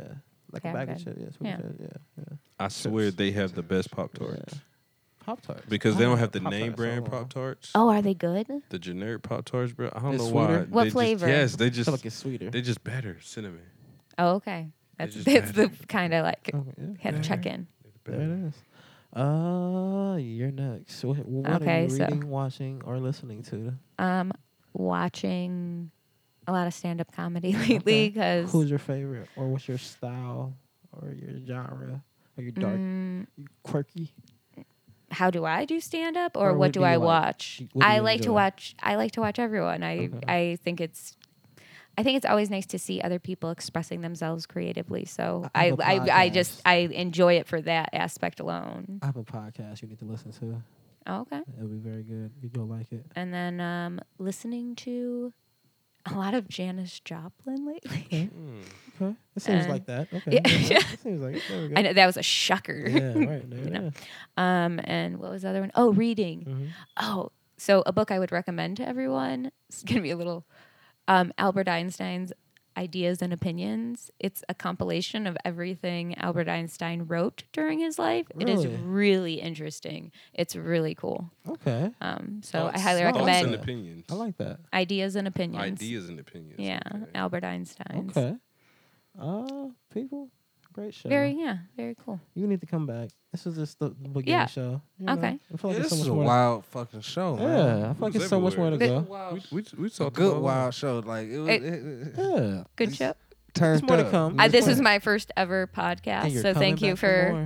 Speaker 3: like
Speaker 6: Okay,
Speaker 3: a
Speaker 6: I'm
Speaker 3: bag
Speaker 6: good.
Speaker 3: of chips. Yeah, sweet
Speaker 6: Yeah.
Speaker 3: potato. Yeah, yeah.
Speaker 7: all. I swear they have the best pop tarts
Speaker 3: Pop tarts
Speaker 7: because they don't have the name brand pop tarts.
Speaker 6: Oh, are they good?
Speaker 7: The generic pop tarts, bro. I don't
Speaker 3: It's
Speaker 7: know why.
Speaker 3: sweeter?
Speaker 7: They
Speaker 6: What
Speaker 7: just-
Speaker 6: flavor?
Speaker 7: yes, they
Speaker 3: Just
Speaker 7: just
Speaker 3: like it's sweeter.
Speaker 7: they just better cinnamon.
Speaker 6: Oh, okay. That's
Speaker 7: just
Speaker 6: that's the
Speaker 7: bad.
Speaker 6: kind I like.
Speaker 3: Okay, Oh, yeah,
Speaker 6: Had to check in.
Speaker 3: there it is. Uh, you're next. What, what are
Speaker 6: Okay,
Speaker 3: you
Speaker 6: so-
Speaker 3: reading, watching, or listening to?
Speaker 6: Um, watching a lot of stand up comedy lately because
Speaker 3: Who's your favorite, or what's your style, or your genre, or your dark,
Speaker 6: Mm.
Speaker 3: you quirky?
Speaker 6: how do I do stand up or,
Speaker 3: Or what
Speaker 6: what do,
Speaker 3: do you
Speaker 6: I
Speaker 3: like?
Speaker 6: watch?
Speaker 3: What do
Speaker 6: I
Speaker 3: you
Speaker 6: like to
Speaker 3: enjoy?
Speaker 6: watch I like to watch everyone. I I think it's I think it's always nice to see other people expressing themselves creatively. So
Speaker 3: I
Speaker 6: I
Speaker 3: have a
Speaker 6: I, I just
Speaker 3: podcast.
Speaker 6: I enjoy it for that aspect alone.
Speaker 3: I have a podcast you need to listen to.
Speaker 6: Okay.
Speaker 3: It'll be very good. You- You'll like it.
Speaker 6: And then um listening to a lot of Janis Joplin lately.
Speaker 3: Okay. It seems
Speaker 6: And-
Speaker 3: like that. Okay.
Speaker 6: Uh, Yeah.
Speaker 3: all right. It seems like it. There we go.
Speaker 6: I know that was a shocker.
Speaker 3: Yeah, right. There
Speaker 6: You
Speaker 3: it
Speaker 6: know.
Speaker 3: is.
Speaker 6: Um, and what was the other one? Oh, reading.
Speaker 3: Mm-hmm.
Speaker 6: Oh, so a book I would recommend to everyone. It's gonna be a little um, Albert Einstein's Ideas and Opinions. It's a compilation of everything Albert Einstein wrote during his life. It is
Speaker 3: Really?
Speaker 6: really interesting. It's really cool.
Speaker 3: Okay.
Speaker 6: Um, so I
Speaker 7: Thoughts-
Speaker 6: highly
Speaker 3: thoughts
Speaker 7: Thoughts and
Speaker 6: recommend
Speaker 3: the-
Speaker 7: opinions.
Speaker 3: I like that.
Speaker 6: Ideas and Opinions.
Speaker 7: ideas and opinions.
Speaker 6: Yeah,
Speaker 7: Okay.
Speaker 6: Albert Einstein's.
Speaker 3: Okay. Uh, people, Great show.
Speaker 6: Very, yeah, very cool.
Speaker 3: You need to come back. This is just the beginning
Speaker 6: Yeah.
Speaker 3: show. you know?
Speaker 6: Okay.
Speaker 3: I feel
Speaker 5: Yeah,
Speaker 3: like there's
Speaker 5: this
Speaker 3: so
Speaker 5: is
Speaker 3: much
Speaker 5: a
Speaker 3: more to-
Speaker 5: wild fucking show, man.
Speaker 3: Yeah, I feel like there's so much more to
Speaker 6: Th-
Speaker 3: go.
Speaker 12: We we, we
Speaker 5: a
Speaker 12: saw
Speaker 5: good wild show. Like it was
Speaker 6: It-
Speaker 5: it, it,
Speaker 3: Yeah.
Speaker 6: Good show.
Speaker 5: turned
Speaker 3: more to
Speaker 5: up.
Speaker 3: come.
Speaker 6: I, this
Speaker 3: There's more
Speaker 6: is
Speaker 3: to-
Speaker 6: my first ever
Speaker 3: And
Speaker 6: podcast,
Speaker 3: you're
Speaker 6: so thank
Speaker 3: coming
Speaker 6: you
Speaker 3: back more.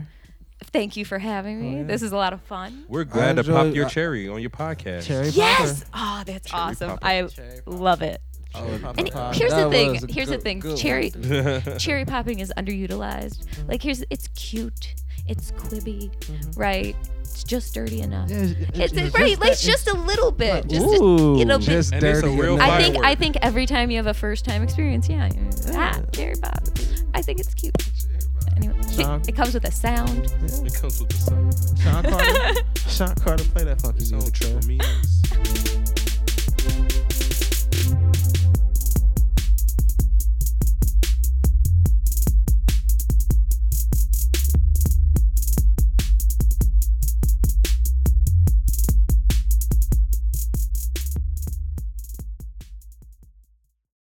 Speaker 3: Oh,
Speaker 6: for thank you for having me.
Speaker 3: yeah.
Speaker 6: This is a lot of fun.
Speaker 7: We're glad to
Speaker 5: enjoy-
Speaker 7: pop your
Speaker 5: I-
Speaker 7: cherry on your podcast.
Speaker 3: Cherry
Speaker 6: Yes.
Speaker 3: Popper.
Speaker 6: Oh, that's awesome. I love it.
Speaker 3: Cherry Popper
Speaker 6: And
Speaker 3: Pod.
Speaker 6: here's the
Speaker 5: That
Speaker 6: thing.
Speaker 5: was a
Speaker 6: Here's the
Speaker 5: good-
Speaker 6: thing.
Speaker 5: good one,
Speaker 6: Cherry cherry popping is underutilized. Like here's it's cute. It's quibby, right? It's just dirty enough.
Speaker 3: Yeah, it's-
Speaker 6: It's,
Speaker 3: it's- it's
Speaker 6: right,
Speaker 3: just
Speaker 6: like, it's
Speaker 3: that-
Speaker 6: just a little bit. Just
Speaker 3: Ooh.
Speaker 6: a, it'll be.
Speaker 5: Just
Speaker 7: And it's a
Speaker 5: dirty.
Speaker 7: real
Speaker 5: enough.
Speaker 6: I think I
Speaker 7: firework.
Speaker 6: think every time you have a first time experience, yeah, you- ah, cherry pop. I think it's cute. Anyway,
Speaker 3: Sean?
Speaker 6: it, it comes with a sound.
Speaker 7: It comes with the sun.
Speaker 3: Sean Carter. Sean Carter, play that funky
Speaker 7: It's on
Speaker 3: music.
Speaker 7: triple
Speaker 3: man.
Speaker 7: means.